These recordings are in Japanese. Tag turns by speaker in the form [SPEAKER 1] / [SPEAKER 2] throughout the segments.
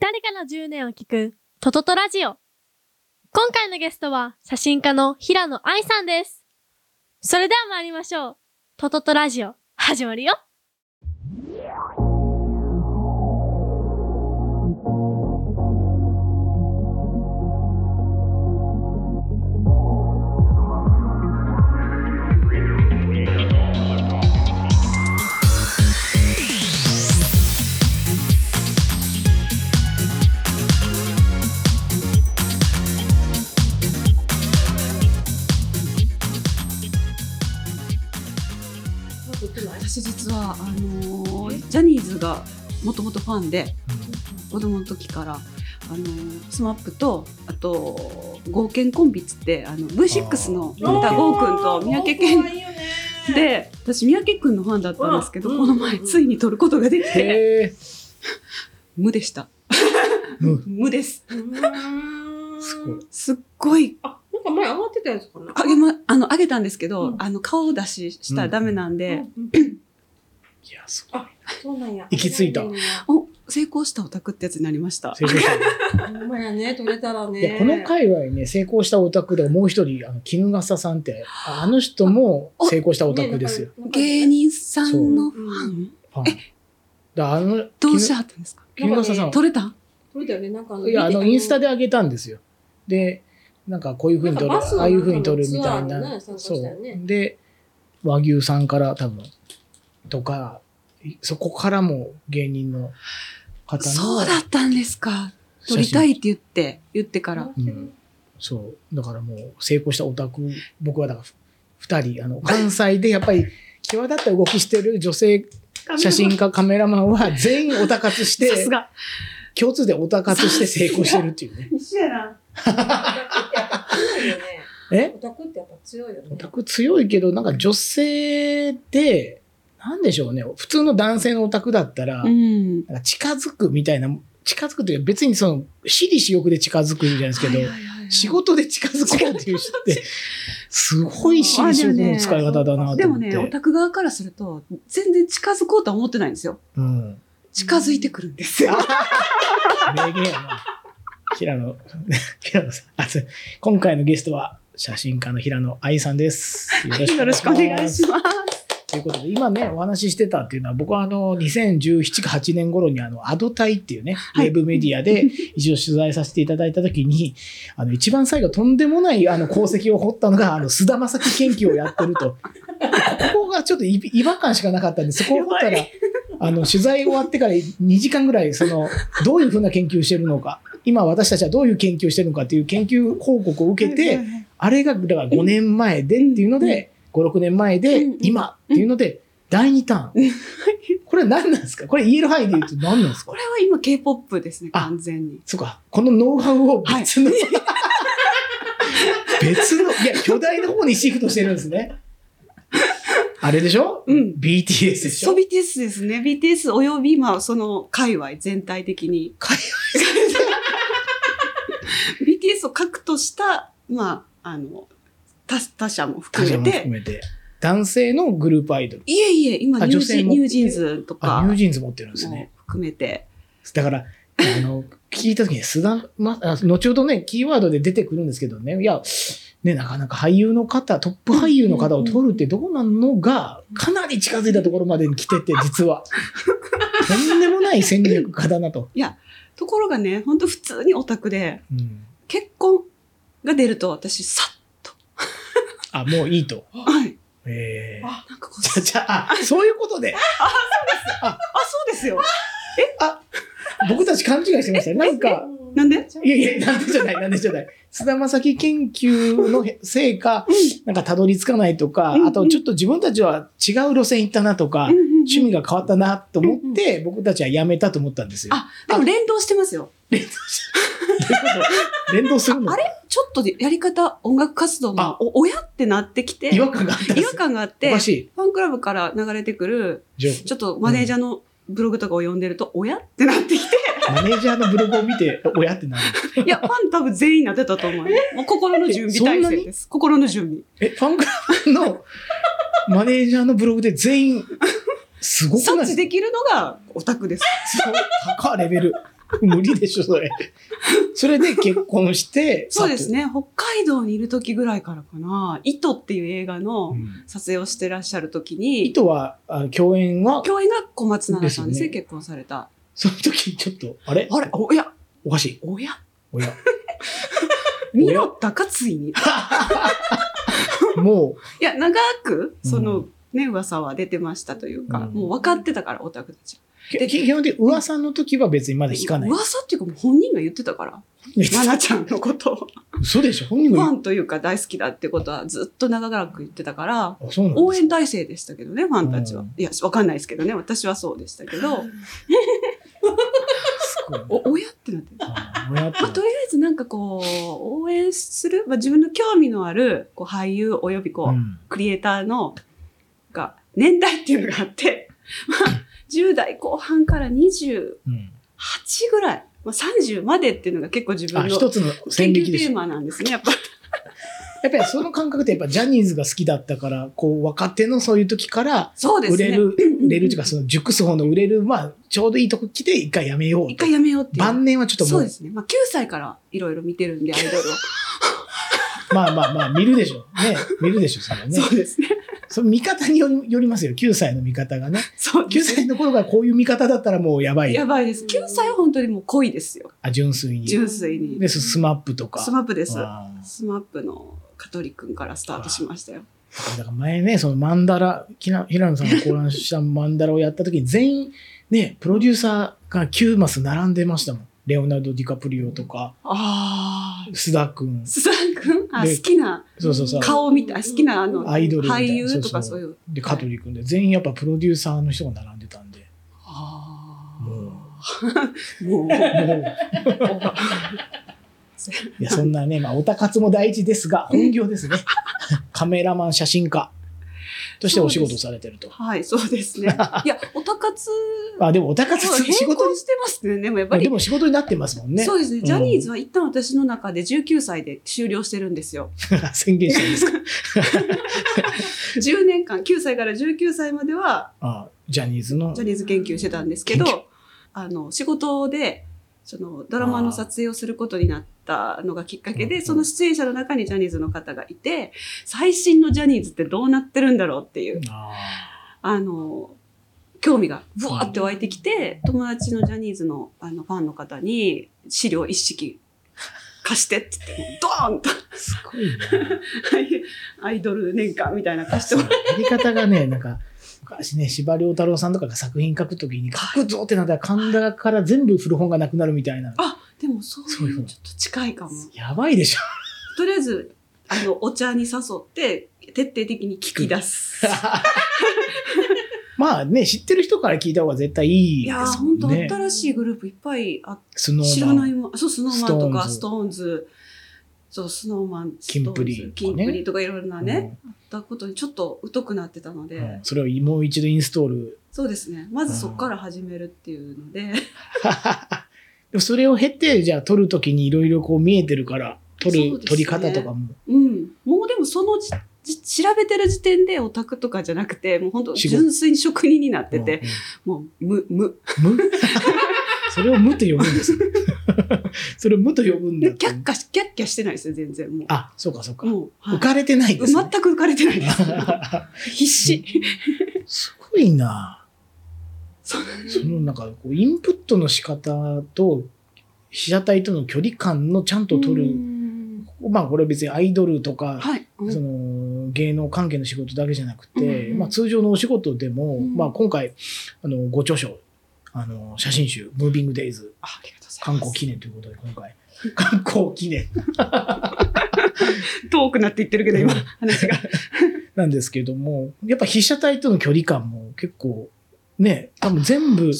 [SPEAKER 1] 誰かの10年を聞く、トトトラジオ。今回のゲストは、写真家の平野愛さんです。それでは参りましょう。トトトラジオ、始まるよ。
[SPEAKER 2] 私実はあのージャニーズがもともとファンで子供の時から、あのー、スマップとあと合憲コンビっつってあの V6 の
[SPEAKER 3] あー
[SPEAKER 2] 森田剛君と三宅健
[SPEAKER 4] いいよね
[SPEAKER 2] で私三宅君のファンだったんですけど、
[SPEAKER 4] うん
[SPEAKER 2] この前
[SPEAKER 4] うん
[SPEAKER 2] ついに撮ることができて
[SPEAKER 3] へえ。
[SPEAKER 2] 無でした
[SPEAKER 3] うん。
[SPEAKER 2] 無です
[SPEAKER 4] うーん
[SPEAKER 3] すごい。
[SPEAKER 2] すっごい
[SPEAKER 4] あなんか前上がってたやつかな
[SPEAKER 2] あげ,、ま、あのあげたんですけ
[SPEAKER 4] う
[SPEAKER 2] ど、
[SPEAKER 4] ん
[SPEAKER 2] あの顔出ししたらダメなんで、
[SPEAKER 4] うん
[SPEAKER 3] いや、すごい。
[SPEAKER 4] そうなんや
[SPEAKER 3] 行き着いた
[SPEAKER 4] ほん
[SPEAKER 2] お成功したオタクってやつになりました
[SPEAKER 3] 成 功したね。
[SPEAKER 4] まやね取れたら
[SPEAKER 3] い
[SPEAKER 4] ね
[SPEAKER 3] や、この界隈ね、成功したオタクで、もう一人、あの、絹笠さんって、ああの人も成功したオタクですよ。
[SPEAKER 2] 芸人さんのファン
[SPEAKER 3] ファン。だあの、
[SPEAKER 2] どうし
[SPEAKER 3] 絹
[SPEAKER 2] はったんですか
[SPEAKER 3] 絹笠さんは
[SPEAKER 2] 撮れた
[SPEAKER 4] 取れたよねなんか
[SPEAKER 3] いや、あの、インスタ
[SPEAKER 4] で
[SPEAKER 3] で上げたんですよ。で、なんかこういう風に撮る、
[SPEAKER 4] なんかバスの
[SPEAKER 3] ああいう風に撮るみたい
[SPEAKER 4] なんかの
[SPEAKER 3] な。
[SPEAKER 4] ツアーにね参加
[SPEAKER 3] そ
[SPEAKER 4] したよね
[SPEAKER 3] う。で、和牛さんから多分、とか、いそこからも芸人の方の写真。
[SPEAKER 2] そうだったんですか。撮りたいって言って、言ってから。
[SPEAKER 3] うんそう。だからもう成功したオタク、僕はだからふ二人、あの、関西でやっぱり際立った動きしてる女性写真家、カメラマンは全員オタ活して、
[SPEAKER 2] さすが。
[SPEAKER 3] 共通でオタ活して成功してるっていうね。
[SPEAKER 4] 一緒やな
[SPEAKER 3] え
[SPEAKER 4] オタクってやっぱ強いよね
[SPEAKER 3] オ
[SPEAKER 4] オ
[SPEAKER 3] タ
[SPEAKER 4] タクってやっぱ強いよね
[SPEAKER 3] ク強いけど、なんか女性で、なんでしょうね。普通の男性のオタクだったら、
[SPEAKER 2] うん。
[SPEAKER 3] なんか近づくみたいな、近づくというか別にその、私利私欲で近づくじゃないですけど、仕事で近づこうっていう人って、すごい私利私欲の使い方だなと
[SPEAKER 2] でも
[SPEAKER 3] 思って。
[SPEAKER 2] ね、オタク側からすると、全然近づこうとは思ってないんですよ。
[SPEAKER 3] うん。
[SPEAKER 2] 近づいてくるんですよ。
[SPEAKER 3] 名言やな。平野、 平野さん。あ、そう今回のゲストは、写真家の平野愛さんです。
[SPEAKER 2] よろしくお願いします。
[SPEAKER 3] ということで、今ね、お話ししてたっていうのは、僕はあの、2017か8年頃に、あの、アドタイっていうね、ウ
[SPEAKER 2] い
[SPEAKER 3] ェブメディアで、一応取材させていただいたときに、あの、一番最後、とんでもない、あの、功績を掘ったのが、あの、須田正樹研究をやってると。でここがちょっとい違和感しかなかったんで、そこを掘ったら、あの、取材終わってから2時間ぐらい、その、どういうふうな研究をしてるのか、今私たちはどういう研究をしてるのかっていう研究報告を受けて、あれが、だから5年前でっていうので、5、6年前で
[SPEAKER 2] うん、
[SPEAKER 3] 今っていうので、第2ターン。これは何なんですかこれ言える範囲で言うと何なんですか
[SPEAKER 2] これは今 K-POP ですね、
[SPEAKER 3] あ
[SPEAKER 2] 完全に。
[SPEAKER 3] そうか、このノウハウを別の、 別の、いや、巨大な方にシフトしてるんですね。あれでしょ
[SPEAKER 2] うん。
[SPEAKER 3] ?BTS でし
[SPEAKER 2] そう BTS
[SPEAKER 3] ょ
[SPEAKER 2] ですね。BTS および、まあ、その、界隈全体的に。
[SPEAKER 3] 界
[SPEAKER 2] BTS を核とした、まあ、あの、他他社も含
[SPEAKER 3] 他
[SPEAKER 2] め
[SPEAKER 3] 者も
[SPEAKER 2] て
[SPEAKER 3] 含、めて。男性のグループアイドル。
[SPEAKER 2] いえいえ、今
[SPEAKER 3] あ
[SPEAKER 2] ニュー
[SPEAKER 3] 女性
[SPEAKER 2] ジ、
[SPEAKER 3] も
[SPEAKER 2] ニュージーンズとか
[SPEAKER 3] あ、ニュー
[SPEAKER 2] も
[SPEAKER 3] ジーンズ持ってるんですね。
[SPEAKER 2] 含めて。
[SPEAKER 3] だから、あの、聞いた時に、須田、ま、あ後ほどね、キーワードで出てくるんですけどね、いや、ね、なかなか俳優の方、トップ俳優の方を取るってどうなんのが、かなり近づいたところまでに来てて、実は。とんでもない戦略家だなと。
[SPEAKER 2] ところがね、本当普通にオタクで、
[SPEAKER 3] うん
[SPEAKER 2] 結婚が出ると私、さっ
[SPEAKER 3] あ、もういいと。
[SPEAKER 2] と、はい。
[SPEAKER 3] えー。
[SPEAKER 2] なんかこう、
[SPEAKER 3] じゃ、じゃあ、あそういうことで、
[SPEAKER 2] あ、そうですよ。
[SPEAKER 3] 僕たち勘違いしてましたね。なんか、
[SPEAKER 2] なんで
[SPEAKER 3] いやいや、なんでじゃない、なんでじゃない。菅田正樹研究のへ成果、なんかたどり着かないとか、
[SPEAKER 2] うん
[SPEAKER 3] あとちょっと自分たちは違う路線行ったなとか、趣味
[SPEAKER 2] が。
[SPEAKER 3] が変わったなと思って、僕たちは辞めたと思ったんですよ。
[SPEAKER 2] あ、でも連動してますよ。
[SPEAKER 3] 連動しどういうこと連動するの
[SPEAKER 2] あれちょっとでやり方、音楽活動
[SPEAKER 3] あ
[SPEAKER 2] の、お親ってなってきて、
[SPEAKER 3] 違和感があったんで
[SPEAKER 2] 違和
[SPEAKER 3] すよ。
[SPEAKER 2] 感があっ
[SPEAKER 3] お
[SPEAKER 2] て、
[SPEAKER 3] か
[SPEAKER 2] フ
[SPEAKER 3] しい。
[SPEAKER 2] ァンクラブから流れてくる、
[SPEAKER 3] じゃ
[SPEAKER 2] ちょっとマネージャーのブログとかを読んでると、親ってなってきて、
[SPEAKER 3] あマネージャーのブログを見て、 おやってなる。
[SPEAKER 2] いや、ファン多分全員なってたと思う。もう心の準備体制です。心の準備。
[SPEAKER 3] え、ファンクラブのマネージャーのブログで全員、すごくない
[SPEAKER 2] 察知できるのがオタクです。
[SPEAKER 3] そう高いレベル。無理でしょ、それ。それで結婚して、
[SPEAKER 2] そうです
[SPEAKER 3] ね。
[SPEAKER 2] ね。北海道にいる時ぐらいからかな。糸っていう映画の撮影をしてらっしゃる時に、
[SPEAKER 3] 糸は、あの共演は、
[SPEAKER 2] 共演が小松菜奈さんですね、
[SPEAKER 3] ですよ
[SPEAKER 2] 結婚された。
[SPEAKER 3] その時ちょっと、あれ
[SPEAKER 2] あれ、おや、
[SPEAKER 3] おかしい。
[SPEAKER 2] おや、
[SPEAKER 3] おや。
[SPEAKER 2] 見ろったか、ついに。い
[SPEAKER 3] も
[SPEAKER 2] や、長く、そうの、ね、噂は出てましたというか、
[SPEAKER 3] うん
[SPEAKER 2] もう分かってたから、オタクたち。
[SPEAKER 3] う、で基本的に噂の時は別にまだ聞かない。
[SPEAKER 2] 噂っていうか、もう本人が言ってたから、奈々ちゃんのことを、
[SPEAKER 3] 嘘でしょ本人
[SPEAKER 2] ファ
[SPEAKER 3] が
[SPEAKER 2] ンというか大好きだってことはずっと長らく言ってたから、
[SPEAKER 3] 言う。あそうなんです
[SPEAKER 2] 応援体制でしたけどね、ファンたち
[SPEAKER 3] う
[SPEAKER 2] は
[SPEAKER 3] ん。
[SPEAKER 2] いや、わかんないですけどね、私はそうでしたけど、
[SPEAKER 3] すごい
[SPEAKER 2] お、おやってなって。
[SPEAKER 3] あ親って
[SPEAKER 2] まあ、とりあえずなんかこう、応援する、まあ、自分の興味のあるこう俳優およびこう、
[SPEAKER 3] うん
[SPEAKER 2] クリエイターのが年代っていうのがあって、まあ、10代後半から28
[SPEAKER 3] うん
[SPEAKER 2] ぐらい、まあ、30までっていうのが結構自
[SPEAKER 3] あ
[SPEAKER 2] 分の
[SPEAKER 3] 一つの
[SPEAKER 2] 研
[SPEAKER 3] 戦
[SPEAKER 2] 究
[SPEAKER 3] 歴で
[SPEAKER 2] テ
[SPEAKER 3] す
[SPEAKER 2] ーマなんですね、 やっぱ。
[SPEAKER 3] やっぱりその感覚ってやっぱジャニーズが好きだったからこう若手のそういう時から
[SPEAKER 2] そうです
[SPEAKER 3] 売れ
[SPEAKER 2] ね。
[SPEAKER 3] る、売れるっていうかその熟す方の売れるまあちょうどいいとこ来て一回やめよう
[SPEAKER 2] 一
[SPEAKER 3] と
[SPEAKER 2] 回やめようっていう。
[SPEAKER 3] 晩年はちょっと
[SPEAKER 2] そ
[SPEAKER 3] も
[SPEAKER 2] う
[SPEAKER 3] う
[SPEAKER 2] ですね。まあ、9歳からいろいろ見てるんで、アイドルを。
[SPEAKER 3] まあまあまあ見るでしょね見るでしょそれはね
[SPEAKER 2] そうですね。
[SPEAKER 3] その見方によりよりますよ9歳の見方がね
[SPEAKER 2] そうで
[SPEAKER 3] 9
[SPEAKER 2] すね
[SPEAKER 3] 歳の頃がこういう見方だったらもうやばい
[SPEAKER 2] やばいです。9歳は本当にもう恋ですよ。
[SPEAKER 3] あ純粋に
[SPEAKER 2] 純粋に。
[SPEAKER 3] でススマップとか
[SPEAKER 2] スマップです。
[SPEAKER 3] あー
[SPEAKER 2] スマップの香取君からスタートしましたよ。
[SPEAKER 3] だから前ね、そのマンダラ、きな平野さんが考案したマンダラをやった時に全員、ね、プロデューサーが9マス並んでましたもん。レオナルド・ディカプリオとか、
[SPEAKER 2] ああ。
[SPEAKER 3] 須田くん、
[SPEAKER 2] 須田君あ
[SPEAKER 3] で
[SPEAKER 2] 好きな
[SPEAKER 3] そうそうそう、
[SPEAKER 2] 顔みたい、好きなあの
[SPEAKER 3] アイドルみた
[SPEAKER 2] 俳
[SPEAKER 3] いな
[SPEAKER 2] 優とかそういう。
[SPEAKER 3] で、香取くんで、全員やっぱプロデューサーの人が並んでたんで、
[SPEAKER 2] あ
[SPEAKER 3] もう、も
[SPEAKER 2] あ。もう、
[SPEAKER 3] う、いや、そんなね、まあ、オタ活も大事ですが、本業ですね。カメラマン、写真家としてお仕事をされてると。
[SPEAKER 2] はい、そうです ね。いや、オタ活、
[SPEAKER 3] あ、でもオタ活
[SPEAKER 2] そう
[SPEAKER 3] 仕
[SPEAKER 2] 並
[SPEAKER 3] 事
[SPEAKER 2] 行
[SPEAKER 3] に、
[SPEAKER 2] してますね。でもやっぱ
[SPEAKER 3] まあで
[SPEAKER 2] り。
[SPEAKER 3] も仕事になってますもんね。
[SPEAKER 2] そうですね。
[SPEAKER 3] ん
[SPEAKER 2] ジャニーズは一旦私の中で19歳で終了してるんですよ。
[SPEAKER 3] 宣言したん ですか。
[SPEAKER 2] 10年間、9歳から19歳までは
[SPEAKER 3] あジャニーズの
[SPEAKER 2] ジャニーズ研究してたんですけ
[SPEAKER 3] 研
[SPEAKER 2] ど、あの、仕事で、その、ドラマの撮影をすることになったのがきっかけ
[SPEAKER 3] あ
[SPEAKER 2] で、
[SPEAKER 3] ー
[SPEAKER 2] その出演者の中にジャニーズの方がいて、最新のジャニーズってどうなってるんだろうっていう、
[SPEAKER 3] あ
[SPEAKER 2] あの、興味がブワーって湧いてきて、友達のジャニーズのあのファンの方に資料一式貸してって言って、ドーンと、
[SPEAKER 3] ーすごいな。
[SPEAKER 2] アイドル年間みたいな貸して
[SPEAKER 3] そ
[SPEAKER 2] も
[SPEAKER 3] の
[SPEAKER 2] らっ
[SPEAKER 3] やり方がね、なんか、昔ね、司馬遼太郎さんとかが作品書くときに、書くぞってなったら神田から全部古本がなくなるみたいな。
[SPEAKER 2] あ、でもそう
[SPEAKER 3] そうい
[SPEAKER 2] いうう
[SPEAKER 3] の
[SPEAKER 2] のちょっと近いかも。
[SPEAKER 3] やばいでしょ。
[SPEAKER 2] とりあえず、あの、お茶に誘って、徹底的に聞き出 す。
[SPEAKER 3] まあね、知ってる人から聞いた方が絶対い
[SPEAKER 2] い
[SPEAKER 3] いで
[SPEAKER 2] やー、
[SPEAKER 3] す
[SPEAKER 2] ほ
[SPEAKER 3] も
[SPEAKER 2] んと
[SPEAKER 3] んね。
[SPEAKER 2] 新しいグループいっぱいあっ
[SPEAKER 3] ス
[SPEAKER 2] て、
[SPEAKER 3] ノ
[SPEAKER 2] 知
[SPEAKER 3] ー
[SPEAKER 2] ら
[SPEAKER 3] マ
[SPEAKER 2] ない
[SPEAKER 3] ン。
[SPEAKER 2] もん、そう、スノーマンとか、
[SPEAKER 3] ス
[SPEAKER 2] ストーンズ、そう、スノーマン、
[SPEAKER 3] キンプリとかね
[SPEAKER 2] キンプリとかいろいろなね、
[SPEAKER 3] うん
[SPEAKER 2] だことにちょっと疎くなってたので、
[SPEAKER 3] うんそれをもう一度インストール。
[SPEAKER 2] そうですね、まずそこから始めるっていうので、
[SPEAKER 3] でもそれを経て、じゃあ撮るときにいろいろこう見えてるから、撮る、
[SPEAKER 2] そうですね
[SPEAKER 3] 撮り方とかも。
[SPEAKER 2] うん、もうでもそのじじ調べてる時点でオタクとかじゃなくて、もう本当
[SPEAKER 3] 仕事
[SPEAKER 2] 純粋に職人になって
[SPEAKER 3] うん
[SPEAKER 2] て、
[SPEAKER 3] うん
[SPEAKER 2] もう無、無。
[SPEAKER 3] 無 それを無と呼ぶんです。 それを無と呼ぶんだ
[SPEAKER 2] で、
[SPEAKER 3] って
[SPEAKER 2] キャッキャし、キャッキャしてないですよ、全然もう。
[SPEAKER 3] あ、そうかそうか。
[SPEAKER 2] もう、はい
[SPEAKER 3] 浮かれてないです、ね。
[SPEAKER 2] 全く浮かれてない です。必死。
[SPEAKER 3] すごいな。
[SPEAKER 2] そう
[SPEAKER 3] そのなんかこうインプットの仕方と被写体との距離感のちゃんと取る。まあこれ別にアイドルとか、
[SPEAKER 2] はい。
[SPEAKER 3] その芸能関係の仕事だけじゃなくて、
[SPEAKER 4] うんうん
[SPEAKER 3] まあ、通常のお仕事でも、
[SPEAKER 4] うん
[SPEAKER 3] まあ、今回あのご著書あの写真集「ムービング・デイズ」
[SPEAKER 2] あありがとうございます。
[SPEAKER 3] 観光記念ということで今回 観光記念
[SPEAKER 2] 遠くなっていってるけど、今、
[SPEAKER 3] うん
[SPEAKER 2] 話が。
[SPEAKER 3] なんですけども、やっぱ被写体との距離感も結構、ね、多分全部、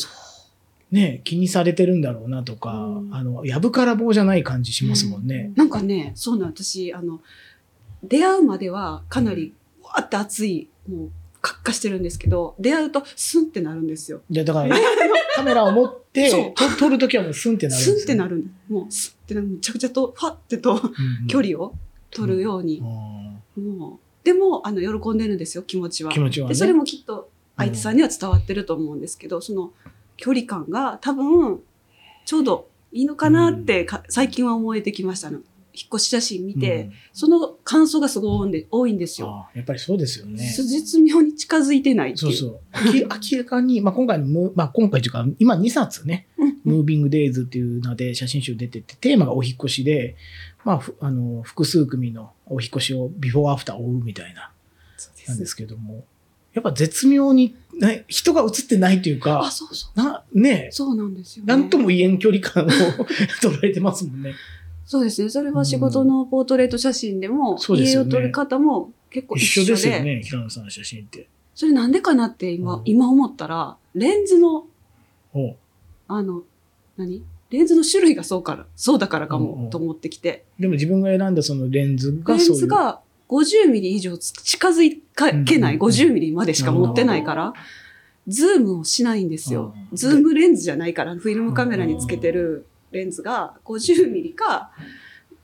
[SPEAKER 3] ね、気にされてるんだろうなとか、
[SPEAKER 2] うん
[SPEAKER 3] あの、やぶから棒じゃない感じしますもんね。
[SPEAKER 2] なんかね、そうなん、私、あの、出会うまではかなり、わーって熱い、もう、カッカしてるんですけど、出会うと、スンってなるんですよ。
[SPEAKER 3] でだから、カメラを持っ て
[SPEAKER 2] そう
[SPEAKER 3] と撮るときはもうスンってなるんで
[SPEAKER 2] ス
[SPEAKER 3] すよ
[SPEAKER 2] ンってなるんもう、スンってなる。むちゃくちゃと、ファってと、
[SPEAKER 3] うんうん
[SPEAKER 2] 距離を取るように。
[SPEAKER 3] うん
[SPEAKER 2] もう、でも、あの、喜んでるんですよ、気持ちは
[SPEAKER 3] 気。持ちは
[SPEAKER 2] で
[SPEAKER 3] ね。
[SPEAKER 2] それもきっと相手さんには伝わってると思うんですけど、その距離感が多分ちょうどいいのかなってか、最近は思えてきましたの。引っ越し写真見て、その感想がすごい多いんで多いんです
[SPEAKER 3] うん、
[SPEAKER 2] よ。
[SPEAKER 3] あーやっぱりそうですよね。
[SPEAKER 2] 絶妙に近づいてないって
[SPEAKER 3] そ
[SPEAKER 2] いうう。
[SPEAKER 3] そう。明 明らかに、まあ、今回のムー、まあ、今回というか、今2冊ね、ムービングデイズっていうので写真集出てて、テーマがお引っ越しで、まあ、ふあの、複数組のお引っ越しをビフォーアフター追うみたいな、
[SPEAKER 2] そうで
[SPEAKER 3] なんですすけども、やっぱ絶妙に、ね、人が写ってないという
[SPEAKER 2] あ、
[SPEAKER 3] か、
[SPEAKER 2] そうそう。
[SPEAKER 3] な、ね、
[SPEAKER 2] そうなんですよ、ね。
[SPEAKER 3] なんとも言えん距 離感を捉えてますもんね。
[SPEAKER 2] そうですね。それは仕事のポートレート写真でも、
[SPEAKER 3] そうです
[SPEAKER 2] 家
[SPEAKER 3] よ
[SPEAKER 2] を
[SPEAKER 3] ね
[SPEAKER 2] 撮る方も結構
[SPEAKER 3] 一
[SPEAKER 2] 一緒
[SPEAKER 3] 緒
[SPEAKER 2] で。
[SPEAKER 3] ですよね、平野さんの写真って。
[SPEAKER 2] それなんでかなって今、
[SPEAKER 3] うん
[SPEAKER 2] 今思ったら、レンズの、
[SPEAKER 3] おう
[SPEAKER 2] あの、何レンズの種類がそうから、そうだからか
[SPEAKER 3] うんうん
[SPEAKER 2] も、と思ってきて。
[SPEAKER 3] でも自分が選んだそのレンズ
[SPEAKER 2] レ
[SPEAKER 3] が
[SPEAKER 2] ン
[SPEAKER 3] そういう。
[SPEAKER 2] ズが50ミリ以上つ近づかけな
[SPEAKER 3] う
[SPEAKER 2] い、
[SPEAKER 3] んうんうん
[SPEAKER 2] 50ミリまでしか持ってないから、ズームをしないんですよ。ズームレンズじゃないから、フィルムカメラにつけてるレンズが50ミリか、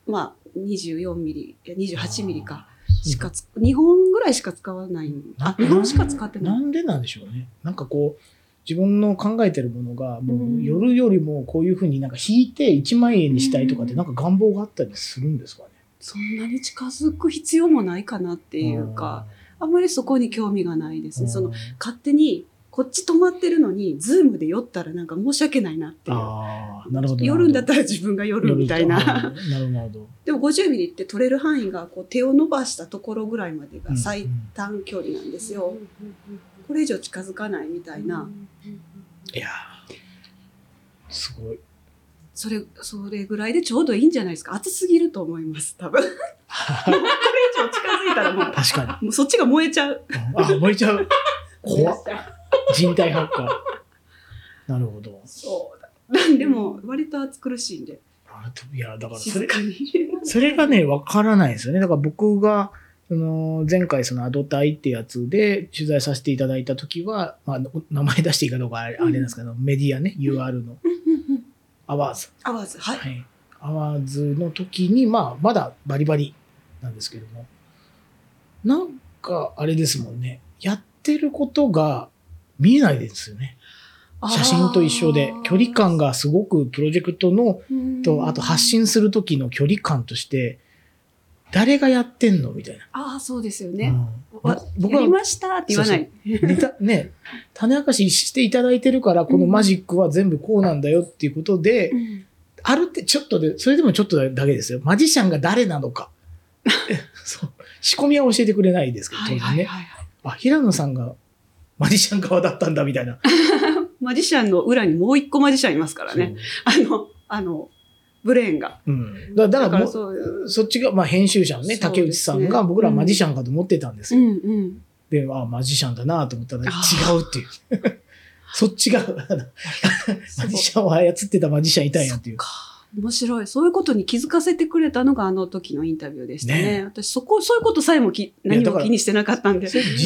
[SPEAKER 2] まあ、24ミリ、いや28ミリか、しかつ、2本ぐらいしか使わない。あ、2本しか使ってない
[SPEAKER 3] な。んでなんでしょうね。なんかこう、自分の考えてるものが、も
[SPEAKER 2] う
[SPEAKER 3] うん夜よりもこういうふうになんか引いて1万円にしたいとかってなんか願望があったりするんですかね。
[SPEAKER 2] そんなに近づく必要もないかなっていうか、あんまりそこに興味がないです
[SPEAKER 3] うん、
[SPEAKER 2] ね。その、勝手に、こっち止まってるのに、ズームで酔ったらなんか申し訳ないなっていう。
[SPEAKER 3] ああ、なるほど。
[SPEAKER 2] 夜んだったたら自分が夜みたいな。。
[SPEAKER 3] なるほど、なるほど。
[SPEAKER 2] でも50ミリって取れる範囲がこう手を伸ばしたところぐらいまでが最短距離なんですよ。これ以上近づかないみたいな。
[SPEAKER 3] いやーすごい。
[SPEAKER 2] それ、それぐらいでちょうどいいんじゃないですか。暑すぎると思います、多 分。これ以上近づいたらもう、
[SPEAKER 3] 確か
[SPEAKER 2] もうそっちが燃えちゃう。
[SPEAKER 3] に。あ、燃えちゃう。怖っ
[SPEAKER 4] っ。
[SPEAKER 3] 人体発火。なるほど。
[SPEAKER 2] そうだ。なんでも、割と暑苦しいんで。
[SPEAKER 3] あといや、だからそ
[SPEAKER 2] 静
[SPEAKER 3] れ、
[SPEAKER 2] かに。
[SPEAKER 3] それがね、わからないんですよね。だから僕が、その前回そのアドタイってやつで取材させていただいた時は、まあ、お名前出していいかどうかあれあれなんですけど、メディアね、UR のアワーズ。
[SPEAKER 2] 合わず、はい。
[SPEAKER 3] はい。アワーズの時に、まあ、まだバリバリなんですけども、なんかあれですもんね、やってることが見えないですよね。写真と一緒で、距離感がすごくプロジェクトのと、あと発信する時の距離感として、誰がやってんのみたいな。
[SPEAKER 2] あーあー、そうですよね。
[SPEAKER 3] うん
[SPEAKER 2] わ
[SPEAKER 3] 僕
[SPEAKER 2] やり
[SPEAKER 3] は
[SPEAKER 2] ましたって言わない。
[SPEAKER 3] ネタ、ね、種明かししていただいてるから、このマジックは全部こうなんだよっていうことで、
[SPEAKER 2] うん
[SPEAKER 3] あるってちょっとで、それでもちょっとだけですよ。マジシャンが誰なのか。 そう。仕込みは教えてくれないですけど、当
[SPEAKER 2] はい
[SPEAKER 3] 然ね。
[SPEAKER 2] はいはいはい。
[SPEAKER 3] あ、平野さんがマジシャン側だったんだみたいな。
[SPEAKER 2] マジシャンの裏にもう一個マジシャンいますからね。あの、あの、ブレーンが。
[SPEAKER 3] そう。うん。だだ
[SPEAKER 2] だ
[SPEAKER 3] か
[SPEAKER 2] からら
[SPEAKER 3] も
[SPEAKER 2] そういう。
[SPEAKER 3] う、そっちが、まあ編集者の
[SPEAKER 2] そ
[SPEAKER 3] ね、
[SPEAKER 2] うですね
[SPEAKER 3] 竹内さんが僕らはマジシャンかと思ってたんです
[SPEAKER 2] う
[SPEAKER 3] よ。
[SPEAKER 2] んうん。
[SPEAKER 3] で、あマジシャンだなと思ったら、違
[SPEAKER 2] あー
[SPEAKER 3] うっていう。 そ っちが、あのマジシャンを操ってたマジシャンいたんやっていう。
[SPEAKER 2] 面白い。そういうことに気づかせてくれたのがあの時のインタビューでしたね。
[SPEAKER 3] ねえ
[SPEAKER 2] 私、そこ、そういうことさえもき
[SPEAKER 3] や
[SPEAKER 2] 何
[SPEAKER 3] だ
[SPEAKER 2] も
[SPEAKER 3] から
[SPEAKER 2] 気にしてなかったんで。
[SPEAKER 3] それじ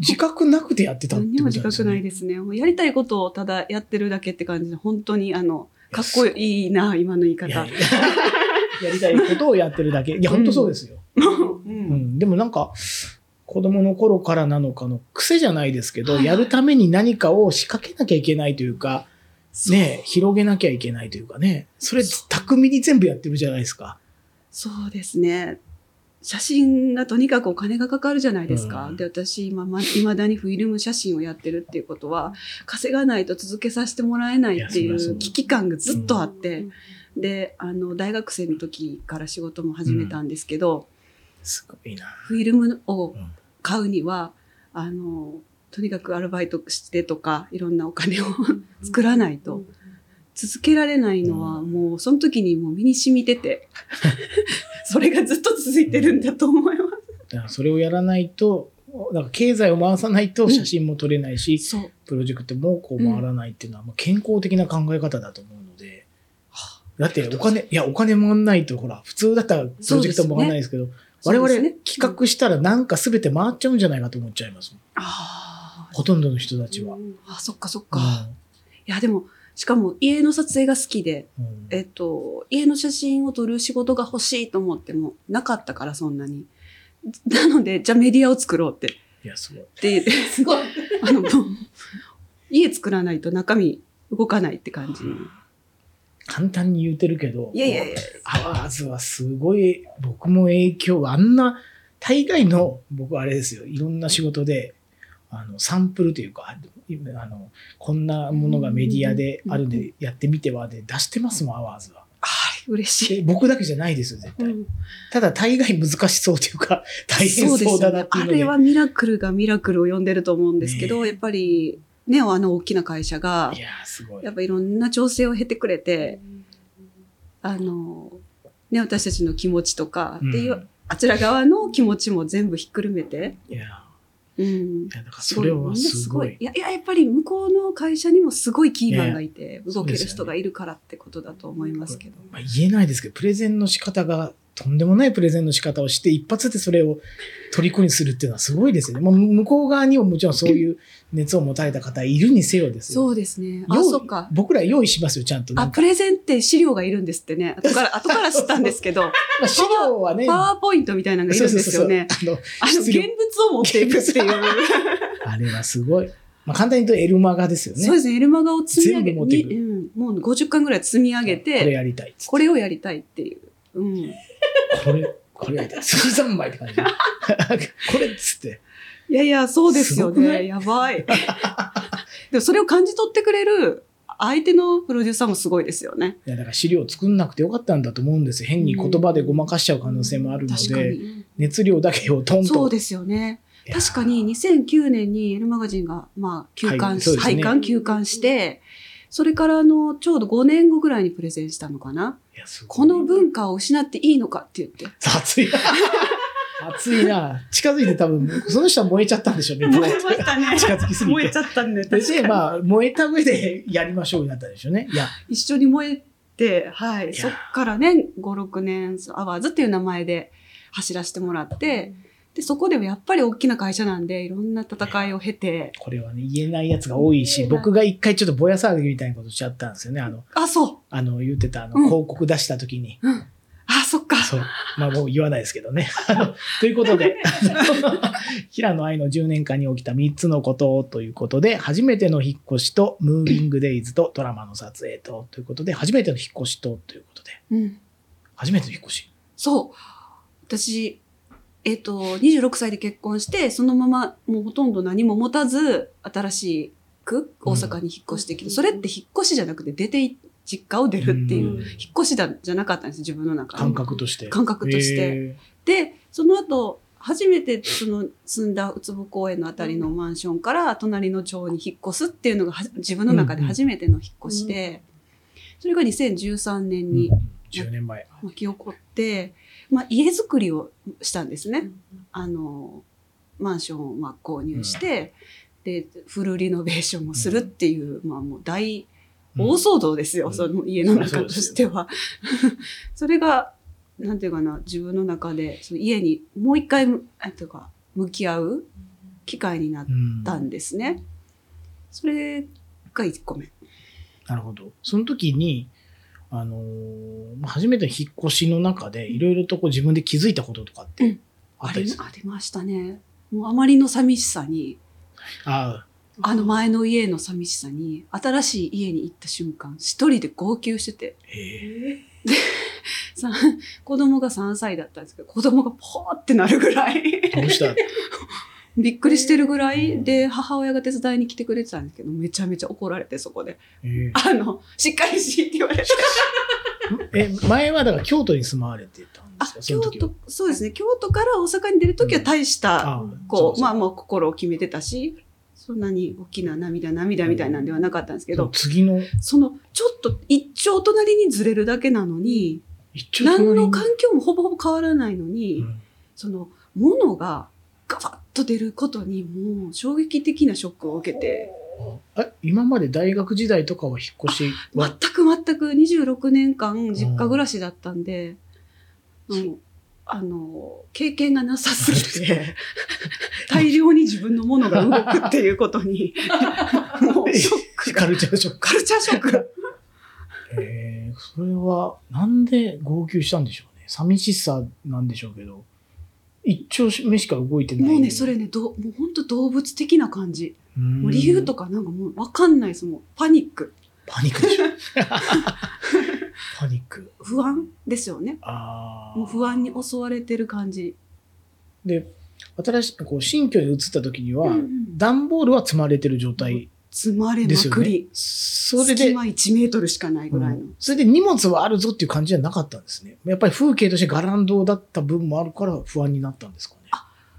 [SPEAKER 3] 自覚なくてやってたって
[SPEAKER 2] 何
[SPEAKER 3] こ
[SPEAKER 2] にも
[SPEAKER 3] となん
[SPEAKER 2] 自覚ない
[SPEAKER 3] で
[SPEAKER 2] ですね。もうやりたいことをただやってるだけって感じで、本当にあの、かっこいいな、今の言い
[SPEAKER 3] すね。
[SPEAKER 2] 方。
[SPEAKER 3] いやいや やりたいことをやってるだけ。いや、本当そうですよ。
[SPEAKER 4] うん
[SPEAKER 3] うん、でもなんか、子供の頃からなのかの癖じゃないですけど、やるために何かを仕掛けなきゃいけないというか、ね、広げなきゃいけないというかね、それ
[SPEAKER 2] そう
[SPEAKER 3] 巧みに全部やってるじゃないですか。
[SPEAKER 2] そうですね。写真がとにかくお金がかかるじゃないですか。
[SPEAKER 3] うん
[SPEAKER 2] で、私、今、ま、未だにフィルム写真をやってるっていうことは、稼がないと続けさせてもらえないってい
[SPEAKER 3] いやそりゃそう
[SPEAKER 2] う危機感がずっとあって、
[SPEAKER 4] ん
[SPEAKER 2] で、あの、大学生の時から仕事も始めたんですけど、
[SPEAKER 3] すごいな。
[SPEAKER 2] フィルムを
[SPEAKER 3] うん
[SPEAKER 2] 買うには、あの、とにかくアルバイトしてとか、いろんなお金を 作らないと続けられないのは、もう、その時にもう身に染みて て、それがずっと続いてるんだと思います。
[SPEAKER 3] だからそれをやらないと、なんか経済を回さないと写真も撮れないし、
[SPEAKER 2] そう。
[SPEAKER 3] プロジェクトもこう回らないっていうのは、まあ健康的な考え方だと思うので、だってお金、いや、お金回んないと、ほら、普通だったらプロジェクトも回らないですけど、我々
[SPEAKER 2] そうですね
[SPEAKER 3] 企画したらなんか全て回っちゃうんじゃないかと思っちゃいますもん。
[SPEAKER 2] あー
[SPEAKER 3] ほとんどの人たちは。
[SPEAKER 2] あ、そっかそっか。いや、でも、しかも家の撮影が好きで、
[SPEAKER 3] うんうん
[SPEAKER 2] えっと、家の写真を撮る仕事が欲しいと思ってもなかったから、そんなに。なので、じゃあメディアを作ろうって。
[SPEAKER 3] いや、すごい。
[SPEAKER 2] って、
[SPEAKER 4] すごい。
[SPEAKER 2] あの、もう家作らないと中身動かないって感じに
[SPEAKER 3] 簡単に言うてるけど、
[SPEAKER 2] いやいやいや、
[SPEAKER 3] アワーズはすごい、僕も影響、あんな、大概の、僕あれですよ、いろんな仕事で、あの、サンプルというか、今あの、こんなものがメディアであるん
[SPEAKER 2] うん
[SPEAKER 3] で、やってみてはで出してますもん、アワーズは。
[SPEAKER 2] はい、嬉しい。
[SPEAKER 3] で僕だけじゃないですよ、絶
[SPEAKER 4] う
[SPEAKER 3] 対。
[SPEAKER 4] ん。
[SPEAKER 3] ただ、大概難しそうというか、 大変そうだなって
[SPEAKER 2] あ
[SPEAKER 3] いうので。
[SPEAKER 2] れはミラクルがミラクルを呼んでると思うんですけど、やっぱり、ね、あの大きな会社が
[SPEAKER 3] い、やー、すごい
[SPEAKER 2] や。っぱいろんな調整を経てくれて、あの、ね、私たちの気持ちとか、っていう、
[SPEAKER 3] うん
[SPEAKER 2] あちら側の気持ちも全部ひっくるめて、
[SPEAKER 3] いやー
[SPEAKER 2] うん
[SPEAKER 3] い。やだからそれはすごい
[SPEAKER 2] みんな。いやいや、やっぱり向こうの会社にもすごいキーマンがいて、
[SPEAKER 3] や
[SPEAKER 2] 動ける
[SPEAKER 3] そうですよ
[SPEAKER 2] 人
[SPEAKER 3] ね
[SPEAKER 2] がいるからってことだと思いますけど。
[SPEAKER 3] まあ、言えないですけど、プレゼンの仕方が、とんでもないプレゼンの仕方をして、一発でそれを虜にするっていうのはすごいですよね。もう向こう側にももちろんそういう熱を持たれた方いるにせよですよ。
[SPEAKER 2] そうですね。
[SPEAKER 3] 用
[SPEAKER 2] あ、
[SPEAKER 3] 意
[SPEAKER 2] そうか。
[SPEAKER 3] 僕ら用意しますよ、ちゃんと。な
[SPEAKER 2] あ、
[SPEAKER 3] んか
[SPEAKER 2] プレゼンって資料がいるんですってね。後から、後から知ったんですけど、
[SPEAKER 3] まあ、資料はね、
[SPEAKER 2] パワーポイントみたいなのがいるんですよね。
[SPEAKER 3] そうそうそう
[SPEAKER 2] あの、
[SPEAKER 3] そうそ
[SPEAKER 2] 現
[SPEAKER 3] うそうあの
[SPEAKER 2] 物を持っていくっていう。
[SPEAKER 3] あの、あれはすごい。まあ、簡単に言うとエルマガですよね。
[SPEAKER 2] そうですね。エルマガを積み上げ
[SPEAKER 3] 全部持っていく
[SPEAKER 2] にうん、もう50巻ぐらい積み上げ
[SPEAKER 3] これ
[SPEAKER 2] て、
[SPEAKER 3] やりたいっつって
[SPEAKER 2] これをやりたいっていう。うん。
[SPEAKER 3] これ、これやりたい。 すじ三昧って 感じ。これっつって。
[SPEAKER 2] いやいや、そうですよ
[SPEAKER 3] すごくな
[SPEAKER 2] ね。
[SPEAKER 3] い
[SPEAKER 2] やばい。 でもそれを感じ取ってくれる相手のプロデューサーもすごいですよね。
[SPEAKER 3] いや、だから資料を作んなくてよかったんだと思うんですよ。変に言葉でごまかしちゃう可能性もあるの
[SPEAKER 2] 確か
[SPEAKER 3] で、
[SPEAKER 2] に。
[SPEAKER 3] 熱量だけをトンと。
[SPEAKER 2] そうですよね。
[SPEAKER 3] いやー
[SPEAKER 2] 確かに2009年にエルマガジンが、まあ、休
[SPEAKER 3] は
[SPEAKER 2] 刊
[SPEAKER 3] いそう
[SPEAKER 2] し、
[SPEAKER 3] ですね
[SPEAKER 2] 廃刊休刊して、それからあの、ちょうど5年後ぐらいにプレゼンしたのかな。
[SPEAKER 3] いやすごい
[SPEAKER 2] この文化を失っていいのかって言って。
[SPEAKER 3] 熱いな。熱いな。近づいて多分、その人は燃えちゃったんでしょうね。
[SPEAKER 2] たね
[SPEAKER 3] 近づきすぎて
[SPEAKER 2] ゃったんだよ
[SPEAKER 3] でで、まあ、燃えた上でやりましょうになったんでしょうね。いや、
[SPEAKER 2] 一緒に燃えて、はい、
[SPEAKER 3] いや
[SPEAKER 2] そっからね、5、6年、アワーズっていう名前で走らせてもらって、で、そこでもやっぱり大きな会社なんで、いろんな戦いを経て、
[SPEAKER 3] これはね、言えないやつが多いし、
[SPEAKER 2] うん
[SPEAKER 3] 僕が一回ちょっとぼや騒ぎみたいなことしちゃったんですよね。あの、
[SPEAKER 2] あ、そう、
[SPEAKER 3] あの、言ってた、あの、
[SPEAKER 2] うん
[SPEAKER 3] 広告出した時に。
[SPEAKER 2] あ、そっか。
[SPEAKER 3] そう。まあ、もう言わないですけどね。 あのということで、 あの平野愛の10年間に起きた3つのことをということで、初めての引っ越しと、ムービングデイズとドラマの撮影と、ということで、初めての引っ越しと、ということで、
[SPEAKER 2] うん、
[SPEAKER 3] 初めての引っ越し。
[SPEAKER 2] そう。私、えっ、と、26歳で結婚して、そのままもうほとんど何も持たず、新しく大阪に引っ越してきて、
[SPEAKER 4] うん
[SPEAKER 2] それって引っ越しじゃなくて、出てい、実家を出るっていう、
[SPEAKER 3] うん
[SPEAKER 2] 引っ越しだじゃなかったんです、自分の中で
[SPEAKER 3] 感覚として。
[SPEAKER 2] 感覚として
[SPEAKER 3] へ
[SPEAKER 2] で、その後、初めてその住んだ宇津保公園のあたりのマンションから隣の町に引っ越すっていうのがはじ自分の中で初めての引っ越しで、それが2013
[SPEAKER 3] ー
[SPEAKER 2] 年
[SPEAKER 3] うん
[SPEAKER 2] に
[SPEAKER 3] 10年前。
[SPEAKER 2] 巻き起こって、まあ、家づくりをしたんですね。あの、マンションをまあ購入して、で、フルリノベーションもするっていう、まあもう大、大騒動ですよ、
[SPEAKER 3] うん
[SPEAKER 2] その家の中としては。 それが、なんていうかな、自分の中で、その家にもう一回、なんていうか、向き合う機会になっ
[SPEAKER 3] うん
[SPEAKER 2] たんですね。それが1個目。
[SPEAKER 3] なるほど。その時に、あのーまあ初めての引っ越しの中で、いろいろとこう自分で気づいたこととかっ
[SPEAKER 2] う
[SPEAKER 3] て
[SPEAKER 2] ん
[SPEAKER 3] あっ
[SPEAKER 2] あ
[SPEAKER 3] た
[SPEAKER 2] り
[SPEAKER 3] りする、
[SPEAKER 2] ありましたね。もうあまりの寂しさに、
[SPEAKER 3] あ
[SPEAKER 2] あの前の家の寂しさに、新しい家に行った瞬間、一人で号泣してて、
[SPEAKER 3] ーへ
[SPEAKER 2] さ子供が3歳だったんですけど、子供がポーってなるぐらい、
[SPEAKER 3] ーどうした
[SPEAKER 2] びっくりしてるぐらいで、母親が手伝いに来てくれてたんですけど、めちゃめちゃ怒られて、そ こで。
[SPEAKER 3] えー
[SPEAKER 2] あの、しっかりしいって言われて。
[SPEAKER 3] え前はだから京都に住まわれてたんで
[SPEAKER 2] あ
[SPEAKER 3] すか、そ
[SPEAKER 2] 京
[SPEAKER 3] の時は
[SPEAKER 2] 都、そうですね、京都から大阪に出るときは大した、
[SPEAKER 3] あ
[SPEAKER 2] こう、ま
[SPEAKER 3] あ
[SPEAKER 2] あもう心を決めてたし、そんなに大きな涙、涙みたいなんではなかったんですけ
[SPEAKER 3] けど
[SPEAKER 2] ど、
[SPEAKER 3] 次の
[SPEAKER 2] その、ちょっと一丁隣にずれるだけなのに、
[SPEAKER 3] 一応
[SPEAKER 2] 何の
[SPEAKER 3] 関
[SPEAKER 2] 環境もほぼほぼ変わらないのに、その物がガバッと出ることにもう衝撃的なショックを受けて
[SPEAKER 3] え今まで大学時代とかは引っ越し
[SPEAKER 2] 全
[SPEAKER 3] は
[SPEAKER 2] く全く26年間実家暮らしだったんで、うん、あの経験がなさす ぎて大量に自分のものが動くっていうことに もうショックが
[SPEAKER 3] カルチャーショック、
[SPEAKER 2] カルチャーショック
[SPEAKER 3] えー、それはなんで号泣したんでしょうね寂しさなんでしょうけど一丁目しか動いてない
[SPEAKER 2] もうねそれねどうもう本当動物的な感じもう理由と
[SPEAKER 3] か
[SPEAKER 2] かなんかもう分かんないですもうパニック
[SPEAKER 3] パニックでしょパニック。
[SPEAKER 2] 不安ですよね
[SPEAKER 3] ああ。
[SPEAKER 2] もう不安に襲われてる感じ
[SPEAKER 3] で、新しい、こう、新居に移った時には、
[SPEAKER 2] うんうん
[SPEAKER 3] 段ボールは積まれてる状態
[SPEAKER 2] 積まれ
[SPEAKER 3] で
[SPEAKER 2] ます
[SPEAKER 3] よ
[SPEAKER 2] く
[SPEAKER 3] ね
[SPEAKER 2] り。
[SPEAKER 3] それ
[SPEAKER 2] 隙
[SPEAKER 3] で
[SPEAKER 2] 間、1メートルしかないぐらいの、
[SPEAKER 3] うんそれで荷物はあるぞっていう感じじゃなかったんですね。やっぱり風景としてガランドだった部分もあるから不安になったんですかね。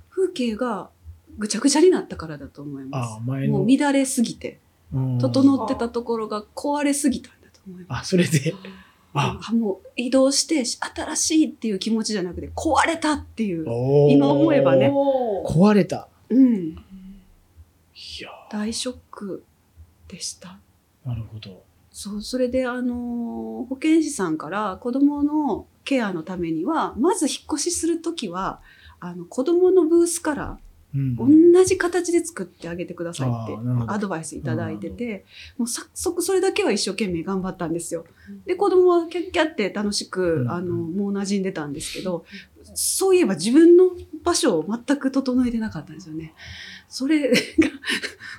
[SPEAKER 2] 風景がぐちゃぐちゃになったからだと思い
[SPEAKER 3] あ
[SPEAKER 2] ま
[SPEAKER 3] あ、前
[SPEAKER 2] す
[SPEAKER 3] の。
[SPEAKER 2] もう乱れすぎて
[SPEAKER 3] うん
[SPEAKER 2] 整ってたところが壊れすぎたんだと思います
[SPEAKER 3] あ、それで。あ、
[SPEAKER 2] あもう移動して新しいっていう気持ちじゃなくて壊れたっていう、
[SPEAKER 3] お ー
[SPEAKER 2] 今思えばね
[SPEAKER 4] おー
[SPEAKER 3] 壊れた。
[SPEAKER 2] うん、
[SPEAKER 3] いや
[SPEAKER 2] 大ショックでした
[SPEAKER 3] ーなるほど。
[SPEAKER 2] そうそれであのー保健師さんから子どものケアのためにはまず引っ越しする時はあの子どものブースから
[SPEAKER 3] うん
[SPEAKER 2] 同じ形で作ってあげてくださいって
[SPEAKER 3] あーなるほど
[SPEAKER 2] アドバイスいただいててもう早速それだけは一生懸命頑張ったんですよ。で子供はキャッキャって楽し
[SPEAKER 3] う
[SPEAKER 2] く
[SPEAKER 3] ん
[SPEAKER 2] あのもう馴染んでたんですけどそういえば自分の場所を全く整えてなかったんですよね。それが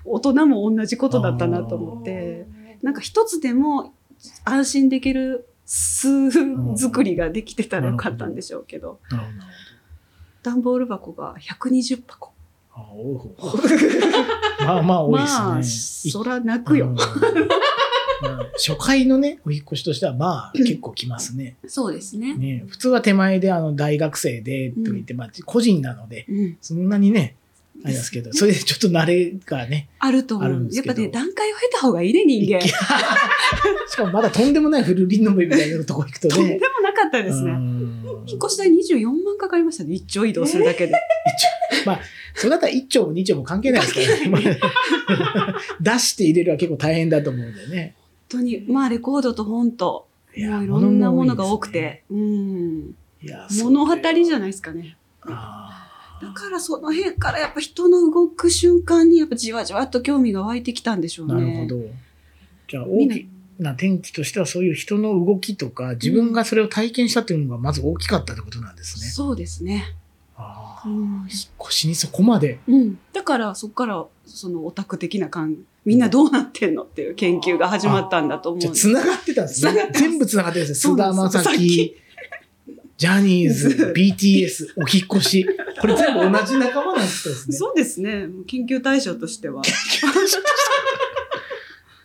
[SPEAKER 2] 大人も同じことだったなと思って。なんか一つでも安心できる巣作りができてたらよかったんでしょうけど、
[SPEAKER 3] なるほどなる
[SPEAKER 2] 段ボール箱が120箱。
[SPEAKER 3] ほど。あ、おうおう まあまあ多いですね。
[SPEAKER 2] まあ、そら泣くよ。
[SPEAKER 3] うんうん初回のね、お引っ越しとしては、まあ、結構来ますね。
[SPEAKER 2] そうですね。
[SPEAKER 3] ね普通は手前で、あの、大学生で、と言って、まあ、個人なので、
[SPEAKER 2] うん、
[SPEAKER 3] そんなにね、あれで すけど、それでちょっと慣れがね、
[SPEAKER 2] あると思
[SPEAKER 3] あるん
[SPEAKER 2] う。
[SPEAKER 3] です
[SPEAKER 2] やっ
[SPEAKER 3] けど
[SPEAKER 2] ぱね、段階を経た方がいいね、人間。
[SPEAKER 3] しかもまだとんでもないフルリノベみたいなとこ行くと
[SPEAKER 2] とんで
[SPEAKER 3] ね。
[SPEAKER 2] もなかったです
[SPEAKER 3] う
[SPEAKER 2] ね。
[SPEAKER 3] ん
[SPEAKER 2] 引っ越し代24万かかりましたね、一丁移動するだけで。
[SPEAKER 3] 一丁まあ、それだったら1丁も2丁も関係ないですか らね。出して入れるは結構大変だと思うんでね。
[SPEAKER 2] 本当に、まあ、レコードと本と、
[SPEAKER 3] い
[SPEAKER 2] もういろんなものが多くて、うん。物語じゃ
[SPEAKER 3] ない。
[SPEAKER 2] ないですかね。
[SPEAKER 3] あ
[SPEAKER 2] だからその辺からやっぱ人の動く瞬間にやっぱじわじわっと興味が湧いてきたんでしょ
[SPEAKER 3] ー
[SPEAKER 2] うね。
[SPEAKER 3] なるほど。じゃあ、
[SPEAKER 2] み
[SPEAKER 3] 大
[SPEAKER 2] んな
[SPEAKER 3] きな転機としてはそういう人の動きとか、自分がそれを体験したというのがまず大きかったってことなんですね。
[SPEAKER 2] そうですね。
[SPEAKER 3] あ
[SPEAKER 2] う
[SPEAKER 3] あ
[SPEAKER 2] ん。
[SPEAKER 3] 引っ越しにそこまで。
[SPEAKER 2] うんだからそこからそのオタク的な感みんなどうなってんのっていう研究が始まったんだと思
[SPEAKER 3] じ
[SPEAKER 2] う
[SPEAKER 3] ゃあ、
[SPEAKER 2] んです。
[SPEAKER 3] 繋がってたんです
[SPEAKER 2] 繋がって。
[SPEAKER 3] ね
[SPEAKER 2] ます
[SPEAKER 3] 全部繋がってるんです
[SPEAKER 2] そう
[SPEAKER 3] ね。須
[SPEAKER 2] な
[SPEAKER 3] 田
[SPEAKER 2] んです
[SPEAKER 3] まさき、ジャニ ーズ、BTS、お引っ越し。これ全部同じ仲間なんですね。
[SPEAKER 2] そうですね。研究対象として は。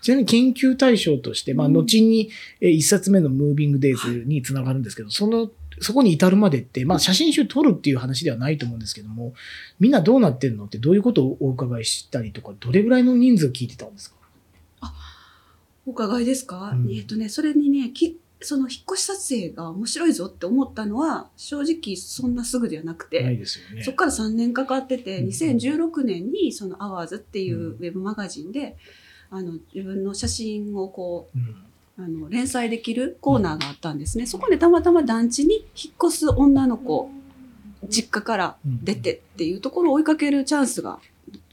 [SPEAKER 3] ちなみに研究対象として、まあ、
[SPEAKER 2] うん
[SPEAKER 3] 後にえー一冊目のムービングデイズにつながるんですけど、その、そこに至るまでって、まあ、写真集撮るっていう話ではないと思うんですけども、みんなどうなってるのってどういうことをお伺いしたりとか、どれぐらいの人数を聞いてたんですか
[SPEAKER 2] お伺いですか、
[SPEAKER 3] うん
[SPEAKER 2] えっとね、それにね、きその引っ越し撮影が面白いぞって思ったのは正直そんなすぐではなくて、
[SPEAKER 3] ないですよね。
[SPEAKER 2] そこから3年かかってて、
[SPEAKER 3] うん
[SPEAKER 2] 2016年にそのアワーズってい
[SPEAKER 3] うん
[SPEAKER 2] うウェブマガジンで、あの自分の写真をこ
[SPEAKER 3] うん
[SPEAKER 2] うあの連載できるコーナーがあったんですね。そこでたまたま団地に引っ越す女の子、実家から出てっていうところを追いかけるチャンスが、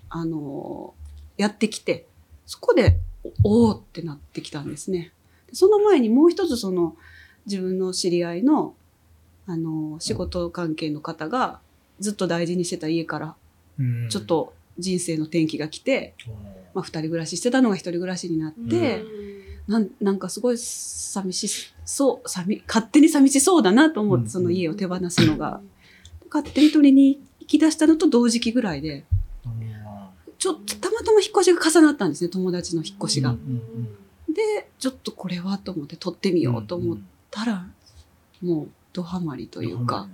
[SPEAKER 2] あのやってきて、そこで、おおーってなってきたんですね。でその前にもう一つその、自分の知り合いの、あの仕事関係の方が、ずっと大事にしてた家から、
[SPEAKER 3] うん
[SPEAKER 2] ちょっ、と人生の転機が来て、まあ二人暮らししてたのが一人暮らしになって、なんなんかすごい寂しそう、寂、勝手に寂しそうだなと思っ
[SPEAKER 3] う
[SPEAKER 2] て、
[SPEAKER 3] ん
[SPEAKER 2] その家を手放すのが。勝手に取りに行き出したのと同時期ぐらいで、ちょっとたまたま引っ越しが重なったんですね、友達の引っ越し
[SPEAKER 3] う
[SPEAKER 2] が
[SPEAKER 3] ん。うん
[SPEAKER 2] で、ちょっとこれはと思って撮ってみようと思ったら、もうドハマりと
[SPEAKER 3] と
[SPEAKER 2] いうか、。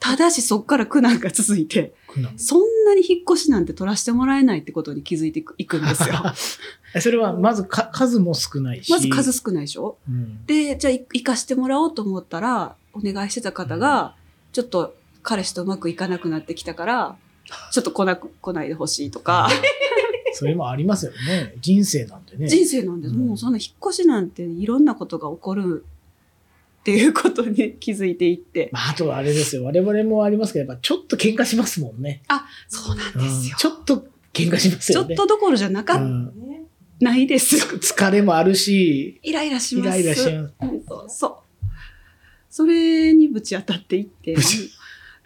[SPEAKER 2] ただしそっから苦難が続いて、
[SPEAKER 3] 苦難
[SPEAKER 2] そんなに引っ越しなんて取らせてもらえないってことに気づいていくんですよ。
[SPEAKER 3] えそれはまずか数も少ないし。
[SPEAKER 2] まず数少ないでしょ
[SPEAKER 3] うん。
[SPEAKER 2] で、じゃあい行かしてもらおうと思ったら、お願いしてた方が、ちょっと彼氏とうまくいかなくなってきたから、ちょっと来なく、来ないでほしいとか、
[SPEAKER 3] それもありますよね。人生なんで ね。
[SPEAKER 2] 人生なんです。
[SPEAKER 3] うん
[SPEAKER 2] もうその引っ越しなんていろんなことが起こるっていうことに 気づいていって。
[SPEAKER 3] まあ、あとはあれですよ。我々もありますけど、やっぱちょっと喧嘩しますもんね。
[SPEAKER 2] そうなん
[SPEAKER 3] うん
[SPEAKER 2] ですよ。
[SPEAKER 3] ちょっと喧嘩します
[SPEAKER 2] ちょ
[SPEAKER 3] よ
[SPEAKER 2] っ
[SPEAKER 3] ね。
[SPEAKER 2] とどころじゃなか、
[SPEAKER 3] うん
[SPEAKER 4] ね
[SPEAKER 2] ないですよ。
[SPEAKER 3] 疲れもあるし、
[SPEAKER 2] イライラし
[SPEAKER 3] イ
[SPEAKER 2] ます。
[SPEAKER 3] ライラします。
[SPEAKER 2] 本当そう。それにぶち当たっていって、
[SPEAKER 3] ぶち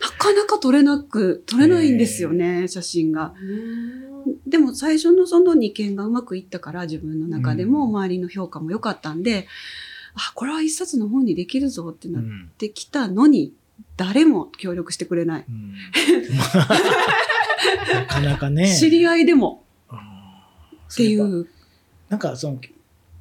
[SPEAKER 2] なかなか撮れなく、撮れないんですよね、写真が。でも最初のその2件がうまくいったから自分の中でも
[SPEAKER 3] うん
[SPEAKER 2] 周りの評価も良かったんで、あこれは一冊の本にできるぞって
[SPEAKER 3] う
[SPEAKER 2] なっ
[SPEAKER 3] ん
[SPEAKER 2] てきたのに、誰も協力してくれない。
[SPEAKER 3] うん なかなかね。
[SPEAKER 2] 知り合いでも
[SPEAKER 3] うん
[SPEAKER 2] ってい。
[SPEAKER 3] そうやぱ
[SPEAKER 2] う。
[SPEAKER 3] なんかその、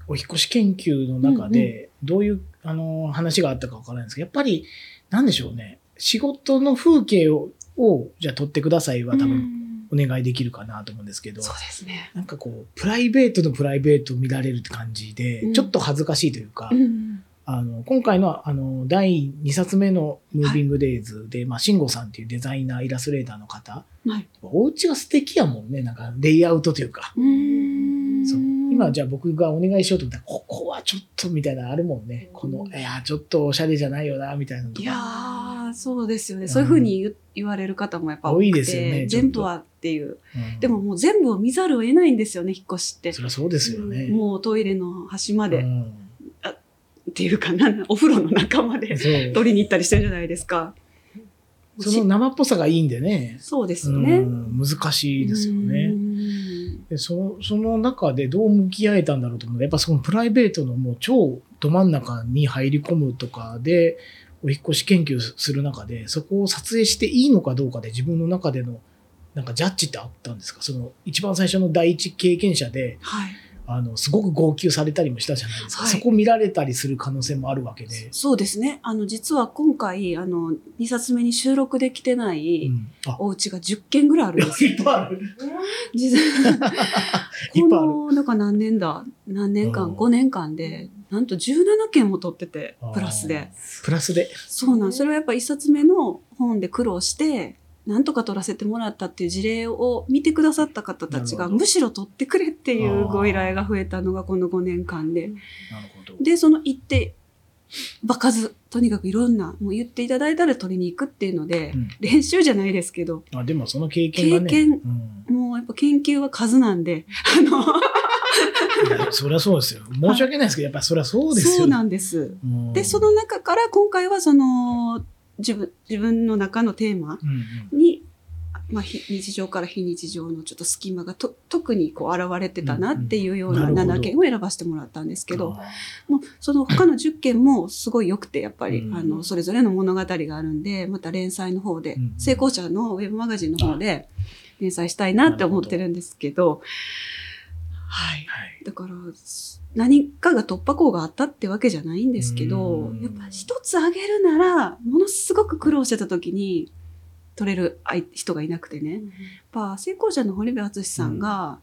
[SPEAKER 3] お引越し研究の中で、どういう、あの、話があったかわからないんですけど、やっぱり、なんでしょうね。仕事の風景を、をじゃあ撮ってくださいは多分、お願いできるかなと思うんですけど、
[SPEAKER 2] そうですね。
[SPEAKER 3] なんかこう、プライベートのプライベートを見られるって感じで、
[SPEAKER 2] うん
[SPEAKER 3] ちょっと恥ずかしいというか、
[SPEAKER 2] うん
[SPEAKER 3] あの、今回の、あの、第2冊目のムービングデイズで、まあ、慎吾さんっていうデザイナー、イラストレーターの方、
[SPEAKER 2] はい
[SPEAKER 3] お家が素敵やもんね、なんか、レイアウトというか、
[SPEAKER 2] うん
[SPEAKER 3] そう今じゃあ僕がお願いしようと思ったら、ここはちょっとみたいなのあるもんね。この、いや、ちょっとおしゃれじゃないよな、みたいなのと
[SPEAKER 2] い
[SPEAKER 3] か
[SPEAKER 2] やー、そうですよね。そういうふうに言う言われる方もやっぱ多くて
[SPEAKER 3] 多いですよねちょっと
[SPEAKER 2] 全部はっていう。
[SPEAKER 3] うん
[SPEAKER 2] でももう全部を見ざるを得ないんですよね、引っ越しって
[SPEAKER 3] そ。りゃそうですよね。
[SPEAKER 2] もうトイレの端ま
[SPEAKER 3] う
[SPEAKER 2] で、
[SPEAKER 3] ん
[SPEAKER 2] っていうかな、お風呂の中まで
[SPEAKER 3] そう
[SPEAKER 2] 取りに行ったりしてるじゃないですか。
[SPEAKER 3] その生っぽさがいいんでね。
[SPEAKER 2] そうです
[SPEAKER 3] う
[SPEAKER 2] よね。
[SPEAKER 3] ん難しいですよ
[SPEAKER 2] う
[SPEAKER 3] ね。
[SPEAKER 2] ん
[SPEAKER 3] でそその中でどう向き合えたんだろうと思うやっぱそのプライベートのもう超ど真ん中に入り込むとかでお引っ越し研究する中でそこを撮影していいのかどうかで自分の中でのなんかジャッジってあったんですかその一番最初の第一経験者で
[SPEAKER 2] はい。
[SPEAKER 3] あのすごく号泣されたりもしたじゃないですか、
[SPEAKER 2] はい
[SPEAKER 3] そこ見られたりする可能性もあるわけで、
[SPEAKER 2] そうですね。あの、実は今回、あの、2冊目に収録できてな
[SPEAKER 3] う
[SPEAKER 2] い
[SPEAKER 3] ん、あ
[SPEAKER 2] お家が10件ぐらいあるんです
[SPEAKER 3] いっぱいある
[SPEAKER 2] 実 は
[SPEAKER 3] いっ
[SPEAKER 2] こ
[SPEAKER 3] ぱいある
[SPEAKER 2] の、なんか何年だ、何年
[SPEAKER 3] う
[SPEAKER 2] 間、
[SPEAKER 3] ん
[SPEAKER 2] 5年間で、なんと17件も撮ってて、プラスで。
[SPEAKER 3] プラスで
[SPEAKER 2] そうなん、それはやっぱ1冊目の本で苦労して、なんとか撮らせてもらったっていう事例を見てくださった方たち
[SPEAKER 3] な
[SPEAKER 2] が、
[SPEAKER 3] るほど
[SPEAKER 2] むしろ撮ってくれっていう
[SPEAKER 3] あー
[SPEAKER 2] ご依頼が増えたのがこの5年間で。
[SPEAKER 3] なるほど
[SPEAKER 2] で、その行って、場数、とにかくいろんな、もう言っていただいたら取りに行くっていうので、
[SPEAKER 3] うん
[SPEAKER 2] 練習じゃないですけど、
[SPEAKER 3] あでもその経験がね
[SPEAKER 2] 経験
[SPEAKER 3] うん
[SPEAKER 2] もうやっぱ研究は数なんで、あの、
[SPEAKER 3] いや そりゃそうですよ。申し訳ないですけど、やっぱりそりゃ そうですよ。
[SPEAKER 2] そうなんです。
[SPEAKER 3] うん
[SPEAKER 2] で、その、中から今回はその、自分、自分の中のテーマ
[SPEAKER 3] うんうん
[SPEAKER 2] に、まあ、非日常から非日常のちょっと隙間がと特にこう現れてたなっていうよう
[SPEAKER 3] うんう
[SPEAKER 2] なん
[SPEAKER 3] なるほど
[SPEAKER 2] 7件を選ばせてもらったんですけど、
[SPEAKER 3] あー
[SPEAKER 2] もうその他の10件もすごい良くてやっぱり、
[SPEAKER 3] うん
[SPEAKER 2] あのそれぞれの物語があるんでまた連載の方で、
[SPEAKER 3] うん
[SPEAKER 2] 成功者のウェブマガジンの方で連載したいなって思ってるんですけどはい
[SPEAKER 3] はい。
[SPEAKER 2] だから何かが突破口があったってわけじゃないんですけど
[SPEAKER 3] うん
[SPEAKER 2] やっぱ一つあげるならものすごく苦労してた時に取れる相人がいなくてねやっぱ成功者の堀部淳さんが、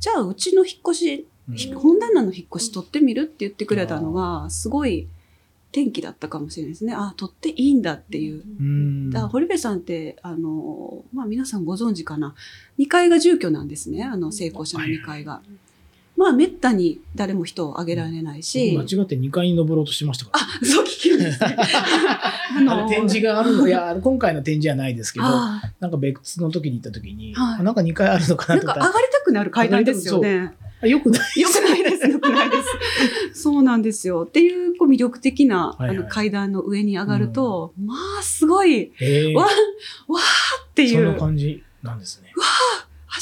[SPEAKER 2] じゃあうちの引っ越し
[SPEAKER 3] うん
[SPEAKER 2] 本棚の引っ越し取ってみるって言ってくれたのが、すごい転機だったかもしれないですね。あ、取っていいんだっていう。
[SPEAKER 3] うん。
[SPEAKER 2] だから堀部さんって、あの、まあ皆さんご存知かな。2階が住居なんですね。あの、成功者の2階が。まあ滅多に誰も人をあげられないし
[SPEAKER 3] 間違。って2階に登ろうとしてましたから。
[SPEAKER 2] あ、そう聞きま した。あ
[SPEAKER 3] あの展示があるの、いや、あの今回の展示はないですけど、
[SPEAKER 2] ああ
[SPEAKER 3] なんか別の時に行った時に、
[SPEAKER 2] はい
[SPEAKER 3] あなんか2階あるのか
[SPEAKER 2] な
[SPEAKER 3] なんと
[SPEAKER 2] か
[SPEAKER 3] か、
[SPEAKER 2] 上がりたくなる階段ですよね。
[SPEAKER 3] あよくない。
[SPEAKER 2] よくないです、よくないです。 そうなんですよ。っていう、こう魅力的な、
[SPEAKER 3] はいはい
[SPEAKER 2] あの階段の上に上がると、まあ、すごい、
[SPEAKER 3] え
[SPEAKER 2] わ
[SPEAKER 3] ー、
[SPEAKER 2] わーってい
[SPEAKER 3] そんな
[SPEAKER 2] う、
[SPEAKER 3] 感じなんですね。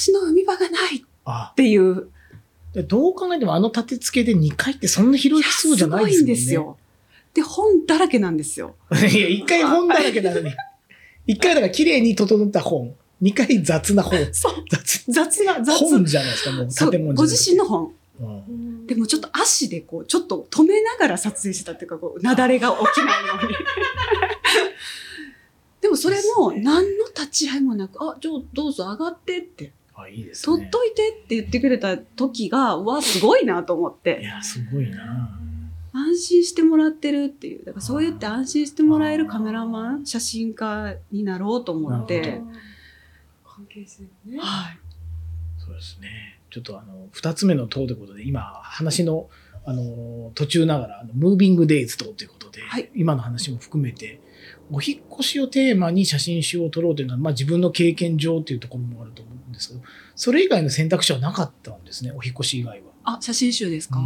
[SPEAKER 2] 橋の踏み場がないっ
[SPEAKER 3] あ
[SPEAKER 2] ていう、
[SPEAKER 3] でどう考えてもあの立て付けで2階ってそんな広いそうじゃない
[SPEAKER 2] い
[SPEAKER 3] で
[SPEAKER 2] や
[SPEAKER 3] す
[SPEAKER 2] すごいん
[SPEAKER 3] もん
[SPEAKER 2] で
[SPEAKER 3] ね。
[SPEAKER 2] すよ。で、本だらけなんですよ。
[SPEAKER 3] いや、1階本だらけ なのに。1階だから綺麗に整った本。2階雑な本。
[SPEAKER 2] そう、
[SPEAKER 3] 雑
[SPEAKER 2] 雑な、雑。
[SPEAKER 3] 本じゃないですか、もう
[SPEAKER 2] そう
[SPEAKER 3] 建物
[SPEAKER 2] ご自身の本。
[SPEAKER 3] 身の。
[SPEAKER 2] でもちょっと足でこう、ちょっと止めながら撮影してたっていうか、こう、雪崩が起きないよ うに。でもそれも何の立ち会いもなく、あ、じゃあどうぞ上がってって
[SPEAKER 3] あ、いいですね。
[SPEAKER 2] 取っといてって言ってくれた時が、うわ、すごいなと思っ
[SPEAKER 3] い
[SPEAKER 2] て、
[SPEAKER 3] や、すごいな。
[SPEAKER 2] 安心してもらってるっていう、だからそうやって安心してもらえるカメラマン、写真家になろうと思っ
[SPEAKER 3] なる
[SPEAKER 2] て、
[SPEAKER 4] 関係性ね。
[SPEAKER 2] はい。
[SPEAKER 3] そうですね。ちょっとあの、二つ目の塔ということで、今、話の、あの、途中ながら、あのムービングデイズ塔ということで、
[SPEAKER 2] はい
[SPEAKER 3] 今の話も含めて、お引っ越しをテーマに写真集を撮ろうというのは、まあ自分の経験上というところもあると思うんですけど、それ以外の選択肢はなかったんですね、お引っ越し以外は。
[SPEAKER 2] あ、写真集ですか、
[SPEAKER 3] う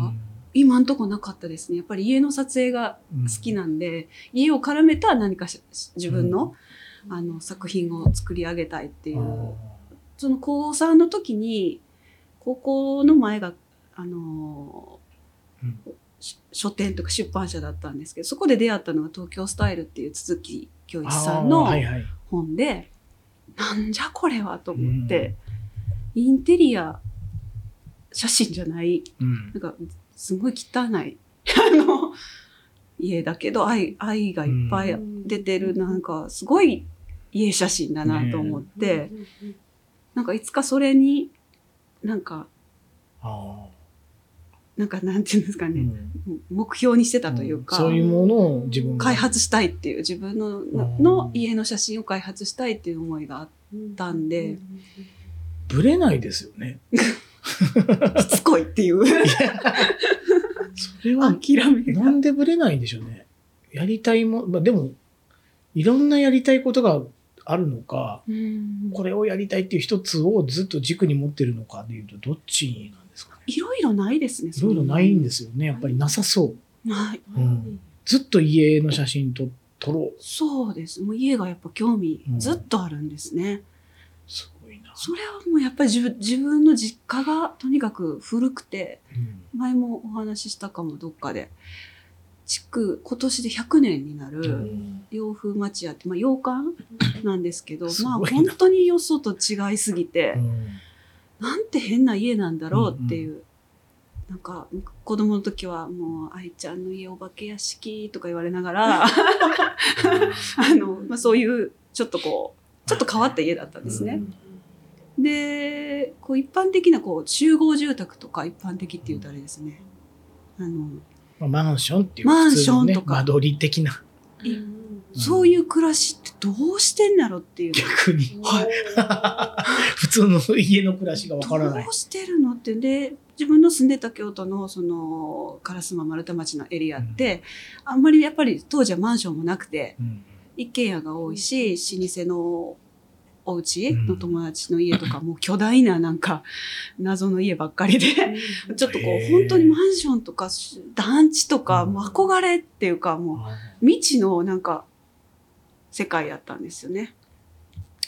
[SPEAKER 2] 今んとこなかったですね。やっぱり家の撮影が
[SPEAKER 3] ん
[SPEAKER 2] 好きなんで、家を絡めた何かし自分の,、
[SPEAKER 4] うん
[SPEAKER 2] あの作品を作り上げたいっていう、
[SPEAKER 3] あ
[SPEAKER 2] その高3の時に高校の前があのー
[SPEAKER 3] うん
[SPEAKER 2] し書店とか出版社だったんですけどそこで出会ったのが「東京スタイル」っていう都築教一さん
[SPEAKER 3] あー
[SPEAKER 2] の
[SPEAKER 3] はいはい
[SPEAKER 2] 本で、なんじゃこれはと思って、インテリア写真じゃない
[SPEAKER 3] うん
[SPEAKER 2] なんかすごい汚い あの家だけど愛愛がいっぱい出てるなんかすごい家写真だなと思って、なんかいつかそれになんか
[SPEAKER 3] あ
[SPEAKER 2] なんかなんていうんですか
[SPEAKER 3] ーう
[SPEAKER 2] ね、
[SPEAKER 3] ん
[SPEAKER 2] 目標にしてたというか、
[SPEAKER 3] そういうものを自分が
[SPEAKER 2] 開発したいっていう自分の
[SPEAKER 3] うん
[SPEAKER 2] の家の写真を開発したいっていう思いがあ っ
[SPEAKER 4] だ
[SPEAKER 2] たんで、
[SPEAKER 3] ぶれないですよね
[SPEAKER 2] しつこいっていう
[SPEAKER 3] それは
[SPEAKER 2] 諦め
[SPEAKER 3] な
[SPEAKER 2] が。
[SPEAKER 3] んでぶれないんでしょうねやりたいもまあでもいろんなやりたいことがあるのか
[SPEAKER 2] うん
[SPEAKER 3] これをやりたいっていう一つをずっと軸に持ってるのかでいうとどっちなんですかね
[SPEAKER 2] いろいろないですね。。
[SPEAKER 3] いろいろないんですすよねやっぱりなさそう
[SPEAKER 2] ない。
[SPEAKER 3] うんずっと家の写真と撮ろう
[SPEAKER 2] そうです。もう家がやっぱ興味
[SPEAKER 3] うん
[SPEAKER 2] ずっとあるんですね。
[SPEAKER 3] すごいな、
[SPEAKER 2] それはもうやっぱり自分自分の実家がとにかく古くて、
[SPEAKER 3] うん
[SPEAKER 2] 前もお話ししたかもどっかで、築今年で100年にな
[SPEAKER 3] う
[SPEAKER 2] る
[SPEAKER 3] ん
[SPEAKER 2] 洋風町屋って、まあ洋館なんですけど、
[SPEAKER 3] す
[SPEAKER 2] まあ
[SPEAKER 3] ごいな
[SPEAKER 2] 本当によそと違いすぎて、 なんて変な家なんだろうっていう。なんか子供の時はもう愛ちゃんの家お化け屋敷とか言われなが らあの、まあ、そういうちょっとこうちょっと変わった家だったんですね。でこう一般的なこう集合住宅とか一般的っていうとあれですねあの
[SPEAKER 3] まあマンションっていう
[SPEAKER 2] マン
[SPEAKER 3] 普
[SPEAKER 2] シ
[SPEAKER 3] 通
[SPEAKER 2] ョン
[SPEAKER 3] のね
[SPEAKER 2] とか
[SPEAKER 3] 間取り的な
[SPEAKER 2] そういう暮らしってどうしてんだろうっていう
[SPEAKER 3] 逆に
[SPEAKER 4] はい。
[SPEAKER 3] 普通の家の暮らしがわからない
[SPEAKER 2] どうしてるのってで自分の住んでた京都のその烏丸丸太町のエリアって、あんまりやっぱり当時はマンションもなくて
[SPEAKER 3] うん
[SPEAKER 2] 一軒家が多いし老舗のお家の友達の家とか、もう巨大ななんか謎の家ばっかりで。ちょっとこ
[SPEAKER 3] へ
[SPEAKER 2] う
[SPEAKER 3] ー
[SPEAKER 2] 本当にマンションとかし団地とか
[SPEAKER 3] うん
[SPEAKER 2] もう憧れっていうかも
[SPEAKER 3] あ
[SPEAKER 2] う未知のなんか世界やったんですよね。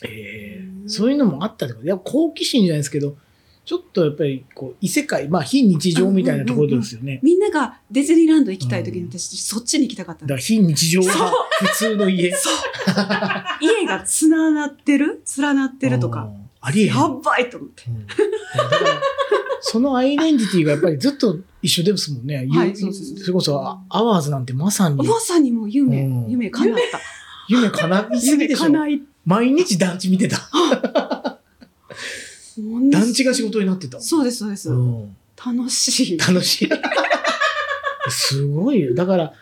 [SPEAKER 3] ーえ ー そういうのもあったってこといや好奇心じゃないですけどちょっとやっぱりこう異世界まあ非日常みたいなところですよね、
[SPEAKER 2] みんながディズニーランド行きたい時
[SPEAKER 3] う
[SPEAKER 2] に
[SPEAKER 3] ん
[SPEAKER 2] 私そっちに行きたかったん
[SPEAKER 3] だか
[SPEAKER 2] で
[SPEAKER 3] ら
[SPEAKER 2] す。
[SPEAKER 3] 非日常は普通の家
[SPEAKER 2] 家がつながってる 連なってるとか。
[SPEAKER 3] うんありえへん
[SPEAKER 2] やばいと思って。
[SPEAKER 3] うんだからそのアイデンティティがやっぱりずっと一緒ですもんね。
[SPEAKER 2] はい
[SPEAKER 3] ゆ
[SPEAKER 2] そうそうそう
[SPEAKER 3] それこそあアワーズなんてまさに
[SPEAKER 2] まさにもう夢、
[SPEAKER 3] うん
[SPEAKER 2] 夢叶った。
[SPEAKER 3] 夢叶いすぎ
[SPEAKER 2] 夢
[SPEAKER 3] でしょ。
[SPEAKER 2] 叶い。
[SPEAKER 3] 毎日団地見てた。
[SPEAKER 2] もうね
[SPEAKER 3] 団地が仕事になってた。
[SPEAKER 2] そうです、そうです。
[SPEAKER 3] うん
[SPEAKER 2] 楽しい。
[SPEAKER 3] 楽しい。 すごいよ。だから、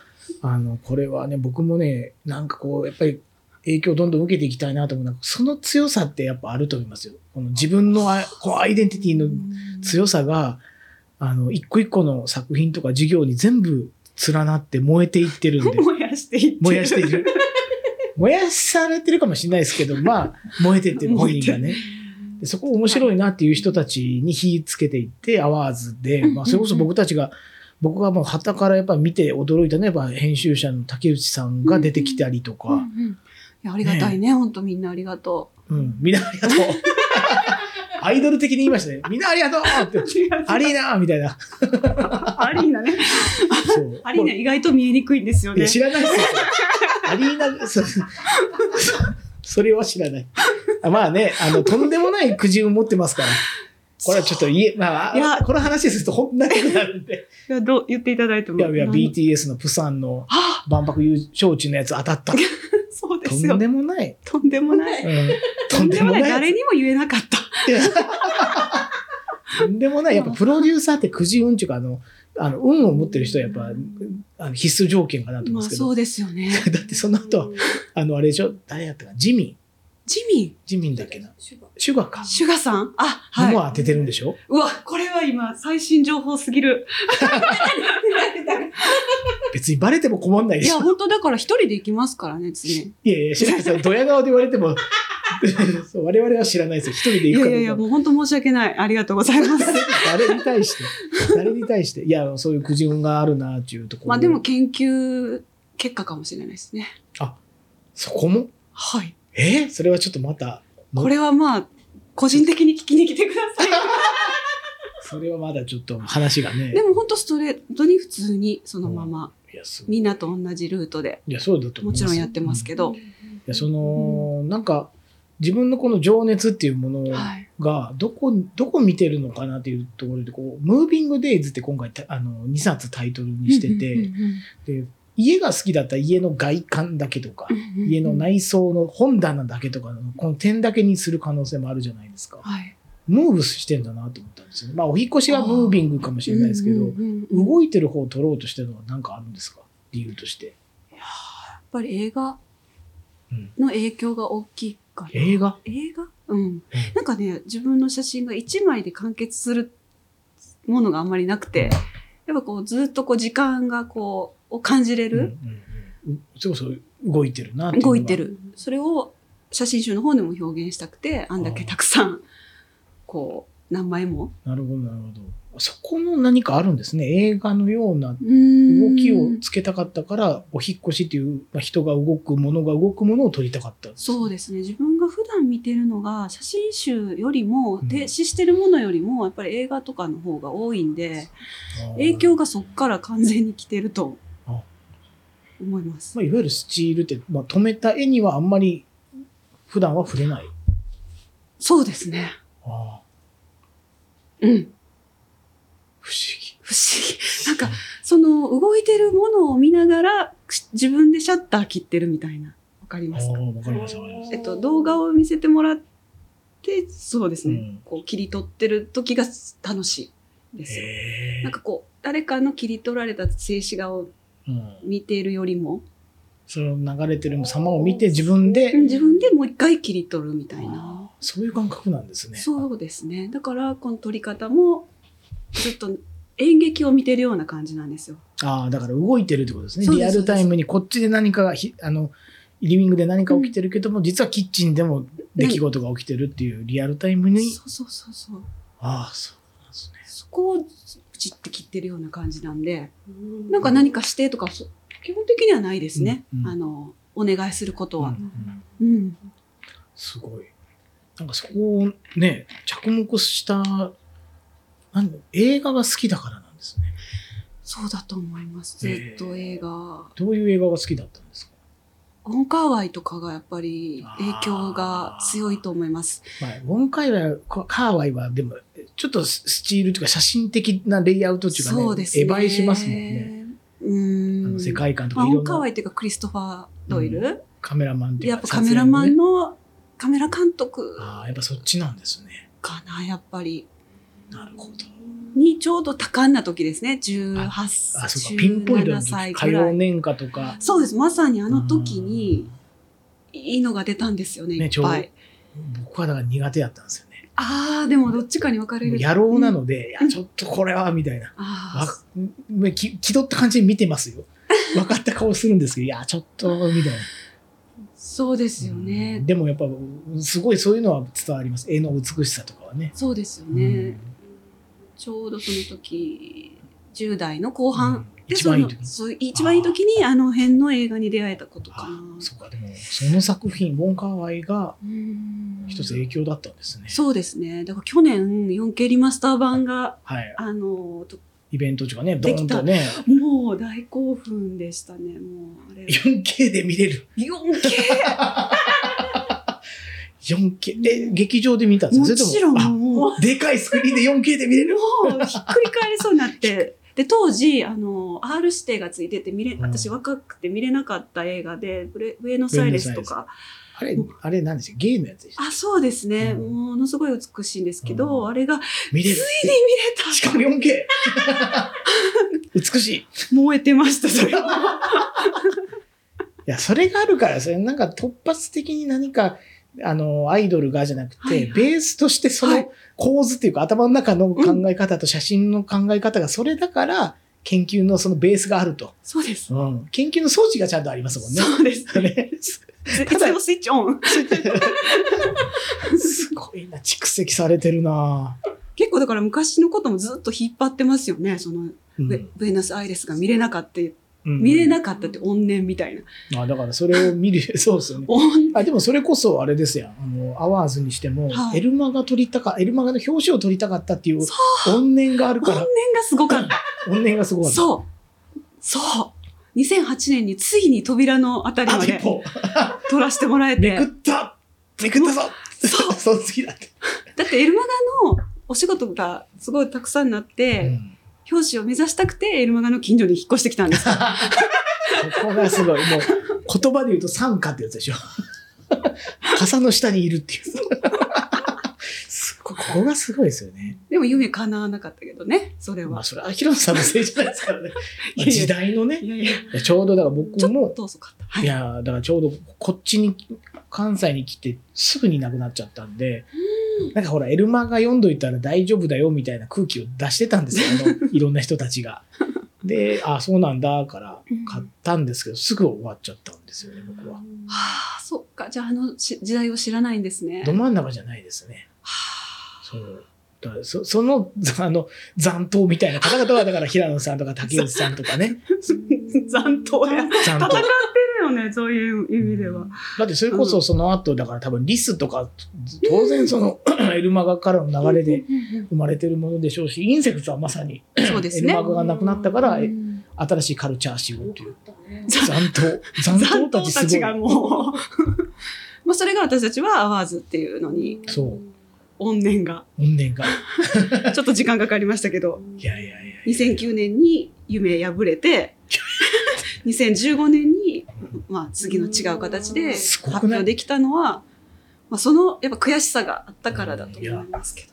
[SPEAKER 3] あの、これはね、僕もね、なんかこう、やっぱり影響をどんどん受けていきたいなと思う。なんかその強さってやっぱあると思いますよ。この自分のあこうアイデンティティの強さが、あの、一個一個の作品とか事業に全部連なって燃えていってるんで、
[SPEAKER 2] 燃やしていってる。
[SPEAKER 3] 燃やしてい る。燃やされてるかもしれないですけど、まあ、燃えてってる本人がね。でそこ面白いなっていう人たちに火つけていって、アワーズで、まあ、それこそ僕たちが、僕がもう旗からやっぱ見て驚いたのは、やっぱ編集者の竹内さんが出てきたりと
[SPEAKER 2] うんう
[SPEAKER 3] か、
[SPEAKER 2] ん。いやありがたいね、本当みんなありがとう。
[SPEAKER 3] うん、みんなあ りがとう。アイドル的に言いましたね。みんなありがとうって、 アリーナーみたいな。
[SPEAKER 2] アリーナね。
[SPEAKER 3] そう
[SPEAKER 2] アリーナ意外と見えにくいんですよ
[SPEAKER 3] い
[SPEAKER 2] ね
[SPEAKER 3] や、。知らないですよ。アリーナ、そそれは知らない。あまあね、あの、とんでもないくじを持ってますから。これはちょっと言え、まあ、
[SPEAKER 2] いや
[SPEAKER 3] この話するとこんなことになる んで。
[SPEAKER 2] いや、どう、言っていただいても。
[SPEAKER 3] いやいや、
[SPEAKER 2] なん
[SPEAKER 3] BTS のプサンの
[SPEAKER 2] あ
[SPEAKER 3] 万博優勝地のやつ当たった。
[SPEAKER 2] そうで
[SPEAKER 3] と
[SPEAKER 2] すよ
[SPEAKER 3] ん。でもない。
[SPEAKER 2] とんでもない。
[SPEAKER 3] うん
[SPEAKER 2] とんでもない。誰
[SPEAKER 3] や
[SPEAKER 2] にも言えなかった。
[SPEAKER 3] つとんでもない。やっぱプロデューサーってくじ運っていうか、あの、あの運を持ってる人はやっぱあの必須条件かなと
[SPEAKER 2] ま
[SPEAKER 3] 思うん
[SPEAKER 2] あ、
[SPEAKER 3] ですけど、
[SPEAKER 2] そうですよね。
[SPEAKER 3] だってその後は、あのあれでしょ誰やったかジミン
[SPEAKER 2] ジミ
[SPEAKER 3] ジミンだっけなシュガーか
[SPEAKER 2] ー、シュガさんあ、
[SPEAKER 3] の
[SPEAKER 2] はい。
[SPEAKER 3] も当ててるんでしょ、
[SPEAKER 2] うわ、これは今、最新情報すぎる。
[SPEAKER 3] 別にバレても困んない
[SPEAKER 2] い
[SPEAKER 3] し
[SPEAKER 2] や、本当だから一人で行きますからね、常に。
[SPEAKER 3] いやいや知らないですよドヤ顔で言われても そう我々は知らないですよ一人で
[SPEAKER 2] い
[SPEAKER 3] 行
[SPEAKER 2] や
[SPEAKER 3] くか
[SPEAKER 2] い
[SPEAKER 3] ど
[SPEAKER 2] や
[SPEAKER 3] う
[SPEAKER 2] い
[SPEAKER 3] か
[SPEAKER 2] や、もう本当申し訳ない。ありが とうございます。
[SPEAKER 3] 誰に対して誰に対していやそういう苦情があるなっていうところ
[SPEAKER 2] まあでも研究結果かもしれないですね。
[SPEAKER 3] そこも
[SPEAKER 2] はい。
[SPEAKER 3] えそれはちょっとまた
[SPEAKER 2] これはまあ、個人的に聞きに来てください。
[SPEAKER 3] それはまだちょっと話がね
[SPEAKER 2] で。も本当ストレートに普通にそのまま、
[SPEAKER 3] いや、すごい。
[SPEAKER 2] みんなと同じルートで
[SPEAKER 3] いや、そうだと
[SPEAKER 2] も
[SPEAKER 3] 思います
[SPEAKER 2] ちろんやってますけど、
[SPEAKER 3] いやその、なんか自分のこの情熱っていうもの
[SPEAKER 2] はい
[SPEAKER 3] がどこどこ見てるのかなっていうところでこう「ムービング・デイズ」って今回たあの2冊タイトルにしてて、
[SPEAKER 2] うんうん
[SPEAKER 3] で家が好きだったら家の外観だけとか、
[SPEAKER 2] うん
[SPEAKER 3] 家の内装の本棚だけとかのこの点だけにする可能性もあるじゃないですか
[SPEAKER 2] はい
[SPEAKER 3] ムーブしてんだなと思ったんですよねまあお引っ越しはムービングかもしれないですけど、
[SPEAKER 2] うんうんうん
[SPEAKER 3] 動いてる方を取ろうとしてるのは何かあるんですか理由として
[SPEAKER 2] やっぱり映画
[SPEAKER 3] うん
[SPEAKER 2] の影響が大きいかな、
[SPEAKER 3] 映画
[SPEAKER 2] 映画うんなんかね自分の写真が1枚で完結するものがあんまりなくてやっぱこうずっとこう時間がこうを感じれ
[SPEAKER 3] うんう
[SPEAKER 2] る、
[SPEAKER 3] んうんうそうそう動いてるなっていうの
[SPEAKER 2] 動
[SPEAKER 3] が
[SPEAKER 2] いてるそれを写真集の方でも表現したくてあんだけたくさんこう何枚も
[SPEAKER 3] なるほどなるほどそこの何かあるんですね映画のような動
[SPEAKER 2] 動
[SPEAKER 3] きをつけたかったからお引っ越しっていう、まあ、人が動くものが動くものを撮りたかった
[SPEAKER 2] そうですね自分が普段見てるのが写真集よりも
[SPEAKER 3] うん
[SPEAKER 2] 停止してるものよりもやっぱり映画とかの方が多いんで
[SPEAKER 3] あー
[SPEAKER 2] 影響がそっから完全に来てると
[SPEAKER 3] あ
[SPEAKER 2] 思います
[SPEAKER 3] まあ、いわゆるスチールって、まあ、止めた絵にはあんまり普段は触れない
[SPEAKER 2] そうですね
[SPEAKER 3] あー
[SPEAKER 2] うん
[SPEAKER 3] 不思議
[SPEAKER 2] 不思議なんかその動いてるものを見ながらし自分でシャッター切ってるみたいなわかり
[SPEAKER 3] あ
[SPEAKER 2] ますか
[SPEAKER 3] あわかりますわかります
[SPEAKER 2] えっと動画を見せてもらってそうですね、
[SPEAKER 3] うん
[SPEAKER 2] こう切り取ってる時が楽しいですよ
[SPEAKER 3] へえ
[SPEAKER 2] なんかこう誰かの切り取られた静止画を
[SPEAKER 3] うん、
[SPEAKER 2] 見ているよりも、
[SPEAKER 3] その流れてる様を見て自分で
[SPEAKER 2] 自分でもう一回切り取るみたいな、
[SPEAKER 3] そういう感覚なんですね
[SPEAKER 2] そうですねだからこの撮り方もずっと演劇を見てるような感じなんですよ
[SPEAKER 3] ああ、だから動いてるってことですね。
[SPEAKER 2] そう
[SPEAKER 3] リ
[SPEAKER 2] で
[SPEAKER 3] ア
[SPEAKER 2] す
[SPEAKER 3] ルタイムにこっちで何かがひ、あの、リビングで何か起きてるけども、実はキッチンでも出来事が起きてるっていうリアルタイムに。
[SPEAKER 2] そうそうそうそう
[SPEAKER 3] ああ、そうなんですね。
[SPEAKER 2] そこをプチって切ってるような感じなんで
[SPEAKER 4] な
[SPEAKER 2] なんか何かしてとかそ基本的にはないですね、
[SPEAKER 3] うんうん
[SPEAKER 2] あのお願いすること
[SPEAKER 3] うんう
[SPEAKER 2] は、
[SPEAKER 3] ん
[SPEAKER 2] うん
[SPEAKER 3] すごい。なんかそこをね、着目した、なんだ映画が好きだからなんですね。
[SPEAKER 2] そうだと思いますずっと映画
[SPEAKER 3] どういう映画が好きだったんですか、
[SPEAKER 2] オンカーワイとかがやっぱり影響が強いと思います
[SPEAKER 3] まあ、ウォンカイワイカカーワイはでも、ちょっとススチールというか写真的なレイアウトっていうかね、
[SPEAKER 2] そうですね
[SPEAKER 3] 映えしますもんね。あ
[SPEAKER 2] うん
[SPEAKER 3] の世界観と
[SPEAKER 2] ま
[SPEAKER 3] か
[SPEAKER 2] あ、オ
[SPEAKER 3] いろ
[SPEAKER 2] ン
[SPEAKER 3] ん
[SPEAKER 2] カー
[SPEAKER 3] な
[SPEAKER 2] ワイっていうかクリストファー・ドイル、
[SPEAKER 3] カメラマンっていう
[SPEAKER 2] やっ
[SPEAKER 3] か
[SPEAKER 2] ぱカメラマン
[SPEAKER 3] 撮影ね
[SPEAKER 2] のカメラ監督
[SPEAKER 3] ああやっぱそっちなんですね
[SPEAKER 2] かなやっぱり
[SPEAKER 3] なるほど
[SPEAKER 2] にちょうど多感な時ですね
[SPEAKER 3] あ
[SPEAKER 2] 18
[SPEAKER 3] あそう
[SPEAKER 2] 歳
[SPEAKER 3] かピンポイント
[SPEAKER 2] 17
[SPEAKER 3] の
[SPEAKER 2] 歳
[SPEAKER 3] 火
[SPEAKER 2] ぐら
[SPEAKER 3] 曜
[SPEAKER 2] い
[SPEAKER 3] 年華とか
[SPEAKER 2] そうですまさにあの時にいいのが出たんですよね
[SPEAKER 3] ね
[SPEAKER 2] いっ
[SPEAKER 3] ちょうど
[SPEAKER 2] ぱい
[SPEAKER 3] 僕はだから苦手だったんですよね
[SPEAKER 2] ああでもどっちかに分かれ
[SPEAKER 3] もう
[SPEAKER 2] る
[SPEAKER 3] 野郎なので、い
[SPEAKER 2] うん
[SPEAKER 3] やちょっとこれはみたいなわ
[SPEAKER 2] ああ
[SPEAKER 3] んき気取った感じで見てます よ分かった顔するんですけどいやちょっとみたいな
[SPEAKER 2] そうですよね、
[SPEAKER 3] うんでもやっぱすごいそういうのは伝わります絵の美しさとかはね
[SPEAKER 2] そうですよ
[SPEAKER 3] うん
[SPEAKER 2] ね、ちょうどその時10代の後
[SPEAKER 3] う
[SPEAKER 2] 半
[SPEAKER 3] ん
[SPEAKER 2] で
[SPEAKER 3] 一番いい
[SPEAKER 2] その
[SPEAKER 3] 時
[SPEAKER 2] そう一番いい時にあの辺の映画に出会えたことかな
[SPEAKER 3] あそうかでもその作品ウォンカーワイが
[SPEAKER 2] うん
[SPEAKER 3] 一つ影響だったんですね、
[SPEAKER 2] そうですね。だから去年 4K リマスター版が、
[SPEAKER 3] はい
[SPEAKER 2] あの、と
[SPEAKER 3] イベントとかねド
[SPEAKER 2] で
[SPEAKER 3] ー
[SPEAKER 2] き
[SPEAKER 3] ン
[SPEAKER 2] た
[SPEAKER 3] とね
[SPEAKER 2] もう大興奮でしたね。もう、あれ。
[SPEAKER 3] 4K で見れる
[SPEAKER 2] 4K!
[SPEAKER 3] 4K え劇場で見たんです
[SPEAKER 2] も
[SPEAKER 3] かそれ
[SPEAKER 2] ち
[SPEAKER 3] と
[SPEAKER 2] ろん
[SPEAKER 3] も
[SPEAKER 2] もう、
[SPEAKER 3] あでかいスクリーンで 4K で見れる
[SPEAKER 2] もうひっくり返りそうになって。で、当時、あの、R 指定がついてて見れ、
[SPEAKER 3] うん
[SPEAKER 2] 私若くて見れなかった映画で、ブレウェノスアイレスとか、
[SPEAKER 3] あれあれ何でしたゲームやつでした
[SPEAKER 2] あ、そうですね。
[SPEAKER 3] うん
[SPEAKER 2] ものすごい美しいんですけど、
[SPEAKER 3] うん
[SPEAKER 2] あれが、
[SPEAKER 3] 見
[SPEAKER 2] つい
[SPEAKER 3] れ
[SPEAKER 2] に見
[SPEAKER 3] る
[SPEAKER 2] れた
[SPEAKER 3] しかも 4K 美しいい
[SPEAKER 2] 燃えてました、 それは。
[SPEAKER 3] やそれがあるからそれなんか突発的に何かあのアイドルがじゃなくて、
[SPEAKER 2] はいはい
[SPEAKER 3] ベースとしてそ
[SPEAKER 2] は
[SPEAKER 3] の
[SPEAKER 2] い
[SPEAKER 3] 構図っていうか、頭の中の考え方と写真の考え方がそれだから研究のそのベースがあると、
[SPEAKER 2] そうです。
[SPEAKER 3] うん、研究の装置がちゃんとありますもんね
[SPEAKER 2] そうです。
[SPEAKER 3] それ
[SPEAKER 2] いつでもスイッチオ ン。
[SPEAKER 3] すごいな蓄積されてるな、
[SPEAKER 2] 結構だから昔のこともずっと引っ張ってますよね。その、
[SPEAKER 3] うん
[SPEAKER 2] ブエブエナスアイレスが見れなかった見れ
[SPEAKER 3] な
[SPEAKER 2] なかったって怨念みたいな。
[SPEAKER 3] あだからそれを見る、 そうですよね。
[SPEAKER 2] 怨
[SPEAKER 3] あでもそれこそあれですやんあのアワーズにしても、
[SPEAKER 2] はい
[SPEAKER 3] エルマが撮りたかエルマガの表紙を撮りたかったっていう怨念がある
[SPEAKER 2] 怨
[SPEAKER 3] から
[SPEAKER 2] 念がすごかった。
[SPEAKER 3] 怨念がすごかった
[SPEAKER 2] そう。そう。2008年についに扉のあたり
[SPEAKER 3] あ
[SPEAKER 2] ま
[SPEAKER 3] 一
[SPEAKER 2] で
[SPEAKER 3] 歩
[SPEAKER 2] 撮らせてもらえ
[SPEAKER 3] め
[SPEAKER 2] て
[SPEAKER 3] くっ。ためくったぞ
[SPEAKER 2] そう
[SPEAKER 3] そう好きだって、
[SPEAKER 2] だってエルマガのお仕事がすごいたくさんなって、表紙を目指したくてエルマガの近所に引っ越してきたんです。
[SPEAKER 3] ここがすごいもう言葉で言うと傘下ってやつ でしょ傘の下にいるっていうすごいここがすごいですよね
[SPEAKER 2] でも夢叶わなかったけどね、それ
[SPEAKER 3] ま
[SPEAKER 2] は
[SPEAKER 3] あ。それは平野さんのせいじゃないですからね
[SPEAKER 2] いやいや
[SPEAKER 3] 時代のね
[SPEAKER 2] いやいや、
[SPEAKER 3] いやちょうどだから僕
[SPEAKER 2] ちょ
[SPEAKER 3] も
[SPEAKER 2] っと遅かった。はいい。
[SPEAKER 3] やーだからちょうどこっちに関西に来てすぐに亡くなっちゃったんでなんかほらエルマが読んどいたら大丈夫だよみたいな空気を出してたんですよあのいろんな人たちが。であそうなんだから買ったんですけどすぐ終わっちゃったんですよね僕は。
[SPEAKER 2] はあ、そっか。じゃああのし時代を知らないんですね。
[SPEAKER 3] ど真ん中じゃないですね。
[SPEAKER 2] はあ
[SPEAKER 3] そうだからそそのざあの残党みたいな方々はだから平野さんとか竹内さんとかね
[SPEAKER 2] 残党や。
[SPEAKER 3] 残
[SPEAKER 2] 戦っ
[SPEAKER 3] 党
[SPEAKER 2] てるよね、そういう意味では。
[SPEAKER 3] だってそれこそその後だから多分リスとか当然 そのエルマガからの流れで生まれてるものでしょうしインセクツはまさに
[SPEAKER 2] そうです
[SPEAKER 3] エル
[SPEAKER 2] ね
[SPEAKER 3] マ。ガがなくなったからえ
[SPEAKER 4] ん
[SPEAKER 3] 新しいカルチャーしようという
[SPEAKER 4] だね
[SPEAKER 3] 残党残
[SPEAKER 2] 残
[SPEAKER 3] 党
[SPEAKER 2] 党
[SPEAKER 3] たち
[SPEAKER 2] たち
[SPEAKER 3] すご
[SPEAKER 2] が
[SPEAKER 3] い
[SPEAKER 2] もう。まあそれが私たちはアワーズっていうのに
[SPEAKER 3] そう
[SPEAKER 2] 怨念が
[SPEAKER 3] 怨念が
[SPEAKER 2] ちょっと時間かかりましたけど
[SPEAKER 3] いやいやいや
[SPEAKER 2] 2009年に夢破れて2015年に、まあ、次の違う形で
[SPEAKER 3] す
[SPEAKER 2] 発
[SPEAKER 3] ごくない
[SPEAKER 2] 表できたのは、まあ、そのやっぱ悔しさがあったからだと
[SPEAKER 3] い
[SPEAKER 2] 思い
[SPEAKER 3] や
[SPEAKER 2] ますけど。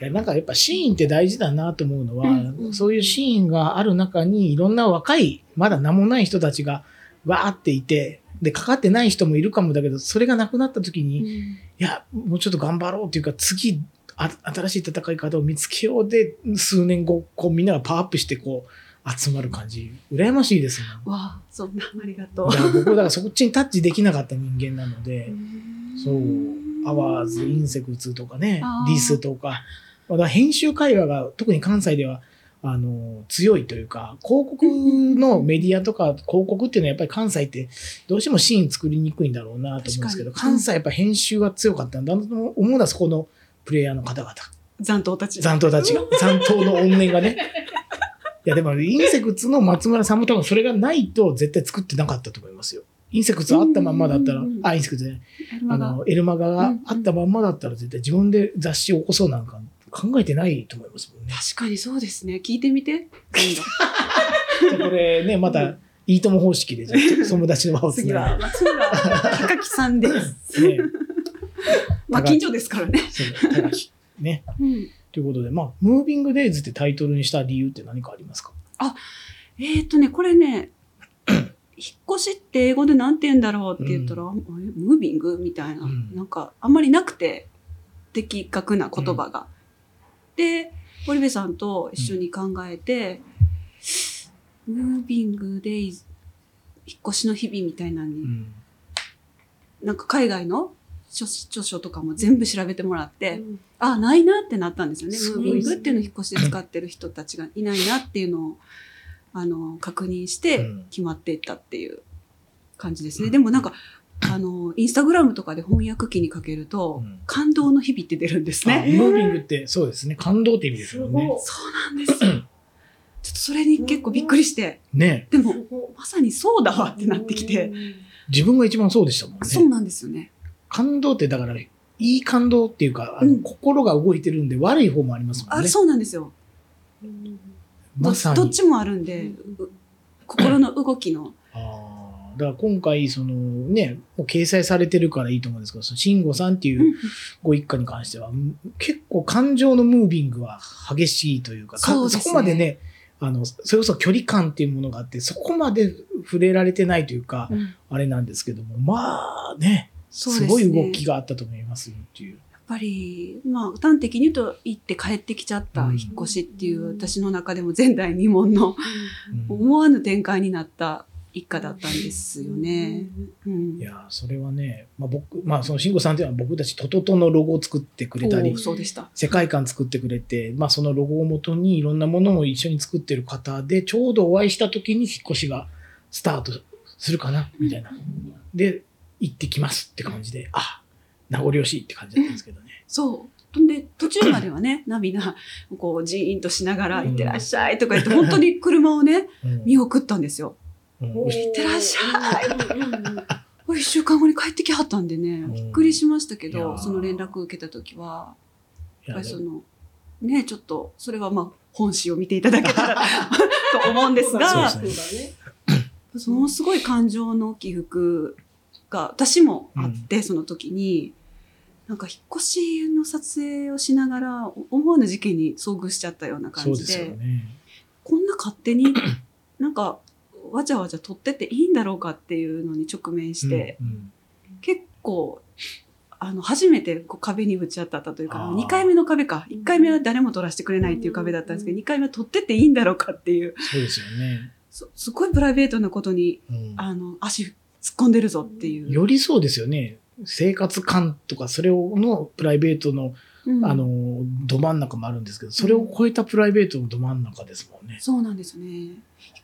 [SPEAKER 3] いやなんかやっぱシーンって大事だなと思うのは、
[SPEAKER 2] うんうん
[SPEAKER 3] そういうシーンがある中にいろんな若いまだ名もない人たちがわーっていてでかかってない人もいるかもだけどそれがなくなった時に、いや、もうちょっと頑張ろうというか、次、あ新しい戦い方を見つけようで、数年後、こう、みんながパワーアップして、こう、集まる感じ、羨ましいですも。
[SPEAKER 2] わあそんなありがとうん
[SPEAKER 3] い。や僕、だからそっちにタッチできなかった人間なので、そう、アワーズ、インセクツとかね
[SPEAKER 2] あ、ー
[SPEAKER 3] リスとか、まあだから編集会話が特に関西では、あの、強いというか、広告のメディアとか広告っていうのはやっぱり関西ってどうしてもシーン作りにくいんだろうなと思うんですけど、
[SPEAKER 2] 確かに
[SPEAKER 3] 関西やっぱ編集が強かったんだと思うのはそこのプレイヤーの方々、
[SPEAKER 2] 残党たち
[SPEAKER 3] 残党たちが、残党の怨念がね。いやでも、インセクツの松村さんも多分それがないと絶対作ってなかったと思いますよ。インセクツあったまんまだったら
[SPEAKER 2] うんうんう、ん
[SPEAKER 3] あ、インセクツね、
[SPEAKER 2] エルマ
[SPEAKER 3] あ
[SPEAKER 2] が
[SPEAKER 3] のエルマガがあったまんまだったら絶対自分で雑誌を起こそうなんか考えてないと思いますもんね。
[SPEAKER 2] 確かにそうですね聞いてみて今
[SPEAKER 3] じゃあこれねま
[SPEAKER 2] う
[SPEAKER 3] た
[SPEAKER 2] ん
[SPEAKER 3] いいとも方式でじゃあ友達の輪
[SPEAKER 2] 度
[SPEAKER 3] をつ
[SPEAKER 2] 次
[SPEAKER 3] な
[SPEAKER 2] は
[SPEAKER 3] い
[SPEAKER 2] 松村高木さんです
[SPEAKER 3] で、ね、
[SPEAKER 2] まあ近所ですからね、
[SPEAKER 3] そう高木ね。
[SPEAKER 2] うん、
[SPEAKER 3] ということでまあ「ムービング・デイズ」ってタイトルにした理由って何かありますか
[SPEAKER 2] えーっ、とね、これ ね、引っ越しって英語でなんて言うんだろうって言ったら、あれムービングみたいな、
[SPEAKER 3] うん
[SPEAKER 2] なんかあんまりなくて、的確な言葉が。で、堀部さんと一緒に考えて、ムービングでい引っ越しの日々みたいなのに、
[SPEAKER 3] うん
[SPEAKER 2] なんか海外の著著書とかも全部調べてもらって、
[SPEAKER 4] うん
[SPEAKER 2] あ、ないなってなったんですよね。
[SPEAKER 3] す
[SPEAKER 2] ム
[SPEAKER 3] ご
[SPEAKER 2] ー
[SPEAKER 3] い
[SPEAKER 2] ビングっていうのを引っ越しで使ってる人たちがいないなっていうのを、あの、確認して
[SPEAKER 3] うん
[SPEAKER 2] 決まっていったっていう感じですね。
[SPEAKER 3] うん
[SPEAKER 2] でもなんか、あの、インスタグラムとかで翻訳機にかけると、
[SPEAKER 3] うん
[SPEAKER 2] 感動の日々って出るんです
[SPEAKER 3] あ
[SPEAKER 2] ね。
[SPEAKER 3] ムービングってそうですね感動って意味ですよね。
[SPEAKER 2] そうなんですよ。 ちょっとそれに結構びっくりして、
[SPEAKER 3] ね
[SPEAKER 2] でも、まさにそうだわってなってき
[SPEAKER 4] う
[SPEAKER 2] て、
[SPEAKER 4] ん
[SPEAKER 3] 自分が一番そうでしたもん
[SPEAKER 2] そう
[SPEAKER 3] ね。
[SPEAKER 2] なんですよね。
[SPEAKER 3] 感動ってだからいい感動っていうかあの、
[SPEAKER 2] うん
[SPEAKER 3] 心が動いてるんで悪い方もありますもん
[SPEAKER 2] あ、
[SPEAKER 3] ね。
[SPEAKER 2] そうなんですよ。
[SPEAKER 4] うん
[SPEAKER 2] ど
[SPEAKER 3] まさ
[SPEAKER 2] どっ
[SPEAKER 3] に
[SPEAKER 2] ちもあるんで、う心の動きの、
[SPEAKER 3] ああ、だから今回、そのね、もう掲載されてるからいいと思うんですけど、その慎吾さんっていうご一家に関しては、うん結構感情のムービングは激しいというか、か
[SPEAKER 2] そうですね
[SPEAKER 3] こまでね、あの、それこそ距離感っていうものがあって、そこまで触れられてないというか、
[SPEAKER 2] うん
[SPEAKER 3] あれなんですけども、まあね、す
[SPEAKER 2] そうですね
[SPEAKER 3] ごい動きがあったと思いますよっていう。
[SPEAKER 2] やっぱり、まあ、端的に言うと、行って帰ってきちゃった
[SPEAKER 3] うん
[SPEAKER 2] 引っ越しっていう、私の中でも前代未聞の、思わぬ展開になった一家だったんですよね。うん
[SPEAKER 3] いやーそれはね、まあ、僕、まあ、その慎吾さんというのは僕たちトトトのロゴを作ってくれたり
[SPEAKER 2] おーそうでした。
[SPEAKER 3] 世界観作ってくれて、まあ、そのロゴをもとにいろんなものを一緒に作ってる方でちょうどお会いした時に引っ越しがスタートするかなみたいなで行ってきますって感じであ名残惜しいって感じだったんですけどね
[SPEAKER 2] そう。で、途中まではね、 ナビが、こう、ジーンとしながら、いってらっしゃいとか言って、本当に車をね、
[SPEAKER 3] うん
[SPEAKER 2] 見送ったんですよ。
[SPEAKER 3] うん
[SPEAKER 4] おー
[SPEAKER 2] いってらっしゃい。
[SPEAKER 4] うんうんうん
[SPEAKER 2] 一週間後に帰ってきはったんでね、
[SPEAKER 3] ん
[SPEAKER 2] びっくりしましたけ
[SPEAKER 3] いやー
[SPEAKER 2] ど、その連絡受けた時は、
[SPEAKER 3] い
[SPEAKER 2] やっぱ
[SPEAKER 3] や
[SPEAKER 2] りその、ね、ちょっと、それはまあ、本誌を見ていただけたら と思うんです
[SPEAKER 3] そう
[SPEAKER 2] が、
[SPEAKER 3] そう
[SPEAKER 2] そのすごい感情の起伏が私もあって、その時になんか引っ越しの撮影をしながらお思わぬ事件に遭遇しちゃったような
[SPEAKER 3] そ
[SPEAKER 2] 感
[SPEAKER 3] うで
[SPEAKER 2] じ
[SPEAKER 3] す
[SPEAKER 2] で
[SPEAKER 3] よね
[SPEAKER 2] こんな勝手になんかわちゃわちゃ撮ってていいんだろうかっていうのに直面して、
[SPEAKER 3] うんうん
[SPEAKER 2] 結構あの初めてこう壁にぶち当たったというか
[SPEAKER 3] あー
[SPEAKER 2] 2回目の壁か1回目は誰も撮らせてくれないっていう壁だったんですけど2回目は撮ってていいんだろうかっていう
[SPEAKER 3] そうですよね、
[SPEAKER 2] そすごいプライベートなことに
[SPEAKER 3] うん
[SPEAKER 2] あの、足突っ込んでるぞっていう。
[SPEAKER 3] よりそうですよね生活感とかそれをのプライベートの
[SPEAKER 2] うん
[SPEAKER 3] あのど真ん中もあるんですけどそれを超えたプライベートのど真ん中ですもんね。
[SPEAKER 2] そうなんですね。引っ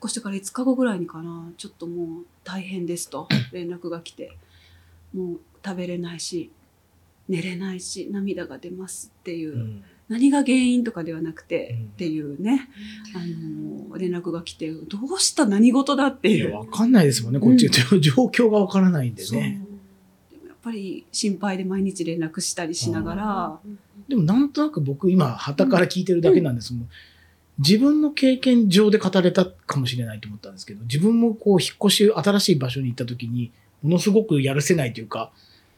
[SPEAKER 2] 越してから5日後ぐらいにかな、ちょっともう大変ですと連絡が来て、もう食べれないし、寝れないし、涙が出ますっていう、
[SPEAKER 3] うん
[SPEAKER 2] 何が原因とかではなくて、
[SPEAKER 3] うん
[SPEAKER 2] っていうね、あの、連絡が来て、どうした何事だって
[SPEAKER 3] い
[SPEAKER 2] い
[SPEAKER 3] や
[SPEAKER 2] う。
[SPEAKER 3] わかんないですもんねこっち、 状況がわからないんで
[SPEAKER 2] そう
[SPEAKER 3] ね。
[SPEAKER 2] でもやっぱり心配で毎日連絡したりしながら、
[SPEAKER 3] でもなんとなく僕今旗から聞いてるだけなんですもん、自分の経験上で語れたかもしれないと思ったんですけど自分もこう引っ越し新しい場所に行った時にものすごくやるせないというか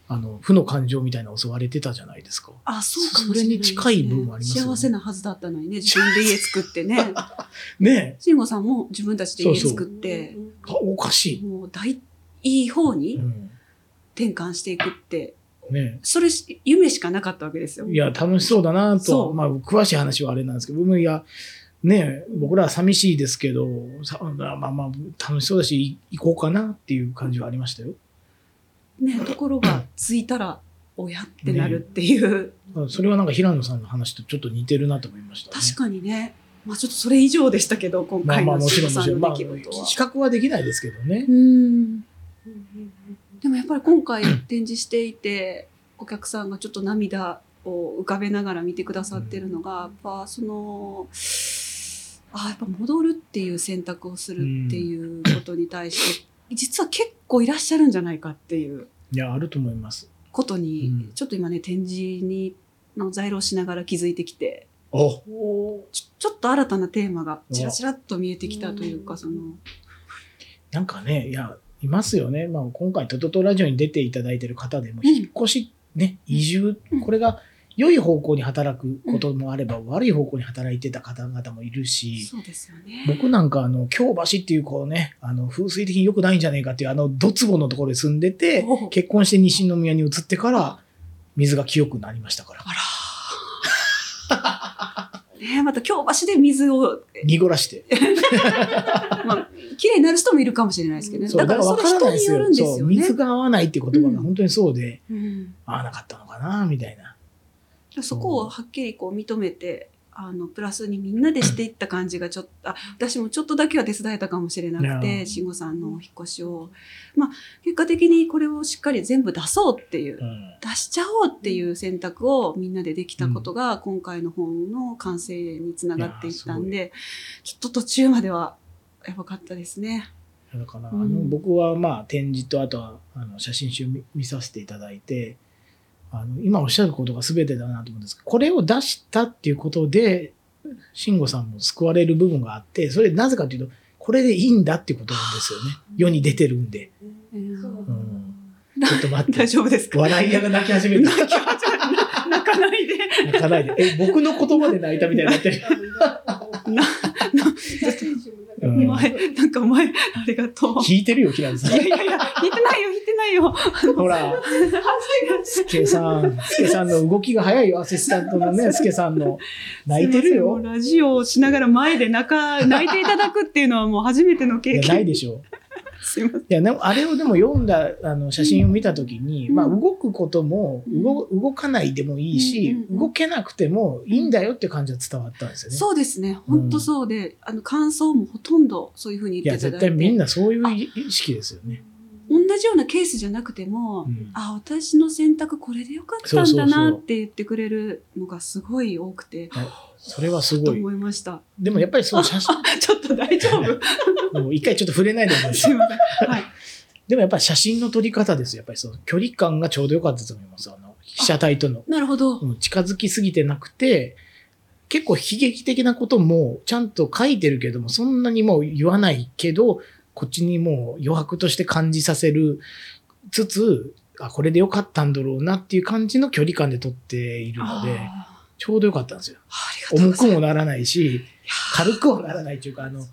[SPEAKER 3] あの負の感情みたいなの襲われてたじゃないですか。
[SPEAKER 2] あ、そうかもしれないです、ね。
[SPEAKER 3] それに近い部分ありますよね
[SPEAKER 2] 幸せなはずだったのにね、自分で家作ってね。
[SPEAKER 3] ね
[SPEAKER 2] 慎吾さんも自分たちで家作っ
[SPEAKER 4] う
[SPEAKER 2] て、
[SPEAKER 4] ん
[SPEAKER 3] えあおかし
[SPEAKER 2] もう大、いい方
[SPEAKER 3] い。
[SPEAKER 2] に
[SPEAKER 3] うん
[SPEAKER 2] 転換していくって、
[SPEAKER 3] ねえ
[SPEAKER 2] それし、夢しかなかったわけですよ。
[SPEAKER 3] いや、楽しそうだな
[SPEAKER 2] そ
[SPEAKER 3] と、
[SPEAKER 2] う
[SPEAKER 3] まあ、詳しい話はあれなんですけど、僕もいや、ねえ、僕らは寂しいですけど、さまあまあまあ、楽しそうだし、い行こうかなっていう感じはありましたよ。
[SPEAKER 2] ね、ところが、着いたら、親ってなるっていう、
[SPEAKER 3] それはなんか平野さんの話とちょっと似てるなと思いました、ね。
[SPEAKER 2] 確かにね、まあちょっとそれ以上でしたけど、今
[SPEAKER 3] まあ
[SPEAKER 2] 回
[SPEAKER 3] まあ、
[SPEAKER 2] の
[SPEAKER 3] もち
[SPEAKER 2] 慎
[SPEAKER 3] ろ
[SPEAKER 2] 吾
[SPEAKER 3] ん、
[SPEAKER 2] さ
[SPEAKER 3] もちろ
[SPEAKER 2] ん
[SPEAKER 3] ん、
[SPEAKER 2] の
[SPEAKER 3] まあ、
[SPEAKER 2] 出
[SPEAKER 3] 比
[SPEAKER 2] 来事は。
[SPEAKER 3] 較はできないですけどね
[SPEAKER 2] う。ん。
[SPEAKER 4] うんうん
[SPEAKER 2] でもやっぱり今回展示していて、お客さんがちょっと涙を浮かべながら見てくださってるのが、やっぱその、ああ、やっぱ戻るっていう選択をするっていうことに対して、実は結構いらっしゃるんじゃないかっていう
[SPEAKER 3] いや、あると思います。
[SPEAKER 2] ことに、
[SPEAKER 3] うん
[SPEAKER 2] ちょっと今ね、展示に、の在庫しながら気づいてきて、
[SPEAKER 3] お
[SPEAKER 2] ちょちょっと新たなテーマがちらちらっと見えてきたというか、
[SPEAKER 4] うん
[SPEAKER 2] その、
[SPEAKER 3] なんかね、いや、いますよね。まあ、今回、トトトラジオに出ていただいてる方でも、引っ越し、ね、移住
[SPEAKER 2] うん、
[SPEAKER 3] これが良い方向に働くこともあれば、悪い方向に働いてた方々もいるし、
[SPEAKER 2] そうですよね。
[SPEAKER 3] 僕なんか、あの、京橋っていう、こうね、あの、風水的に良くないんじゃないかっていう、あの、ドツボのところに住んでて
[SPEAKER 2] おう、
[SPEAKER 3] 結婚して西宮に移ってから、水が清くなりましたから、
[SPEAKER 2] あら。ねまた京橋で水を、
[SPEAKER 3] 濁らして。
[SPEAKER 2] まあ、綺麗になる人もいるかもしれないですけどね。
[SPEAKER 3] そ
[SPEAKER 2] だ
[SPEAKER 3] う、
[SPEAKER 2] か
[SPEAKER 3] だから
[SPEAKER 2] らそれ
[SPEAKER 3] 分からない
[SPEAKER 2] 人に
[SPEAKER 3] です
[SPEAKER 2] よ
[SPEAKER 3] よ
[SPEAKER 2] るん。です
[SPEAKER 3] そう、
[SPEAKER 2] よね。
[SPEAKER 3] 水が合わないって言葉
[SPEAKER 2] うん
[SPEAKER 3] が本当にそうで、
[SPEAKER 2] うん
[SPEAKER 3] 合わなかったのかな、みたいな。
[SPEAKER 2] そこをはっきりこう認めて、あの、プラスにみんなでしていった感じがちょっと、あ、私もちょっとだけは手伝えたかもしれなく
[SPEAKER 3] いや
[SPEAKER 2] て、慎吾さんのお引っ越しを。まあ、結果的にこれをしっかり全部出そうっていう
[SPEAKER 3] う。ん。
[SPEAKER 2] 出しちゃおうっていう選択をみんなでできたことが今回の本の完成につながっていったん
[SPEAKER 3] い
[SPEAKER 2] で、ちょっと途中まではやばかったですね。
[SPEAKER 3] だから、
[SPEAKER 2] うん
[SPEAKER 3] あの僕はまあ展示とあとはあの写真集見見させていただいてあの今おっしゃることが全てだなと思うんですけどこれを出したっていうことで慎吾さんも救われる部分があってそれなぜかというとこれでいいんだっていうことなんですよね世に出てるんで
[SPEAKER 4] うん
[SPEAKER 2] うん
[SPEAKER 4] そう
[SPEAKER 3] うんちょっと待
[SPEAKER 2] 大
[SPEAKER 3] っ て
[SPEAKER 2] 丈夫ですか
[SPEAKER 3] 笑い屋が泣き始めた
[SPEAKER 2] 泣かないで。
[SPEAKER 3] 泣かないでえ僕の言葉で泣いたみたいになって る
[SPEAKER 2] な、
[SPEAKER 3] う
[SPEAKER 2] お
[SPEAKER 3] ん
[SPEAKER 2] 前、なんかお前、ありがとう。
[SPEAKER 3] 聞いてるよ平野
[SPEAKER 2] い
[SPEAKER 3] さん
[SPEAKER 2] やいやいや、引いてないよ、引いてないよ。
[SPEAKER 3] ほらスケさんスケさんの動きが早いよアシスタントのねスケさんの泣いてる
[SPEAKER 2] すません
[SPEAKER 3] よ
[SPEAKER 2] もうラジオをしながら前で泣か、泣いていただくっていうのはもう初めての
[SPEAKER 3] い
[SPEAKER 2] 経
[SPEAKER 3] やない
[SPEAKER 2] 験。
[SPEAKER 3] でしょ
[SPEAKER 2] すいません
[SPEAKER 3] いやでもあれをでも読んだあの写真を見た時に、
[SPEAKER 2] うん
[SPEAKER 3] まあ、動くことも動動かないでもいいし、
[SPEAKER 2] うんうんうん
[SPEAKER 3] 動けなくてもいいんだよっていう感じは伝わったんですよね。
[SPEAKER 2] そうですね本当そうで、あの感想もほとんどそういうふうに
[SPEAKER 3] い
[SPEAKER 2] 言
[SPEAKER 3] や
[SPEAKER 2] っていただ
[SPEAKER 3] 絶
[SPEAKER 2] いて
[SPEAKER 3] 対みんなそういう意識ですよね。
[SPEAKER 2] 同じようなケースじゃなくても、
[SPEAKER 3] うん
[SPEAKER 2] あ私の選択これでよかったんだなって言ってくれるのがすごい多くて
[SPEAKER 3] それはす
[SPEAKER 2] と
[SPEAKER 3] ごい。
[SPEAKER 2] 思いました
[SPEAKER 3] でもやっぱりその写真
[SPEAKER 2] ちょっと大丈 夫
[SPEAKER 3] もう一回ちょっと触れないでください
[SPEAKER 2] すいません はい
[SPEAKER 3] でもやっぱり写真の撮り方ですよ。やっぱりその距離感がちょうど良かったと思います。あの被写体との。
[SPEAKER 2] なるほど、
[SPEAKER 3] うん近づきすぎてなくて、結構悲劇的なこともちゃんと書いてるけども、そんなにもう言わないけど、こっちにもう余白として感じさせるつつ、あ、これで良かったんだろうなっていう感じの距離感で撮っているの
[SPEAKER 2] あー
[SPEAKER 3] で、ちょうど良かったんですよ。
[SPEAKER 2] ありがとうご
[SPEAKER 3] 重
[SPEAKER 2] ざ
[SPEAKER 3] く
[SPEAKER 2] います
[SPEAKER 3] もならないし、軽くもならないというか、あの、うん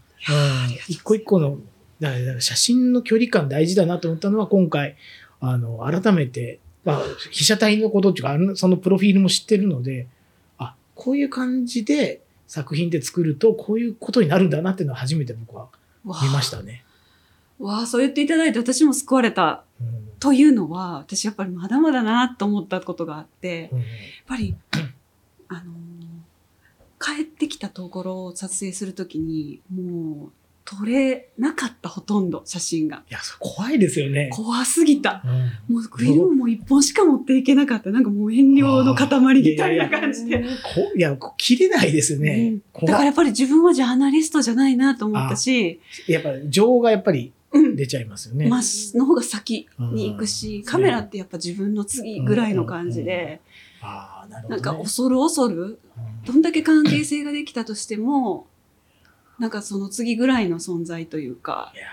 [SPEAKER 3] 一個一個の、だからだから写真の距離感大事だなと思ったのは今回、あの、改めて、まあ、被写体のことっていうかあの、そのプロフィールも知ってるので、あ、こういう感じで作品で作ると、こういうことになるんだなっていうのは初めて僕は
[SPEAKER 2] わあ
[SPEAKER 3] 見ましたね。
[SPEAKER 2] わあそう言っていただいて私も救われた
[SPEAKER 3] うん
[SPEAKER 2] というのは私やっぱりまだまだなと思ったことがあって、
[SPEAKER 3] うん
[SPEAKER 2] やっぱり、あのー帰ってきたところを撮影するときに、もう、撮れなかった、ほとんど、写真が。
[SPEAKER 3] いや、それ怖いですよね。
[SPEAKER 2] 怖すぎた。
[SPEAKER 3] うん
[SPEAKER 2] もう、フィルムも一本しか持っていけなかった。なんかもう遠慮の塊みたいな感じで。
[SPEAKER 3] こいや、こ切れないです
[SPEAKER 2] う
[SPEAKER 3] ね
[SPEAKER 2] ん。だ
[SPEAKER 3] 怖
[SPEAKER 2] から
[SPEAKER 3] い
[SPEAKER 2] やっぱり自分はジャーナリストじゃないなと思ったし、
[SPEAKER 3] やっぱり情がやっぱり
[SPEAKER 2] うん
[SPEAKER 3] 出ちゃいますよね。
[SPEAKER 2] まあ、の方が先に行く
[SPEAKER 3] う
[SPEAKER 2] し
[SPEAKER 3] ん、
[SPEAKER 2] カメラってやっぱ自分の次ぐらいの感じで、
[SPEAKER 3] ああ、なるほど、
[SPEAKER 2] なん
[SPEAKER 3] ね。
[SPEAKER 2] か恐る恐る
[SPEAKER 3] うん
[SPEAKER 2] どんだけ関係性ができたとしても、なんかその次ぐらいの存在というか、
[SPEAKER 3] いや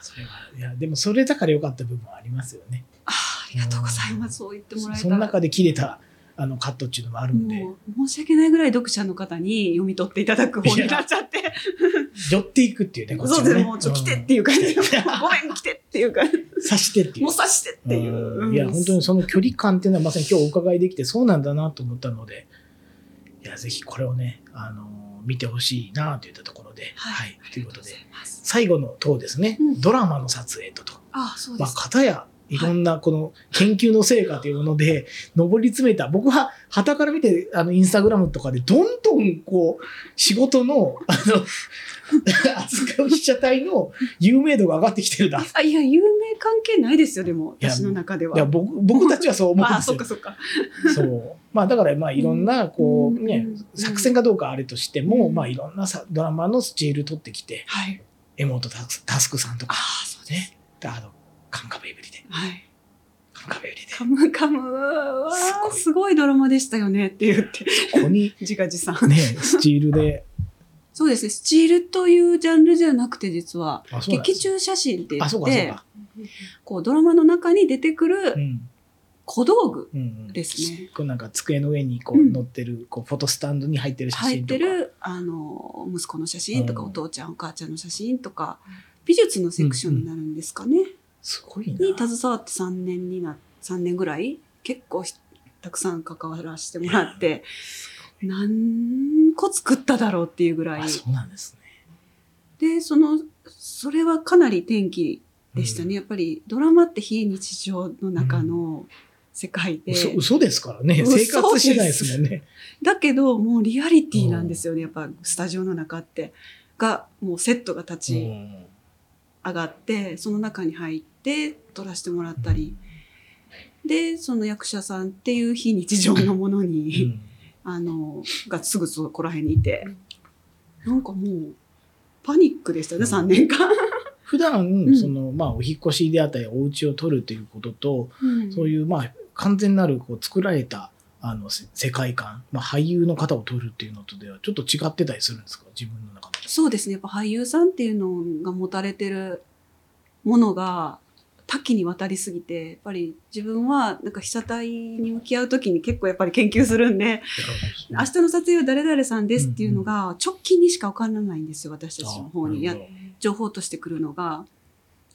[SPEAKER 3] ーそれは、いや、でもそれだから良かった部分はありますよね。
[SPEAKER 2] ああ、ありがとうございます、そう言ってもらえ
[SPEAKER 3] そ
[SPEAKER 2] た
[SPEAKER 3] の
[SPEAKER 2] ら。
[SPEAKER 3] 中で切れたあのカットっていうのもあるんで、
[SPEAKER 2] もう申し訳ないぐらい読者の方に読み取っていただく方になっちゃって、
[SPEAKER 3] 寄っていくっていうね、こっ ち
[SPEAKER 2] そう
[SPEAKER 3] は
[SPEAKER 2] で
[SPEAKER 3] ね。
[SPEAKER 2] すね、もうちょ、来てっていう感じ、ごめん、来てっていう感じ、
[SPEAKER 3] うん刺してっていう
[SPEAKER 2] もう。刺してっていうう。
[SPEAKER 3] んいや、本当にその距離感っていうのはまさに今日お伺いできてそうなんだなと思ったので、いや、ぜひこれをね、あのー見てほしいなといったところで、
[SPEAKER 2] は
[SPEAKER 3] はいい、ということで、
[SPEAKER 2] ます。
[SPEAKER 3] 最後の塔ですね、
[SPEAKER 2] うん
[SPEAKER 3] ドラマの撮影とと。
[SPEAKER 2] ああ、そうで
[SPEAKER 3] まあ、
[SPEAKER 2] す。
[SPEAKER 3] 方やいろんなこの研究の成果というもので上り詰めた、僕は旗から見てあのインスタグラムとかでどんどんこう仕事の あの扱う被写体の有名度が上がってき てるな。い
[SPEAKER 2] あいや、有名関係ないですよ、でも、
[SPEAKER 3] いや
[SPEAKER 2] 私の中では。
[SPEAKER 3] や僕僕たちはそう思うん
[SPEAKER 2] あ
[SPEAKER 3] で
[SPEAKER 2] あ、
[SPEAKER 3] す
[SPEAKER 2] そ
[SPEAKER 3] よ
[SPEAKER 2] っか。そっか。
[SPEAKER 3] そうまあ、だからまあいろんなこう、ね
[SPEAKER 2] うんうん
[SPEAKER 3] 作戦かどうかあれとしても、
[SPEAKER 2] うん
[SPEAKER 3] まあ、いろんなさドラマのスチール取ってきて
[SPEAKER 2] はい。
[SPEAKER 3] 柄本佑さんと
[SPEAKER 2] あ
[SPEAKER 3] か
[SPEAKER 2] あ、そうです。
[SPEAKER 3] ねあのカンカベイブリで
[SPEAKER 2] はい。
[SPEAKER 3] カンカベイブリで
[SPEAKER 2] カムカムは
[SPEAKER 3] すごい
[SPEAKER 2] すごいドラマでしたよねって言って、
[SPEAKER 3] ここに
[SPEAKER 2] 自画自賛。
[SPEAKER 3] ねスチールで
[SPEAKER 2] そうですね、スチールというジャンルじゃなくて実は、
[SPEAKER 3] あそうなんで
[SPEAKER 2] 劇
[SPEAKER 3] すね
[SPEAKER 2] 中写真って言
[SPEAKER 3] あそうかそう
[SPEAKER 2] って
[SPEAKER 3] か、
[SPEAKER 2] こうドラマの中に出てく
[SPEAKER 3] う
[SPEAKER 2] る
[SPEAKER 3] ん
[SPEAKER 2] 小道具
[SPEAKER 3] うんうん、
[SPEAKER 2] ですね
[SPEAKER 3] こうなんか机の上にこ
[SPEAKER 2] う
[SPEAKER 3] うん乗ってる、こうフォトスタンドに入ってる写
[SPEAKER 2] 入っ
[SPEAKER 3] 真と
[SPEAKER 2] て
[SPEAKER 3] か
[SPEAKER 2] る、あの、息子の写真とか、
[SPEAKER 3] うん
[SPEAKER 2] お父ちゃんお母ちゃんの写真とか、美術のセクションになるんですかね。
[SPEAKER 3] すごいな
[SPEAKER 2] に携わって3年にな、三年ぐらい結構ひたくさん関わらせてもらって、何個作っただろうっていうぐらい
[SPEAKER 3] あ。そうなんですね
[SPEAKER 2] でそのそれはかなり転機でしたね、
[SPEAKER 3] うん
[SPEAKER 2] やっぱりドラマって非日常の中の世界で、
[SPEAKER 3] 嘘嘘ですからね
[SPEAKER 2] 嘘
[SPEAKER 3] 生活してないですもんね
[SPEAKER 2] だけどもうリアリティなんですよね、やっぱスタジオの中ってがもうセットが立ち
[SPEAKER 3] ん
[SPEAKER 2] 上がって、その中に入って撮らせてもらったり、でその役者さんっていう非日常のもの
[SPEAKER 3] う
[SPEAKER 2] に、
[SPEAKER 3] ん
[SPEAKER 2] あのがすぐそこら辺にいて、なんかもうパニックでしたね、
[SPEAKER 3] うん
[SPEAKER 2] 3年間。
[SPEAKER 3] 普段、
[SPEAKER 2] ん
[SPEAKER 3] そのまあお引っ越しであったりお家を取るということとそう
[SPEAKER 2] う
[SPEAKER 3] いうまあ完全なるこう作られたあのせ世界観、まあ、俳優の方を取るっていうのとではちょっと違ってたりするんですか自分の中で
[SPEAKER 2] そうですね。やっぱ俳優さんっていうのが持たれてるものが多岐にわたりすぎて、やっぱり自分はなんか被写体に向き合うときに結構やっぱり研究するんで、明日の撮影は誰々さんですっていうのが直近にしかわからないんですよ、私たちの方に。や
[SPEAKER 3] あなるほ
[SPEAKER 2] 情報としてくるのが、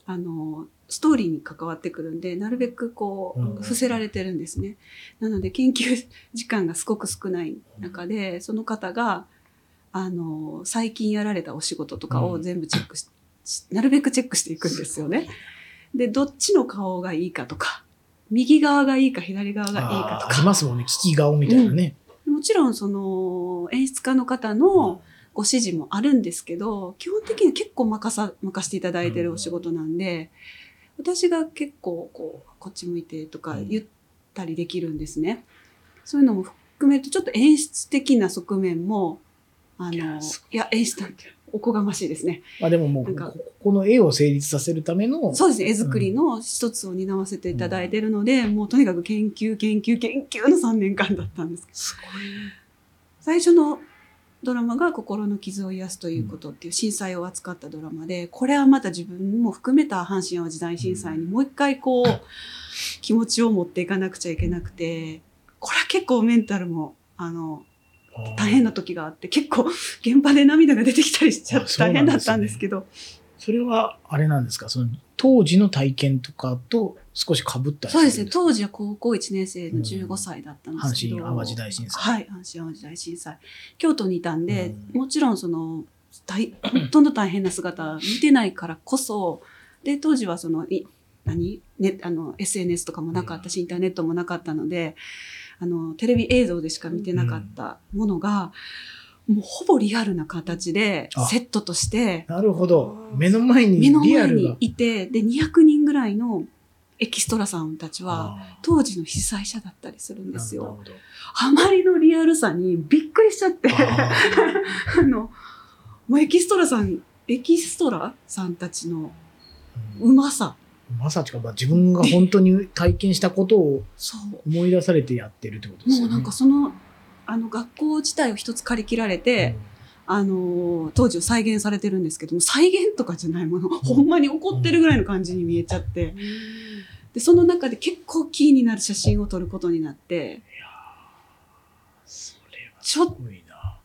[SPEAKER 2] あの、ストーリーに関わってくるんで、なるべくこう、
[SPEAKER 3] うん
[SPEAKER 2] 伏せられてるんですね。なので、研究時間がすごく少ない中で、その方が、あの、最近やられたお仕事とかを全部チェックしなるべくチェックしていくんですよね。で、どっちの顔がいいかとか、右側がいいか左側がいいか
[SPEAKER 3] あ
[SPEAKER 2] と
[SPEAKER 3] ーあ
[SPEAKER 2] か
[SPEAKER 3] り、ますもんね。聞き顔みたいなね。
[SPEAKER 2] もちろんその演出家の方のご指示もあるんですけど、基本的に結構任さ、任せていただいてるお仕事なんで、私が結構こう、こっち向いてとか言ったりできるんですね。そういうのも含めると、ちょっと演出的な側面も、あの、いや
[SPEAKER 3] やそ、
[SPEAKER 2] 演出なんておこがましいですね。
[SPEAKER 3] まあでもも
[SPEAKER 2] な
[SPEAKER 3] う、
[SPEAKER 2] んか
[SPEAKER 3] こここの絵を成立させるための、
[SPEAKER 2] そうですね、絵作りの一つを担わせていただいてるので、もうとにかく研究、研究、研究の3年間だったんです
[SPEAKER 3] すごい
[SPEAKER 2] 最初のドラマが「心の傷を癒すということ」っていう震災を扱ったドラマでこれはまた自分も含めた阪神・淡路大震災にもう一回こう気持ちを持っていかなくちゃいけなくてこれは結構メンタルもあの大変な時があって結構現場で涙が出てきたりしちゃっ
[SPEAKER 3] あ
[SPEAKER 2] て
[SPEAKER 3] そう
[SPEAKER 2] 大変
[SPEAKER 3] なんですね
[SPEAKER 2] だったんですけど
[SPEAKER 3] それは、あれなんですかその当時の体験とかと少し被ったり
[SPEAKER 2] そうです
[SPEAKER 3] るん
[SPEAKER 2] ね当時は高校1年生の15歳だったんですけ
[SPEAKER 3] 阪
[SPEAKER 2] ど
[SPEAKER 3] 神・淡路大震災。
[SPEAKER 2] はい、阪神・淡路大震災。京都にいたんで、
[SPEAKER 3] うん
[SPEAKER 2] もちろんその、大 ほとんど大変な姿見てないからこそ、で、当時はその、い何ね、あの、SNS とかもなかったし、インターネットもなかったので、あの、テレビ映像でしか見てなかったものが、もうほぼリアルな形で
[SPEAKER 3] あ、
[SPEAKER 2] セットとして、
[SPEAKER 3] なるほど。目の前に
[SPEAKER 2] 目の
[SPEAKER 3] リア
[SPEAKER 2] 前
[SPEAKER 3] ル
[SPEAKER 2] に
[SPEAKER 3] が。
[SPEAKER 2] いて、で、200人ぐらいのエキストラさんたちは、
[SPEAKER 3] あ
[SPEAKER 2] 当時の被災者だったりするん
[SPEAKER 3] ー
[SPEAKER 2] です
[SPEAKER 3] なる
[SPEAKER 2] よ。
[SPEAKER 3] ほど
[SPEAKER 2] あまりのリアルさにびっくりしちゃって、
[SPEAKER 3] あー
[SPEAKER 2] あの、もうエキストラさん、エキストラさんたちの
[SPEAKER 3] う
[SPEAKER 2] うんまさ。
[SPEAKER 3] まさしか、まあ、自分が本当に体験したことを
[SPEAKER 2] そう。
[SPEAKER 3] 思い出されてやってるってことです
[SPEAKER 2] も
[SPEAKER 3] よ
[SPEAKER 2] う
[SPEAKER 3] ね。
[SPEAKER 2] なんかその、あの学校自体を一つ借り切られて、あの、当時を再現されてるんですけども、再現とかじゃないもの、 ほんまに怒ってるぐらいの感じに見えちゃって、で、その中で結構キーになる写真を撮ることになって、
[SPEAKER 3] うんそれは
[SPEAKER 2] ちょ
[SPEAKER 3] す
[SPEAKER 2] っ
[SPEAKER 3] ごいな。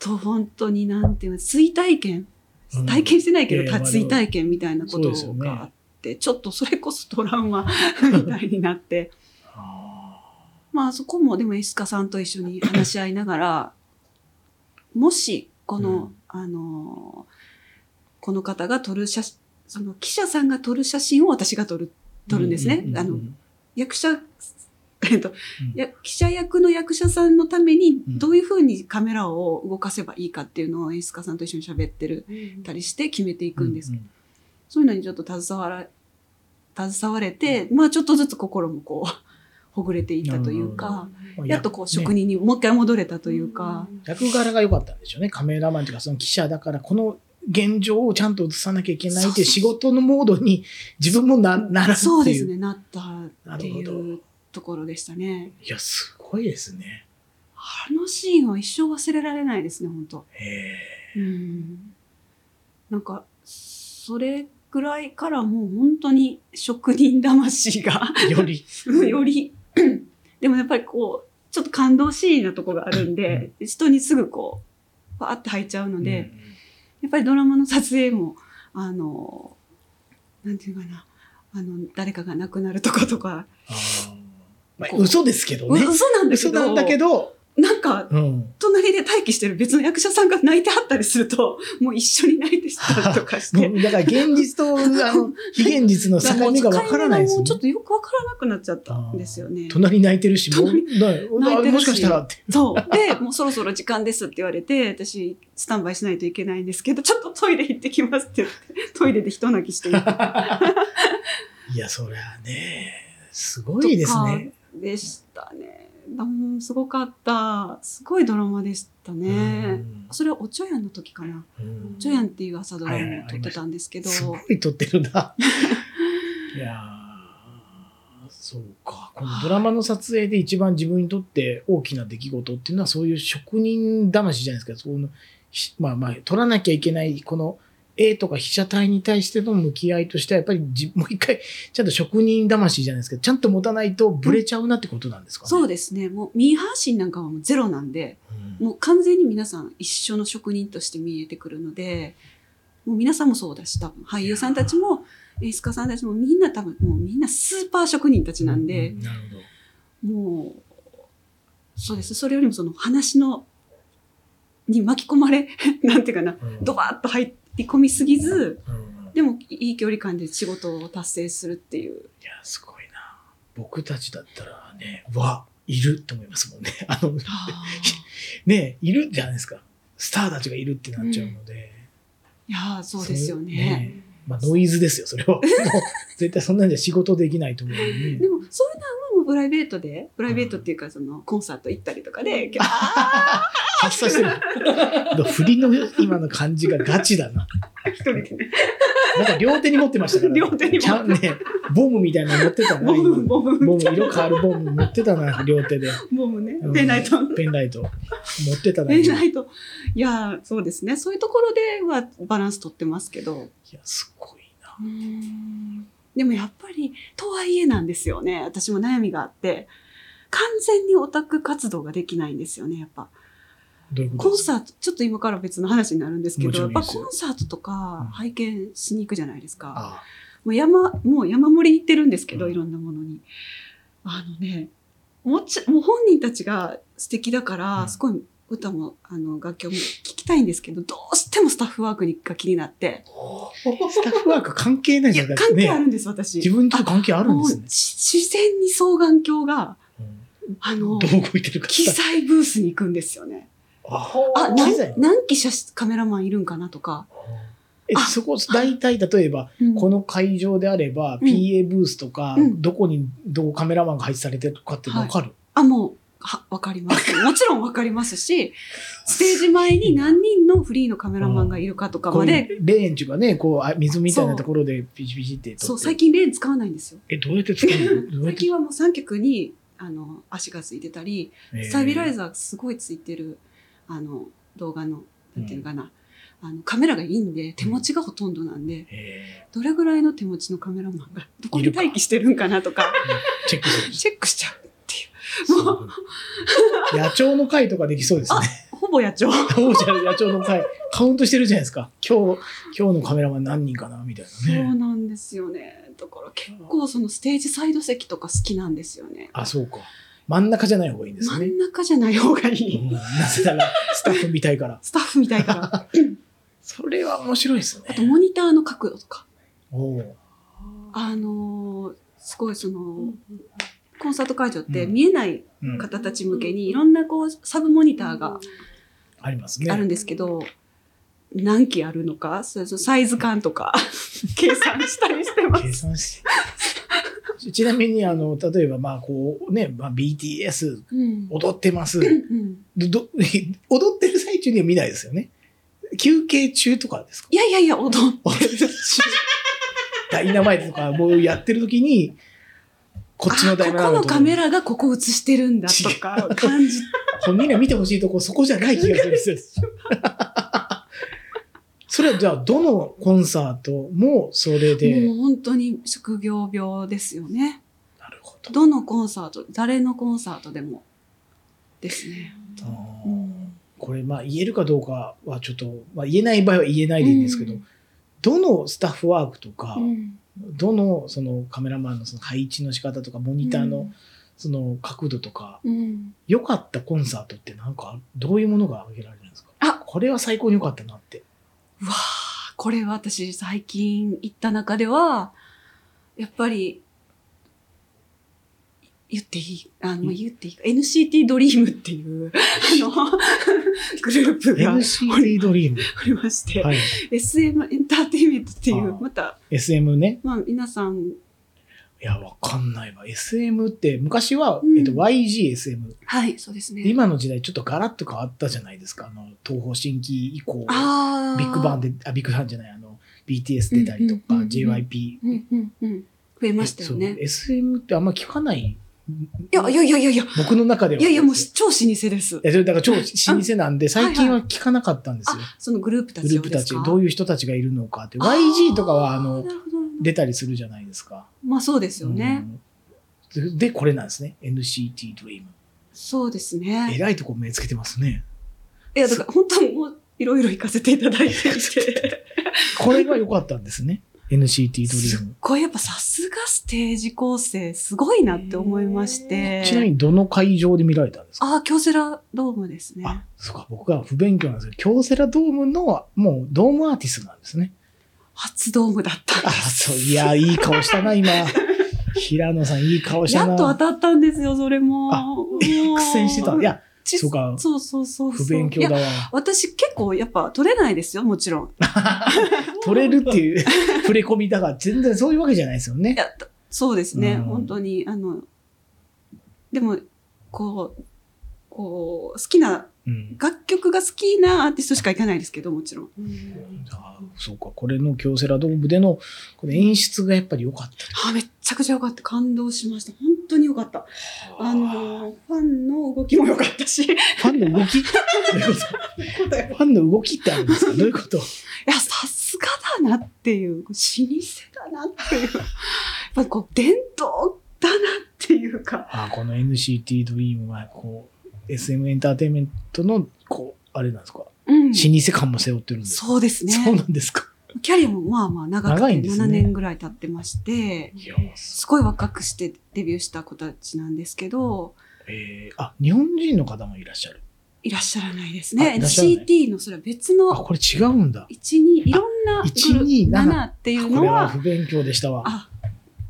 [SPEAKER 2] と本当になんていうの、追体験
[SPEAKER 3] うん
[SPEAKER 2] 体験してないけ
[SPEAKER 3] い
[SPEAKER 2] ど、
[SPEAKER 3] やいや
[SPEAKER 2] 追体験みたいなこと
[SPEAKER 3] そうですよね
[SPEAKER 2] があって、ちょっとそれこそトラウマ みたいになって、
[SPEAKER 3] あ
[SPEAKER 2] まあそこもでも石川さんと一緒に話し合いながら、もしこの、
[SPEAKER 3] うん
[SPEAKER 2] あのー、この方が撮る写真、その記者さんが撮る写真を私が撮る、
[SPEAKER 3] ー
[SPEAKER 2] 撮るんですね。
[SPEAKER 3] ううう
[SPEAKER 2] あ
[SPEAKER 3] う
[SPEAKER 2] の
[SPEAKER 3] ん、
[SPEAKER 2] 役者、えっと、や記者役の役者さんのために
[SPEAKER 3] うん
[SPEAKER 2] どういうふうにカメラを動かせばいいかっていうのを演出家さんと一緒に喋ってるたりして決めていくんですけど
[SPEAKER 3] うう
[SPEAKER 2] そういうのにちょっと携わら、携われて、まあちょっとずつ心もこう、ほぐれていったという
[SPEAKER 3] な
[SPEAKER 2] か、
[SPEAKER 3] うん
[SPEAKER 2] やっとこう職
[SPEAKER 3] ね
[SPEAKER 2] 人にもう一回戻れたというか、
[SPEAKER 3] 役柄が良かったんでしょうね。カメラマンというか、その記者だから、この現状をちゃんと映さなきゃいけないっていう仕事のモードに自分もななら
[SPEAKER 2] そう
[SPEAKER 3] って
[SPEAKER 2] で
[SPEAKER 3] い
[SPEAKER 2] す
[SPEAKER 3] う。
[SPEAKER 2] ね、なったって
[SPEAKER 3] なるほ
[SPEAKER 2] いうところでしたね。
[SPEAKER 3] いや、すごいですね。
[SPEAKER 2] あのシーンは一生忘れられないですね、本当
[SPEAKER 3] へ
[SPEAKER 2] うん。なんか、それぐらいからもう本当に職人魂が
[SPEAKER 3] えより。
[SPEAKER 2] うんより、でもやっぱりこう、ちょっと感動シーンなとこがあるんで、人にすぐこう、わーって入っちゃうので、やっぱりドラマの撮影も、あの、なんていうかな、あの、誰かが亡くなるとことか、
[SPEAKER 3] あーまあ、嘘ですけど
[SPEAKER 2] う
[SPEAKER 3] ね。
[SPEAKER 2] 嘘なんだけ
[SPEAKER 3] 嘘
[SPEAKER 2] ど、
[SPEAKER 3] なんだけど、
[SPEAKER 2] なんか、
[SPEAKER 3] うん。
[SPEAKER 2] 隣で待機してる別の役者さんが泣いてはったりすると、もう一緒に泣いてしたりとか して。
[SPEAKER 3] もうだから現実と、 あの、非現実の境目がわからないです
[SPEAKER 2] も
[SPEAKER 3] よ
[SPEAKER 2] う
[SPEAKER 3] ね
[SPEAKER 2] ちょっとよくわからなくなっちゃったんですよね。
[SPEAKER 3] 隣泣いてるし、もう、
[SPEAKER 2] 隣
[SPEAKER 3] な
[SPEAKER 2] 泣いてるし
[SPEAKER 3] もしかしたらって。
[SPEAKER 2] そう。で、もうそろそろ時間ですって言われて、私、スタンバイしないといけないんですけど、ちょっとトイレ行ってきますって言 って、トイレで人泣きしていたとか
[SPEAKER 3] いや、そりゃね、すごいですね。
[SPEAKER 2] でしたね。うんすごかった。すごいドラマでしたね。それはおちょやんの時かな。
[SPEAKER 3] うんうん
[SPEAKER 2] おちょやんっていう朝ドラマを撮ってたんですけど、
[SPEAKER 3] すごい撮ってるな。 いやーそうか。このドラマの撮影で一番自分にとって大きな出来事っていうのは、そういう職人魂じゃないですか。そのひまあまあ、撮らなきゃいけない、この、絵とか被写体に対しての向き合いとしては、やっぱりじもう一回、ちゃんと職人魂じゃないですけど、ちゃんと持たないとブレちゃうなってことなんですかね。
[SPEAKER 2] そうですね。もう、ミーハー心なんかはもうゼロなんで、
[SPEAKER 3] うん
[SPEAKER 2] もう完全に皆さん一緒の職人として見えてくるので、もう皆さんもそうだし、多分俳優さんたちも、演出家さんたちもみんな多分、もうみんなスーパー職人たちなんで、
[SPEAKER 3] なるほど。
[SPEAKER 2] もう、そうです。それよりもその話の、 に巻き込まれ、なんていうかな、ドバーッと入り込みすぎず、
[SPEAKER 3] うん
[SPEAKER 2] でもいい距離感で仕事を達成するっていう
[SPEAKER 3] いや、すごいな。僕たちだったらね、わ、いるって思いますもんね。 あの、ね、いるじゃないですか。スターたちがいるってなっちゃうので。
[SPEAKER 2] いやーそうですよね
[SPEAKER 3] そうねまあ、ノイズですよ、そ れは。もう絶対そんなんじゃ仕事できないと思うのに
[SPEAKER 2] でもそういうのはもうプライベートでプライベートっていうかそのコンサート行ったりとかで、あ
[SPEAKER 3] 発散してる。 振りの今の感じがガチだな。
[SPEAKER 2] ー一人でね
[SPEAKER 3] なんか両手に持ってましたから、
[SPEAKER 2] 両手に持って
[SPEAKER 3] ちゃんね、ボムみたいなの持ってた な。
[SPEAKER 2] ボムボム
[SPEAKER 3] ボム、色変わるボム持って たな、両手で。
[SPEAKER 2] ボムね
[SPEAKER 3] うん
[SPEAKER 2] ペンライト
[SPEAKER 3] ペンライト。持ってたな。
[SPEAKER 2] ペンラ
[SPEAKER 3] い
[SPEAKER 2] イトいやーそうですねそういうところではバランス取ってますけど
[SPEAKER 3] や、すごいな。
[SPEAKER 2] でもやっぱりとはいえなんですよね私も悩みがあって完全にオタク活動ができないんですよねやっぱ
[SPEAKER 3] どういうこ
[SPEAKER 2] コ
[SPEAKER 3] と
[SPEAKER 2] ン
[SPEAKER 3] ですか
[SPEAKER 2] サートちょっと今から別の話になるんですけ
[SPEAKER 3] もち
[SPEAKER 2] どや
[SPEAKER 3] ろ
[SPEAKER 2] っ
[SPEAKER 3] んいい
[SPEAKER 2] ぱ
[SPEAKER 3] ですよ
[SPEAKER 2] コンサートとか拝見しに行くじゃないですか、
[SPEAKER 3] あ
[SPEAKER 2] もう山、もう山盛り行ってるんですけど、
[SPEAKER 3] うん
[SPEAKER 2] いろんなものに。あのね、もち、もう本人たちが素敵だから、
[SPEAKER 3] うん
[SPEAKER 2] すごい歌も、あの、楽曲も聴きたいんですけど、どうしてもスタッフワークが気になって。
[SPEAKER 3] スタッフワーク関係ない
[SPEAKER 2] い
[SPEAKER 3] じゃ
[SPEAKER 2] や、
[SPEAKER 3] ない
[SPEAKER 2] 関係あ
[SPEAKER 3] ね。
[SPEAKER 2] るんです、私。
[SPEAKER 3] 自分と関係あるんです
[SPEAKER 2] も
[SPEAKER 3] ね
[SPEAKER 2] う。し自然に双眼鏡が、
[SPEAKER 3] うん
[SPEAKER 2] あ
[SPEAKER 3] ど
[SPEAKER 2] の
[SPEAKER 3] う、動いてるか。
[SPEAKER 2] 機材ブースに行くんですよね。
[SPEAKER 3] あ
[SPEAKER 2] あ、
[SPEAKER 3] あ、機材
[SPEAKER 2] 何何機写真カメラマンいるんかなとか。
[SPEAKER 3] え
[SPEAKER 2] あ
[SPEAKER 3] そこ、大体、例えば、
[SPEAKER 2] うん
[SPEAKER 3] この会場であれば、
[SPEAKER 2] うん
[SPEAKER 3] PA ブースとか、
[SPEAKER 2] うん
[SPEAKER 3] どこにどうカメラマンが配置されてるかって分かる。
[SPEAKER 2] あ、もう、は、わかります。 もちろんわかりますし、ステージ前に何人のフリーのカメラマンがいるかとか
[SPEAKER 3] こ
[SPEAKER 2] ま
[SPEAKER 3] うい
[SPEAKER 2] で、
[SPEAKER 3] うレーンっていうかね、こう、あ水みたいなところでピチピチって撮って。
[SPEAKER 2] そう、最近レーン使わないんですよ。
[SPEAKER 3] え、どうやって作る のどうや
[SPEAKER 2] 最
[SPEAKER 3] って
[SPEAKER 2] 近はも う三脚に、あの、足がついてたり、スタビライザーすごいついてる、あの、動画の、なんていうのかな、あの、カメラがいいんで、手持ちがほとんどなんで、
[SPEAKER 3] えーえ
[SPEAKER 2] どれぐらいの手持ちのカメラマンが、どこに待機してるんかなと か、
[SPEAKER 3] ーチェックするんです。
[SPEAKER 2] チェックしちゃうっていう。 もう、
[SPEAKER 3] そう 野鳥の会とかできそうですね。
[SPEAKER 2] ほぼ野鳥。
[SPEAKER 3] どうじゃ野鳥の会、カウントしてるじゃないですか。今日、今日のカメラマン何人かなみたい
[SPEAKER 2] そ
[SPEAKER 3] なね。
[SPEAKER 2] うなんですよね。だから結構そのステージサイド席とか好きなんですよね。
[SPEAKER 3] あ、そうか。真ん中じゃない方がいいんです
[SPEAKER 2] 真
[SPEAKER 3] ね。
[SPEAKER 2] ん中じゃない方がいい。
[SPEAKER 3] うんなぜなら、スタッフみたいから。
[SPEAKER 2] スタッフみたい から。
[SPEAKER 3] それは面白いですね。
[SPEAKER 2] あとモニターの角度とか。
[SPEAKER 3] おう
[SPEAKER 2] あのーすごいその、
[SPEAKER 4] うん
[SPEAKER 2] コンサート会場って
[SPEAKER 3] うん
[SPEAKER 2] 見えない
[SPEAKER 3] うん
[SPEAKER 2] 方たち向けにいろんなこうサブモニターが
[SPEAKER 3] ありますね。
[SPEAKER 2] あるんですけど、何機あるのか、それそのサイズ感と か計算したりしてます。
[SPEAKER 3] 計算して。ちなみに、あの、例えば、まあ、こう、ね、まあ、BTS、
[SPEAKER 2] うん
[SPEAKER 3] 踊ってます。
[SPEAKER 2] うん
[SPEAKER 3] どど 踊ってる最中には見ないですよね。休憩中とかですか
[SPEAKER 2] いやいやいや、踊っ
[SPEAKER 3] 踊ってる最中 ダイナマイトとか、もうやってる時に、こっちのダイナ
[SPEAKER 2] あここ
[SPEAKER 3] マ
[SPEAKER 2] の
[SPEAKER 3] イト。
[SPEAKER 2] カメラがここ映してるんだとか感じ
[SPEAKER 3] こうみんな見てほしいとこ、そこじゃない気がするんですよ。 それは、じゃあ、どのコンサートもそれ
[SPEAKER 2] も
[SPEAKER 3] で。
[SPEAKER 2] う本当に職業病ですよね。
[SPEAKER 3] なるほど。
[SPEAKER 2] どのコンサート、誰のコンサートでもですね。
[SPEAKER 3] あーこれまあ言えるかどうかはちょっと、まあ、言えない場合は言えないでいいんですけど、
[SPEAKER 2] うん
[SPEAKER 3] どのスタッフワークとか、
[SPEAKER 2] うん
[SPEAKER 3] どのそのカメラマンのその配置の仕方とかモニターのその角度とか
[SPEAKER 2] うん
[SPEAKER 3] 良、かったコンサートってなんかどういうものが挙げられるんですか
[SPEAKER 2] あ
[SPEAKER 3] これは最高に良かったなって。
[SPEAKER 2] うわあこれ私最近行った中では、やっぱり、言っていいあの、
[SPEAKER 3] うん
[SPEAKER 2] 言っていいか ?NCT ドリームっていう、あの、 グループが
[SPEAKER 3] NCT ドリーム。
[SPEAKER 2] おりまして、
[SPEAKER 3] はい。
[SPEAKER 2] SM エンターテインメントってい
[SPEAKER 3] あ
[SPEAKER 2] う、
[SPEAKER 3] ー
[SPEAKER 2] また、
[SPEAKER 3] SM ね。
[SPEAKER 2] まあ皆さん、
[SPEAKER 3] いや、わかんないわ。SM って昔は、
[SPEAKER 2] うん
[SPEAKER 3] えっと、YGSM。
[SPEAKER 2] はい、そうですね。
[SPEAKER 3] 今の時代ちょっとガラッと変わったじゃないですか。あの、東方神起以降。
[SPEAKER 2] あー
[SPEAKER 3] ビッグバンで、あ、ビッグバンじゃない、あの、BTS 出たりとか、
[SPEAKER 2] うんうんうんうん
[SPEAKER 3] JYP。
[SPEAKER 2] うんうんうん増えましたよね
[SPEAKER 3] そう。SM ってあんま聞かない。
[SPEAKER 2] いやいやいやいやいや、
[SPEAKER 3] 僕の中では。
[SPEAKER 2] いやいやもう
[SPEAKER 3] い
[SPEAKER 2] 超老舗です。
[SPEAKER 3] や、それだから超老舗なんで、最近
[SPEAKER 2] は
[SPEAKER 3] は聞かなかったんですよ。
[SPEAKER 2] あ、そのグループた
[SPEAKER 3] グ
[SPEAKER 2] ち
[SPEAKER 3] ル
[SPEAKER 2] を
[SPEAKER 3] ープ
[SPEAKER 2] で
[SPEAKER 3] た
[SPEAKER 2] す
[SPEAKER 3] ち
[SPEAKER 2] か、
[SPEAKER 3] どういう人たちがいるのかって。
[SPEAKER 2] あー
[SPEAKER 3] YG とかは、あ
[SPEAKER 2] な、るほ
[SPEAKER 3] の
[SPEAKER 2] どなるほど
[SPEAKER 3] 出たりするじゃないですか。
[SPEAKER 2] まあそうですよね。
[SPEAKER 3] うんで、これなんですね。NCT Dream。
[SPEAKER 2] そうです
[SPEAKER 3] え
[SPEAKER 2] ね。
[SPEAKER 3] らいとこ目つけてますね。
[SPEAKER 2] いや、だから本当もういろいろ行かせていただいてい て。
[SPEAKER 3] これが良かったんですね。NCT
[SPEAKER 2] すっ
[SPEAKER 3] Dream。
[SPEAKER 2] ごいやっぱさすがステージ構成すごいなって思いまして。
[SPEAKER 3] ちなみにどの会場で見られたんですか
[SPEAKER 2] ああ、京セラドームですね。
[SPEAKER 3] あ、そうか、僕が不勉強なんですけど、京セラドームの、もうドームアーティストなんですね。
[SPEAKER 2] 初ドームだったん
[SPEAKER 3] あ、
[SPEAKER 2] で
[SPEAKER 3] そう、いや、いい顔し たな、今。平野さん、いい顔し
[SPEAKER 2] す。や
[SPEAKER 3] た
[SPEAKER 2] っ
[SPEAKER 3] な。
[SPEAKER 2] と当たったんですよ、それも。
[SPEAKER 3] あ
[SPEAKER 2] もう
[SPEAKER 3] 苦戦してた。いや、
[SPEAKER 2] ち
[SPEAKER 3] そうか
[SPEAKER 2] そうそうそうそ
[SPEAKER 3] 不
[SPEAKER 2] う。
[SPEAKER 3] 勉
[SPEAKER 2] い
[SPEAKER 3] 強
[SPEAKER 2] や
[SPEAKER 3] だわ。
[SPEAKER 2] 私結構やっぱ取れないですよ、もちろん。
[SPEAKER 3] 取れるっていう 触れ込みだが、全然そういうわけじゃないですよね
[SPEAKER 2] い。や、そうですね、
[SPEAKER 3] うん
[SPEAKER 2] 本当に。あの、でも、こう、こう、好きな、
[SPEAKER 3] うん。
[SPEAKER 2] 楽曲が好きなアーティストしか行かないですけど、もちろん。
[SPEAKER 4] うん
[SPEAKER 3] あそうか、これの京セラドームでの、この演出がやっぱり良かった。
[SPEAKER 2] あ、めっちゃくちゃ良かった。感動しました。本当に良かった。あの、ファンの動きも良かったし、い
[SPEAKER 3] ファンの動き どういうことファンの動きってあるんですかどういうこと
[SPEAKER 2] や、さすがだなっていう、老舗だなっていう、やっぱりこう、伝統だなっていうか、
[SPEAKER 3] あこの NCT ドリームは、こう、SM エンターテインメントの、こう、あれなんですか、老
[SPEAKER 2] うん。
[SPEAKER 3] 舗感も背負ってるんですか、
[SPEAKER 2] そうですね。
[SPEAKER 3] そうなんですか。
[SPEAKER 2] キャリアもまあまあ長く
[SPEAKER 3] 長いん
[SPEAKER 2] て、
[SPEAKER 3] ですね
[SPEAKER 2] 7年ぐらい経ってまして、
[SPEAKER 3] いや、
[SPEAKER 2] すごい若くしてデビューした子たちなんですけど、
[SPEAKER 3] えー、あ、日本人の方もいらっしゃる。
[SPEAKER 2] いらっしゃらないです
[SPEAKER 3] あ
[SPEAKER 2] ね。
[SPEAKER 3] いらっしゃらない
[SPEAKER 2] NCT のそれは別
[SPEAKER 3] あ、
[SPEAKER 2] の
[SPEAKER 3] これ違うんだ。
[SPEAKER 2] 12、いろんな
[SPEAKER 3] 127
[SPEAKER 2] 7っていう
[SPEAKER 3] こ
[SPEAKER 2] の
[SPEAKER 3] れは
[SPEAKER 2] は、
[SPEAKER 3] 不勉強でしたわ。
[SPEAKER 2] あ、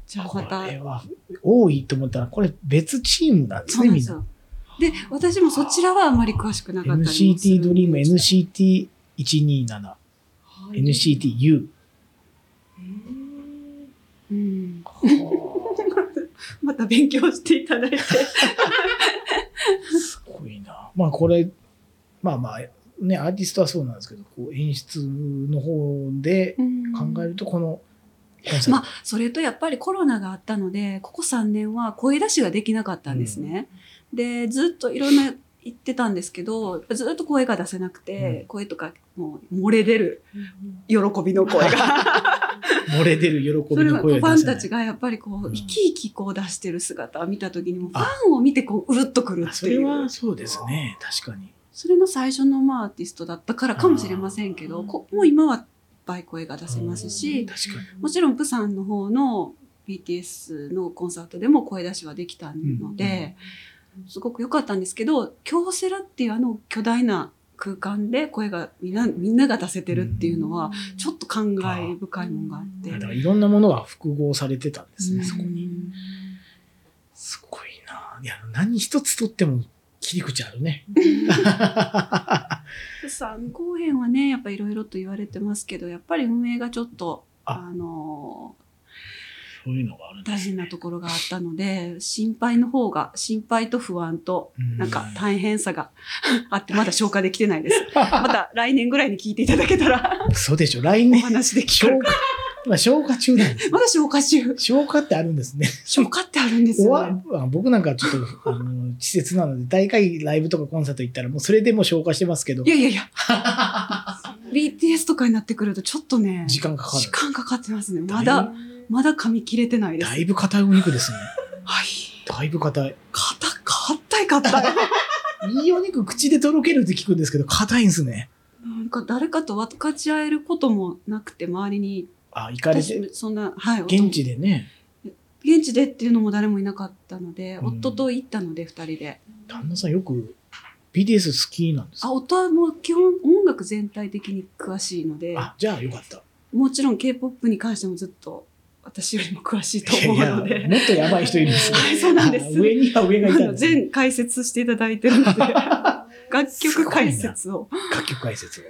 [SPEAKER 2] じゃあ
[SPEAKER 3] こ
[SPEAKER 2] また、
[SPEAKER 3] れは多いと思ったら、これ別チームなんです
[SPEAKER 2] そう
[SPEAKER 3] ね、
[SPEAKER 2] なんで
[SPEAKER 3] みん
[SPEAKER 2] す
[SPEAKER 3] な。
[SPEAKER 2] よ。で、私もそちらはあまり詳しくなかったりもする
[SPEAKER 3] NCT ドリーム、NCT127、NCTU。
[SPEAKER 4] うん
[SPEAKER 2] うん。 また勉強していただいて。
[SPEAKER 3] すごいな。まあこれ、まあまあ、ね、アーティストはそうなんですけど、こう演出の方で考えると、このコンサート、
[SPEAKER 2] まあ、それとやっぱりコロナがあったので、ここ3年は声出しができなかったんですね。で、ずっといろんな言ってたんですけど、ずっと声が出せなくて、
[SPEAKER 3] うん
[SPEAKER 2] 声とかもう漏れ出る喜びの声 が。
[SPEAKER 3] 漏れ出る喜
[SPEAKER 2] そ
[SPEAKER 3] び
[SPEAKER 2] れ
[SPEAKER 3] の
[SPEAKER 2] はフ
[SPEAKER 3] 声を出せない
[SPEAKER 2] ァンたちがやっぱりこ
[SPEAKER 3] う
[SPEAKER 2] う、
[SPEAKER 3] ん
[SPEAKER 2] 生き生きこう出してる姿を見た時にも、ファンを見てこう、うるっとくる
[SPEAKER 3] あ
[SPEAKER 2] っ
[SPEAKER 3] そ
[SPEAKER 2] て
[SPEAKER 3] れ
[SPEAKER 2] いう
[SPEAKER 3] は。そうですね、確かに。
[SPEAKER 2] それの最初のまあアーティストだったからかもしれませんけ
[SPEAKER 4] あ
[SPEAKER 2] ど、
[SPEAKER 4] ー
[SPEAKER 2] こもう今はいっぱい声が出せますし、
[SPEAKER 3] 確かに。
[SPEAKER 2] もちろん、プサンの方の BTS のコンサートでも声出しはできたので、すごく良かったんですけど、京セラっていうあの巨大な空間で声がみんな、みんなが出せてるっていうのは、、ちょっと感慨深いものがあっ
[SPEAKER 3] あだ
[SPEAKER 2] て。
[SPEAKER 3] からいろんなものが複合されてたんですね、
[SPEAKER 2] うん
[SPEAKER 3] そこに。すごいな。いや、何一つとっても切り口あるね。あ、
[SPEAKER 2] プサン公演はね、やっぱいろいろと言われてますけど、やっぱり運営がちょっと、
[SPEAKER 3] あ
[SPEAKER 2] あの
[SPEAKER 3] そういうのがあるん
[SPEAKER 2] ー、大変なところがあったので、心配の方が、心配と不安となんか大変さが あって、まだ消化できてないです。また来年ぐらいに聞いていただけたら
[SPEAKER 3] そうでしょ。来
[SPEAKER 2] お
[SPEAKER 3] 年、
[SPEAKER 2] 話でき
[SPEAKER 3] 消
[SPEAKER 2] る。
[SPEAKER 3] 化、まあ消化 中なんです、ね
[SPEAKER 2] ま。だ消化中。
[SPEAKER 3] 消化ってあるんですね。
[SPEAKER 2] 消化ってあるんです
[SPEAKER 3] お
[SPEAKER 2] よ、
[SPEAKER 3] わ
[SPEAKER 2] ね。
[SPEAKER 3] あ僕なんかちょっと、あの、稚拙なので、大会ライブとかコンサート行ったら、もうそれでもう消化してますけど
[SPEAKER 2] い、やいやい や。BTS とかになってくるとちょっとね、
[SPEAKER 3] 時間かかる
[SPEAKER 2] 時間かかってますね。ま
[SPEAKER 3] だい
[SPEAKER 2] だ、まだ噛み切れてないです。
[SPEAKER 3] だ
[SPEAKER 2] はい
[SPEAKER 3] ぶ硬いお肉ですね。
[SPEAKER 2] い。
[SPEAKER 3] だいぶ硬い。
[SPEAKER 2] 硬い、硬い、 硬い。
[SPEAKER 3] いいお肉口でとろけるって聞くんですけど、硬いんですね。
[SPEAKER 2] なんか誰かと分かち合えることもなくて、周りに。
[SPEAKER 3] あ、行かれて、
[SPEAKER 2] 私そんな、はい。
[SPEAKER 3] 現地でね。
[SPEAKER 2] 現地でっていうのも誰もいなかったので、
[SPEAKER 3] うん
[SPEAKER 2] 夫と行ったので、二人で。
[SPEAKER 3] 旦那さんよく BTS 好きなんです
[SPEAKER 2] あ、
[SPEAKER 3] か
[SPEAKER 2] 音はもう基本音楽全体的に詳しいので、
[SPEAKER 3] あじゃあよか った。
[SPEAKER 2] もちろん K-POP に関してもずっと私よりも詳しいと思うの
[SPEAKER 3] いやい
[SPEAKER 2] で、
[SPEAKER 3] やもっと やばい人いるんですね。
[SPEAKER 2] はい そうなんです
[SPEAKER 3] あ上には上がいた
[SPEAKER 2] あの
[SPEAKER 3] んです、ね。
[SPEAKER 2] 全解説していただいてるので、 楽
[SPEAKER 3] す
[SPEAKER 2] 曲
[SPEAKER 3] ごいな
[SPEAKER 2] 解説を、
[SPEAKER 3] 楽曲解説を。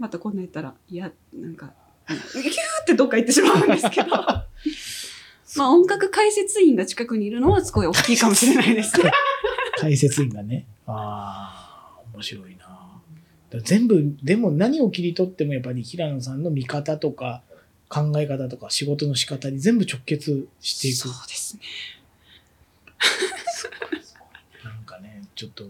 [SPEAKER 2] またこんなん言ったら、いや、なんか、うんギューってどっか行ってしまうんですけ ど、まあ音楽解説員が近くにいるのはすごい大きいかもしれないですね。
[SPEAKER 3] 解説員がね。ああ、面白いな。だから全部、でも何を切り取ってもやっぱり平野さんの見方とか考え方とか仕事の仕方に全部直結してい
[SPEAKER 2] そう
[SPEAKER 3] く。
[SPEAKER 2] ですね。
[SPEAKER 3] なんかね、ちょっと、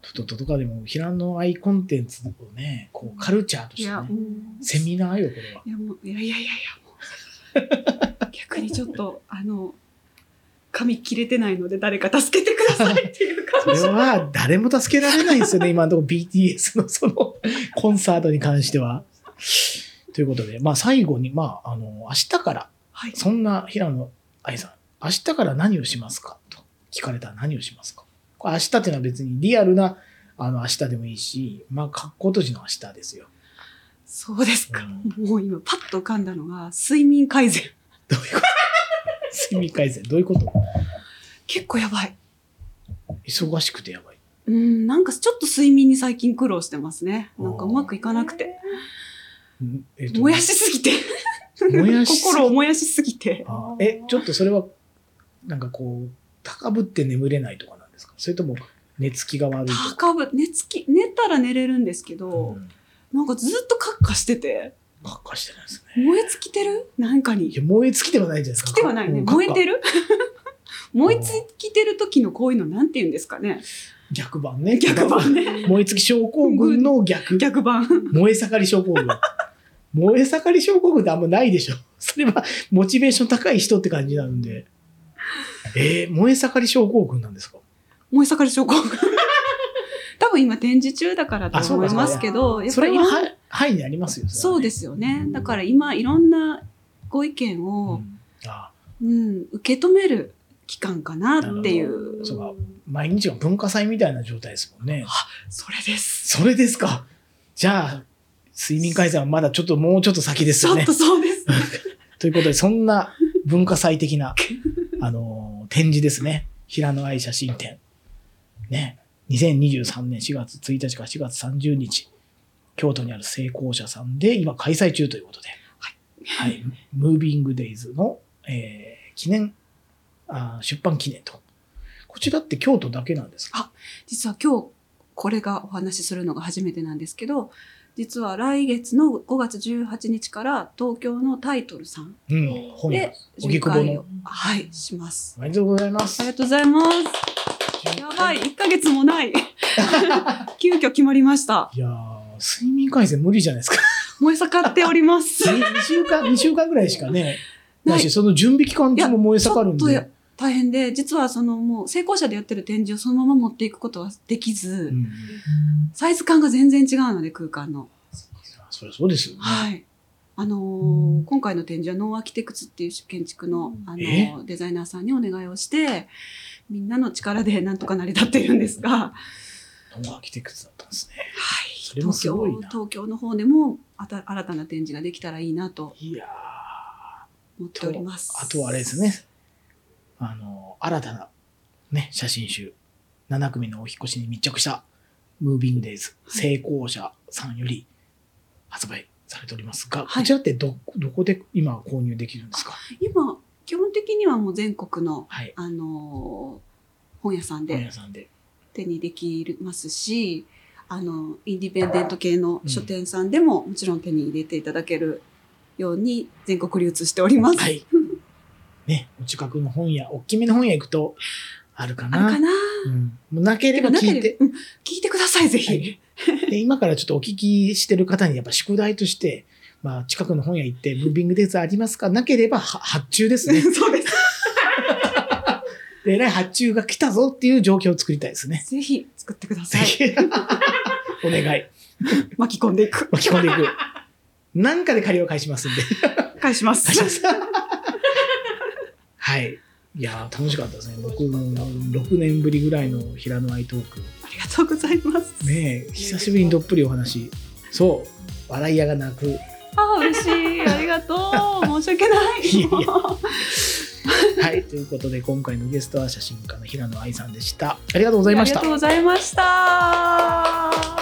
[SPEAKER 3] トトトとかでも平野愛コンテンツをね、こうカルチャーと
[SPEAKER 2] い
[SPEAKER 3] して
[SPEAKER 2] や、
[SPEAKER 3] ね
[SPEAKER 2] も、う
[SPEAKER 3] セミナーよ、これは。
[SPEAKER 2] いやもういやいやいやいやも う逆にちょっとあの髪切れてないので誰か助けてくださいっていう
[SPEAKER 3] そ
[SPEAKER 2] 感
[SPEAKER 3] れ
[SPEAKER 2] じ
[SPEAKER 3] は誰も助けられないんで すよね、今のところ BTS のそのコンサートに関しては。ということで、まあ最後に、まあ、あの、明日から、
[SPEAKER 2] はい
[SPEAKER 3] そんな平野愛さん、明日から何をしますかと聞かれたら何をしますかこれ明日っていうのは別にリアルな、あの、明日でもいいし、まあ、格好閉じの明日ですよ。
[SPEAKER 2] そうです
[SPEAKER 3] う
[SPEAKER 2] か。
[SPEAKER 3] ん
[SPEAKER 2] もう今パッと浮かんだのが睡眠改善。
[SPEAKER 3] どういうこと睡眠改善、どういうこと
[SPEAKER 2] 結構やばい。
[SPEAKER 3] 忙しくてやばい。
[SPEAKER 2] うん、なんかちょっと睡眠に最近苦労してますね。なんかうまくいかなくて。
[SPEAKER 3] んえっ
[SPEAKER 2] 燃やしすぎて。
[SPEAKER 3] 燃やしすぎ
[SPEAKER 2] 心を燃やしすぎて。
[SPEAKER 3] あーえ、ちょっとそれは、なんかこう、高ぶって眠れないとかなんですかそれとも、寝つきが悪いとか。
[SPEAKER 2] 高ぶ、寝つき、寝たら寝れるんですけど、
[SPEAKER 3] うん
[SPEAKER 2] なんかずっとカッカしてて、
[SPEAKER 3] カッカしてないですね。
[SPEAKER 2] 燃え尽きてるなんか
[SPEAKER 3] い
[SPEAKER 2] に。
[SPEAKER 3] や、燃え尽きてはないじゃないですか。
[SPEAKER 2] 尽きてはないね。
[SPEAKER 3] うんカ
[SPEAKER 2] 燃
[SPEAKER 3] ッカ
[SPEAKER 2] えてる 燃え尽きてる時のこういうのなんて言うんですかね。
[SPEAKER 3] 逆版ね。
[SPEAKER 2] 逆版ね。
[SPEAKER 3] 燃え尽き症候群の逆。
[SPEAKER 2] 逆版。
[SPEAKER 3] 燃え盛り症候群。燃え盛り症候群ってあんまないでしょ。それは、モチベーション高い人って感じなんで。えー、燃え盛り症候群なんですか
[SPEAKER 2] 燃え盛り症候群。 多分今展示中だからと
[SPEAKER 3] あそう
[SPEAKER 2] 思
[SPEAKER 3] か
[SPEAKER 2] いますけど、やっ
[SPEAKER 3] そ
[SPEAKER 2] ぱ
[SPEAKER 3] れ
[SPEAKER 2] りい
[SPEAKER 3] は
[SPEAKER 2] ろん
[SPEAKER 3] は、範囲にありますよ。それ
[SPEAKER 2] そう
[SPEAKER 3] はね
[SPEAKER 2] ですよね。だから今いろんなご意見を、
[SPEAKER 3] うんあ
[SPEAKER 2] うん、受け止める期間かなっていう。
[SPEAKER 3] そうか毎日が文化祭みたいな状態ですもんね。
[SPEAKER 2] それです。
[SPEAKER 3] それですか。じゃあ、睡眠改善はまだちょっともうちょっと先です
[SPEAKER 2] ち
[SPEAKER 3] よ
[SPEAKER 2] ょっ
[SPEAKER 3] ね
[SPEAKER 2] と。そうです。
[SPEAKER 3] ということで、そんな文化祭的な、あのー展示ですね。平野愛写真展。ね。2023年4月1日から4月30日、京都にある成功者さんで今開催中ということで、はい。ムービングデイズの、えー記念あー、出版記念と。こちらって京都だけなんですか
[SPEAKER 2] 実は今日これがお話しするのが初めてなんですけど、実は来月の5月18日から東京のタイトルさん
[SPEAKER 3] うん、本屋
[SPEAKER 2] で。
[SPEAKER 3] 荻
[SPEAKER 2] 巡
[SPEAKER 3] 窪
[SPEAKER 2] 回
[SPEAKER 3] の
[SPEAKER 2] を。、はい、します。
[SPEAKER 3] おめでとうございます
[SPEAKER 2] あり。がとうございます。やばい、1ヶ月もない。 急遽決まりました。
[SPEAKER 3] いやー睡眠改善無理じゃないですか。
[SPEAKER 2] 燃え盛っております。
[SPEAKER 3] 2週間、2週間ぐらいしかね。
[SPEAKER 2] な
[SPEAKER 3] だ
[SPEAKER 2] い
[SPEAKER 3] し、その準備期間中も燃え
[SPEAKER 2] ちょ
[SPEAKER 3] 盛る
[SPEAKER 2] っ
[SPEAKER 3] ん
[SPEAKER 2] とや
[SPEAKER 3] で。
[SPEAKER 2] 大変で、実はそのもう成功者でやってる展示をそのまま持っていくことはできず、
[SPEAKER 3] うん
[SPEAKER 2] サイズ感が全然違うので空間の。
[SPEAKER 3] そりゃそうですよね。
[SPEAKER 2] はい。あのー今回の展示はノーアーキテクツっていう建築の、あの
[SPEAKER 3] え
[SPEAKER 2] ーデザイナーさんにお願いをして、みんなの力でなんとか成り立っているんですが、はい。
[SPEAKER 3] ノンアーキテクツだったんですね。それも
[SPEAKER 2] 東
[SPEAKER 3] すごい
[SPEAKER 2] 京
[SPEAKER 3] な、
[SPEAKER 2] 東京の方でもあた新たな展示ができたらいいなと
[SPEAKER 3] いやー
[SPEAKER 2] 思っております。
[SPEAKER 3] あとはあれですね。あの、新たな、ね、写真集。7組のお引っ越しに密着した、ムービングデイズ、成功者さんより発売されておりますが、
[SPEAKER 2] はい
[SPEAKER 3] こちらってど、どこで今購入できるんですか
[SPEAKER 2] 今、基本的にはもう全国の、
[SPEAKER 3] はい。
[SPEAKER 2] あのー本屋さん
[SPEAKER 3] 本
[SPEAKER 2] で
[SPEAKER 3] 屋さんで。
[SPEAKER 2] 手にできますし、あの、インディペンデント系の書店さんでももちろん手に入れていただけるように全国流通しております。
[SPEAKER 3] はい。ね、お近くの本屋、大きめの本屋行くと、あるか
[SPEAKER 2] ある
[SPEAKER 3] な。
[SPEAKER 2] かな
[SPEAKER 3] うん。もうなければ
[SPEAKER 2] なけ
[SPEAKER 3] 聞
[SPEAKER 2] れ
[SPEAKER 3] いて、
[SPEAKER 2] ばうん聞いてください、ぜひ。
[SPEAKER 3] はい で今からちょっとお聞きしてる方にやっぱ宿題として、まあ、近くの本屋行って、ムービングデーズありますかなければは発注ですね。
[SPEAKER 2] そうです。
[SPEAKER 3] で、えらい発注が来たぞっていう状況を作りたいですね。
[SPEAKER 2] ぜひ作ってくだ
[SPEAKER 3] ぜ
[SPEAKER 2] さい。
[SPEAKER 3] ひ。 お願い。
[SPEAKER 2] 巻き込んでいく。
[SPEAKER 3] 巻き込んでいく。なんかで借りを返しますんで。
[SPEAKER 2] 返しま。
[SPEAKER 3] 返しますす。はい。いやー楽しかったですね。僕も6年ぶりぐらいの平野愛トーク。
[SPEAKER 2] ありがとうございます。
[SPEAKER 3] ねえ、久しぶりにどっぷりお話。そう。笑い屋が泣く。
[SPEAKER 2] ああ、嬉しい。ありがとう。申し訳ない。
[SPEAKER 3] いや いはい。ということで、今回のゲストは写真家の平野愛さんでした。ありがとうございまし
[SPEAKER 2] ありが
[SPEAKER 3] た
[SPEAKER 2] とう。ございました。